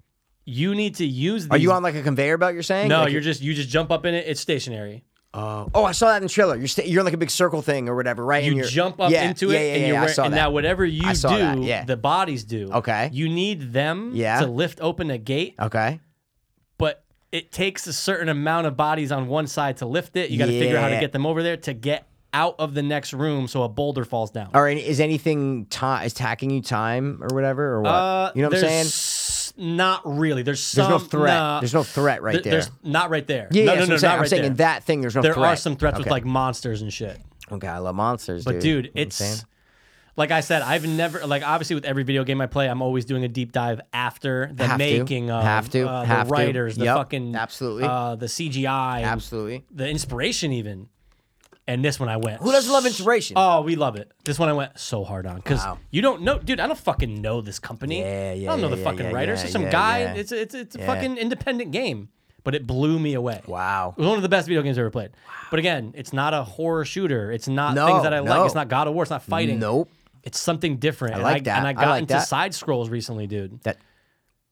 you need to use. These,
Are you on like a conveyor belt? You're saying
No,
Like,
you're just you just jump up in it. It's stationary.
Oh, I saw that in the trailer. You're sta- you're in like a big circle thing or whatever, right?
You
and you're,
jump up
yeah,
into it,
yeah, Yeah,
and
yeah,
you're
yeah, I
wearing,
saw
and
that.
now whatever you
I
do,
saw that, yeah.
the bodies do.
Okay.
you need them
Yeah.
to lift open a gate,
Okay.
but it takes a certain amount of bodies on one side to lift it. You got to figure out how to
Yeah.
get them over there to get out of the next room, so a boulder falls down.
All right. Is anything time is tacking you time or whatever or what?
Uh,
you know what I'm saying?
there's Not really. There's
There's
some,
no threat.
nah.
there's no threat right
Th-
there.
There's not right there.
yeah,
no,
yeah,
no,
that's
no,
what I'm saying.
not
I'm
right
saying
there.
in that thing, there's no
there
threat.
are some threats
okay.
with like monsters and shit.
Okay, I love monsters,
But dude, it's like I said, I've never like obviously with every video game I play, I'm always doing a deep dive after the
Have to.
making of
Have to.
uh,
Have to.
the writers, the
Yep.
fucking
Absolutely.
uh, the CGI, and
absolutely.
the inspiration even. And this one I went.
Who doesn't love inspiration?
Oh, we love it. This one I went so hard on because you don't know, dude. I don't fucking know this company.
Yeah, yeah,
I don't know the
yeah,
fucking
yeah,
writers.
yeah,
There's some
yeah,
guy.
yeah.
It's it's it's a
Yeah.
fucking independent game, but it blew me away.
wow.
It was one of the best video games I ever played. But again, it's not a horror shooter. It's not
No,
things that I
no.
like. It's not God of War. It's not fighting.
Nope.
It's something different. I
like
and
that.
I, and
I
I got
like
into
that.
side scrolls recently, dude.
That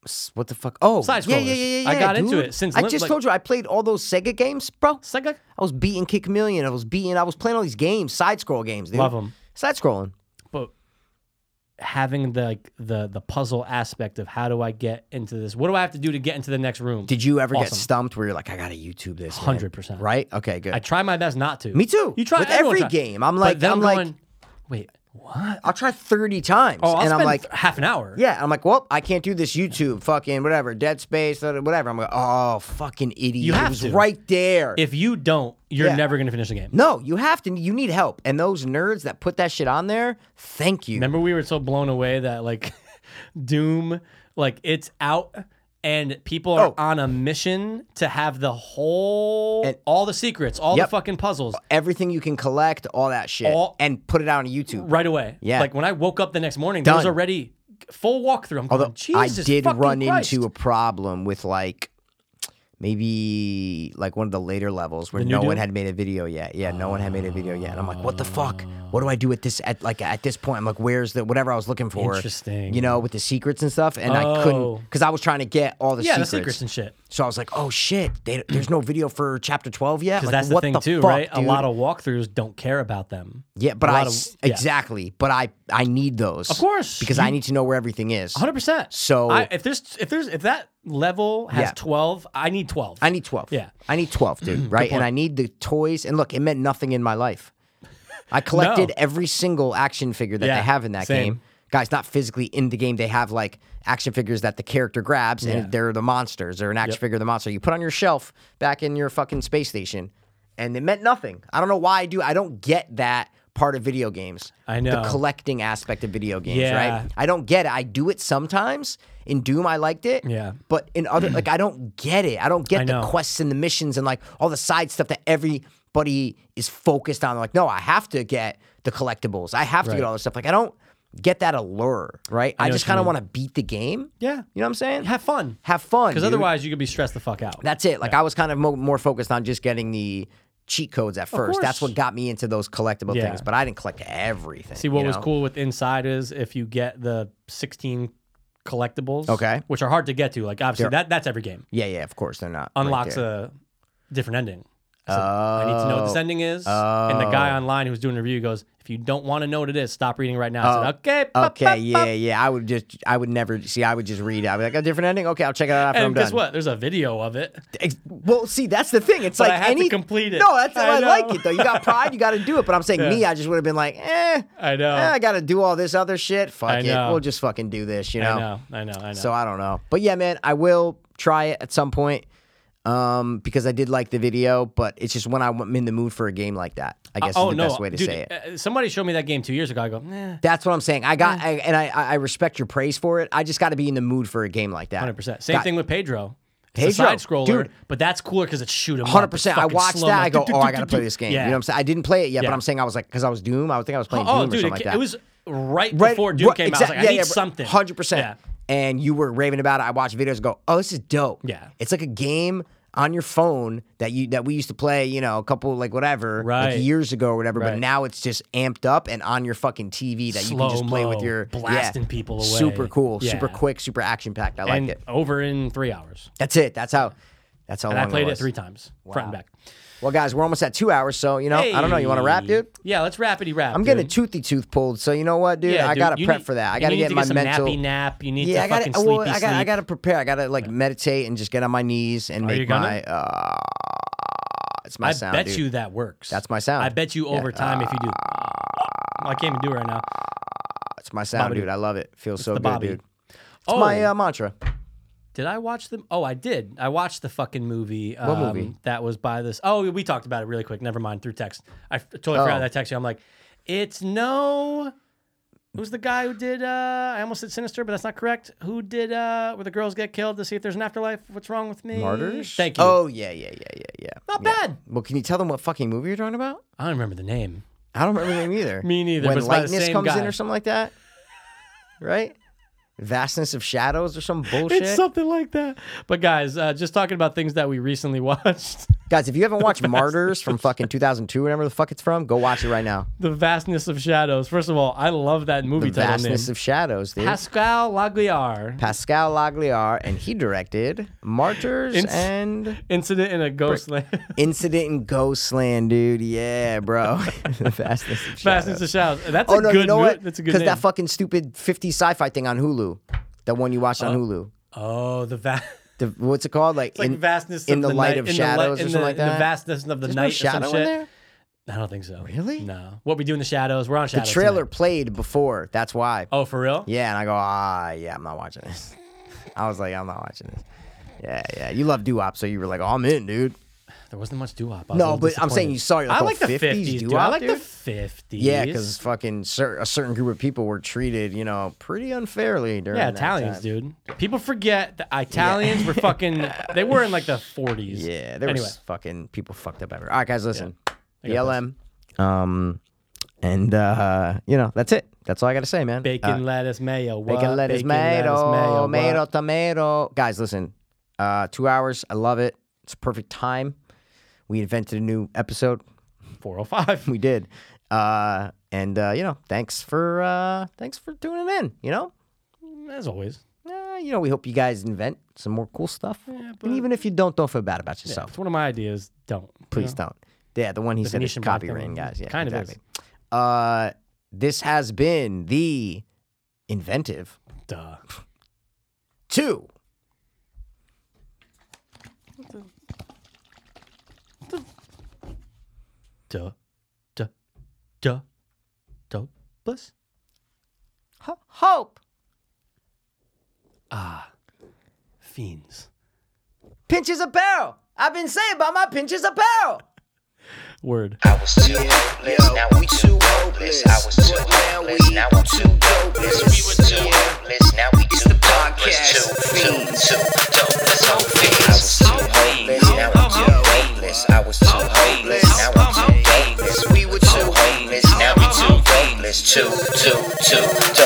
s- what the fuck? Oh,
Side
yeah, yeah,
scrollers.
yeah, yeah.
I got
dude.
into it since
I
Lim-
just
like-
told you I played all those Sega games, bro.
It's like a-
I was beating Kick Million. I was beating. I was playing all these games, side scroll games. Dude.
Love 'em.
Side scrolling.
but having the like the the puzzle aspect of how do I get into this? What do I have to do to get into the next room?
Did you ever get
Awesome.
stumped where you're like, I gotta YouTube this? man?
100%.
Right? Okay, good.
I try my best not to.
Me too.
You try
With
everyone
every
try-
game, I'm
But
like-
then
I'm like-
going, wait, what?
I'll try 30 times.
Oh, I'll
and
spend
I'm like,
half an hour.
yeah. I'm like, well, I can't do this YouTube, fucking whatever, Dead Space, whatever. I'm like, oh, fucking idiot.
You
it
have
was
to.
right there.
If you don't, you're
Yeah.
never gonna finish the game.
no, you have to. You need help. And those nerds that put that shit on there, thank you.
Remember, we were so blown away that like Doom, like it's out, and people are
Oh.
on a mission to have the whole,
And-
all the secrets, all
Yep.
the fucking puzzles
Everything you can collect, all that shit,
All-
and put it out on YouTube.
right away.
Yeah.
Like when I woke up the next morning, there was
Done.
already full walkthrough. I'm
Although
going, Jesus
I did
fucking
run
Christ.
into a problem with like, maybe like one of the later levels where
The new
no one
Doom?
had made a video yet. Yeah, no one had made a video yet. And I'm like, what the fuck? What do I do at this at like at this point? I'm like, where's the whatever I was looking for?
Interesting.
You know, with the secrets and stuff. And I
Oh.
couldn't because I was trying to get all the
yeah,
secrets.
the secrets and shit.
So I was like, oh shit, they, there's no video for chapter 12 yet.
Because
Like,
that's the
what
thing
the
too,
fuck,
right? A
dude?
lot of walkthroughs don't care about them.
Yeah, but
a
I
lot of-
s-
yeah.
exactly. But I I need those.
Of course,
Because
you-
I need to know where everything is.
Hundred percent.
So-
I, if there's if there's if that level has
Yeah.
twelve, I need twelve.
I need 12.
Yeah.
I need 12, dude, right? And I need the toys. And look, it meant nothing in my life. I collected every single action figure that
Yeah,
they have in that
same.
game. Guys, not physically in the game. They have like action figures that the character grabs and they're the monsters. They're an action figure of the monster. You put on your shelf back in your fucking space station and it meant nothing. I don't know why I do. I don't get that part of video games.
I know.
The collecting aspect of video games,
Yeah.
right? I don't get it. I do it sometimes. In Doom, I liked it.
Yeah.
But in other, like, I don't get it. I don't get
I
the
know.
quests and the missions and like all the side stuff that everybody is focused on. Like, no, I have to get the collectibles. I have to
Right.
get all this stuff. Like, I don't get that allure, right? I,
know
just
what you
kind of
mean.
want to beat the game.
Yeah.
You know what I'm saying?
have fun
Have fun.
because
dude.
otherwise you could be stressed the fuck out.
that's it. Like, I was kind of mo- more focused on just getting the cheat codes at first. That's
course.
what got me into those collectible
Yeah.
things. But I didn't collect everything.
See what
you
was
know?
cool with Inside is if you get the sixteen collectibles,
Okay.
which are hard to get to. Like obviously that that's every game
Yeah, yeah. Of course, they're not right
unlocks
there.
a different ending. So I need to know what
Oh.
this ending is. And the guy online who was doing the review goes, "If you don't want to know what it is, stop reading right now." I said, "Okay, pop,
Oh. Okay,
pop,
yeah, yeah. I would just, I would never see. I would just read. I'd be like, a different ending. Okay, I'll check it out after I'm
And
done.
guess what? There's a video of it.
Ex- Well, see, that's the thing. It's
But
like
I had to
any
complete it.
No, that's
I
I, like
know.
it though. You got pride, you got to do it. But I'm saying me, I just would have been like, eh,
I know.
eh, I got to do all this other shit. Fuck
I
it,
know.
we'll just fucking do this, you know?
I know, I know, I know.
So I don't know, but yeah, man, I will try it at some point um, because I did like the video. But it's just when I'm in the mood for a game like that, I guess
oh
is the
no,
best way to
dude,
say it.
uh, Somebody showed me that game two years ago. I go, nah,
That's what I'm saying. I got, I, and I, I respect your praise for it. I just got to be in the mood for a game like that.
hundred percent. Same
Got-
thing with Pedro.
Pedro,
It's a side scroller,
dude.
but that's cooler because it's shoot 'em. up.
Hundred
It's
percent. I
fucking
watched
slow-mo.
that. I go,
Do, do,
oh, I
do,
gotta
do."
play this game.
Yeah.
You know what I'm saying? I didn't play it yet,
Yeah.
but I'm saying I was like, because I was Doom. I think I was playing
Oh,
Doom or
dude,
something
it,
like
ca-
that.
it was right, before Doom came out. I was like, I need something.
Hundred percent.
Yeah.
And you were raving about it. I watched videos. and Go, oh, this is dope.
Yeah.
It's like a game on your phone that you that we used to play. You know, a couple like whatever,
Right.
like years ago or whatever.
Right.
But now it's just amped up and on your fucking TV that you can just play with
Slow-mo,
your yeah.
blasting people away.
Super cool. Super
Yeah.
quick. Super action packed. I
And
liked it.
over in three hours.
That's it. That's how. That's how
And
long
I played it
was.
three times, front and back.
Well, guys, we're almost at two hours, so you know, I don't know. You want to wrap,
Hey.
dude?
Yeah, let's rapidy rap.
I'm getting a toothy tooth pulled, so you know what, dude?
Yeah,
I
dude,
gotta
you
prep
need-
for that. I
you
gotta
need
get
to
my
some
mental.
nappy nap. You need
yeah,
to
I gotta.
fucking
Well,
sleepy
I gotta. I
sleep.
gotta prepare. I gotta like meditate and just get on my knees and
you
make
gonna?
my. Uh, it's my
I
sound.
bet
dude.
you that works.
That's my Ah. sound.
I bet you over time if you do. I can't even do it right now.
It's my sound,
Bobby.
dude. I love it. Feels so
the
Oh, good,
Bobby.
dude. It's
oh,
my uh, mantra.
did I watch them? Oh, I did. I watched the fucking movie. Um,
movie?
That was by this. Oh, we talked about it really quick. Never mind. Through text, I f- totally forgot
Oh.
that I texted you. I'm like, it's no. Who's the guy who did? Uh, I almost said Sinister, but that's not correct. Who did? Uh, where the girls get killed to see if there's an afterlife? What's wrong with me?
Martyrs.
Thank you.
Oh yeah, yeah, yeah, yeah, yeah.
not
Yeah.
bad.
Well, can you tell them what fucking movie you're talking about?
I don't remember the name.
I don't remember the name either.
Me neither, but
When
it's by the
lightness
same
comes in
guy.
or something like that, right? Vastness of shadows or some bullshit.
It's something like that. But guys, uh, just talking about things that we recently watched.
Guys, if you haven't watched Martyrs from fucking 2002, or whatever the fuck it's from, go watch it right now.
the vastness of shadows. First of all, I love that movie
The
title
Vastness
name.
of Shadows, dude.
Pascal Lagliar.
Pascal Lagliar, and he directed Martyrs
Ins-
and
Incident in a Ghost Land.
Incident in Ghostland, dude. Yeah, bro. the Vastness of Shadows.
Vastness of Shadows. That's
oh
a
no,
good
you know
mo-
what?
That's a good name.
that fucking stupid 50 sci-fi thing on Hulu, the one you watched on Hulu.
oh, the va-
The, what's it called? Like,
like
in,
vastness
in
of
the,
night-
light of
in the light-
shadows
in
or
the,
something like
in
that.
the vastness of the
There's
night
no
or some
shadow in
shit.
there.
I don't think so.
Really?
No. What we do in the shadows? We're on
The
shadows.
trailer
tonight.
played before. That's why.
Oh, for real?
Yeah, and I go, ah, yeah, I'm not watching this. I was like, I'm not watching this. Yeah, yeah. You love doo wop, so you were like, oh, I'm in, dude.
There wasn't much doo wop.
No, but I'm saying you saw your
I
whole
like the
50s
50s, dude. I
doo-wop,
like the
dude.
50s.
Yeah, because fucking cer- a certain group of people were treated, you know, pretty unfairly during
Yeah,
that
Italians,
time.
dude. People forget that Italians were fucking. They were in like the 40s.
Yeah, there
anyway,
was fucking people fucked up everywhere. All right, guys, listen.
I got
BLM. Um, and, uh, you know, that's it. That's all I got to say, man.
bacon,
Uh,
lettuce, mayo. What?
Bacon, lettuce,
lettuce,
tomato,
mayo,
tomato,
what?
tomato. Guys, listen. Uh, two hours. I love it. It's a perfect time. We invented a new episode.
405.
We did. Uh, and uh, you know, thanks for uh, thanks for tuning in. You know,
As always,
uh, you know, we hope you guys invent some more cool stuff.
but-
and even if you don't, don't feel bad about yourself.
it's one of my ideas. Don't
Please don't. Yeah, the one he said is
Venetian black thing.
copywritten, guys. Yeah,
Kind of
exactly. Uh, this has been the inventive
Duh.
two.
Duh. Duh. Duh. Douglas.
Ho- hope
Fiends.
pinches a barrel. I've been saying about my pinches a barrel.
Word.
I was too hopeless, now I'm too hopeless. I was too hopeless, now I'm too dopeless. We were too hopeless, now we too dopeless. Too, too, too dopeless. I was too hopeless, now I'm too hopeless. I was too hopeless, now I'm too hopeless. We were too hopeless, now we too hopeless. Too, too, too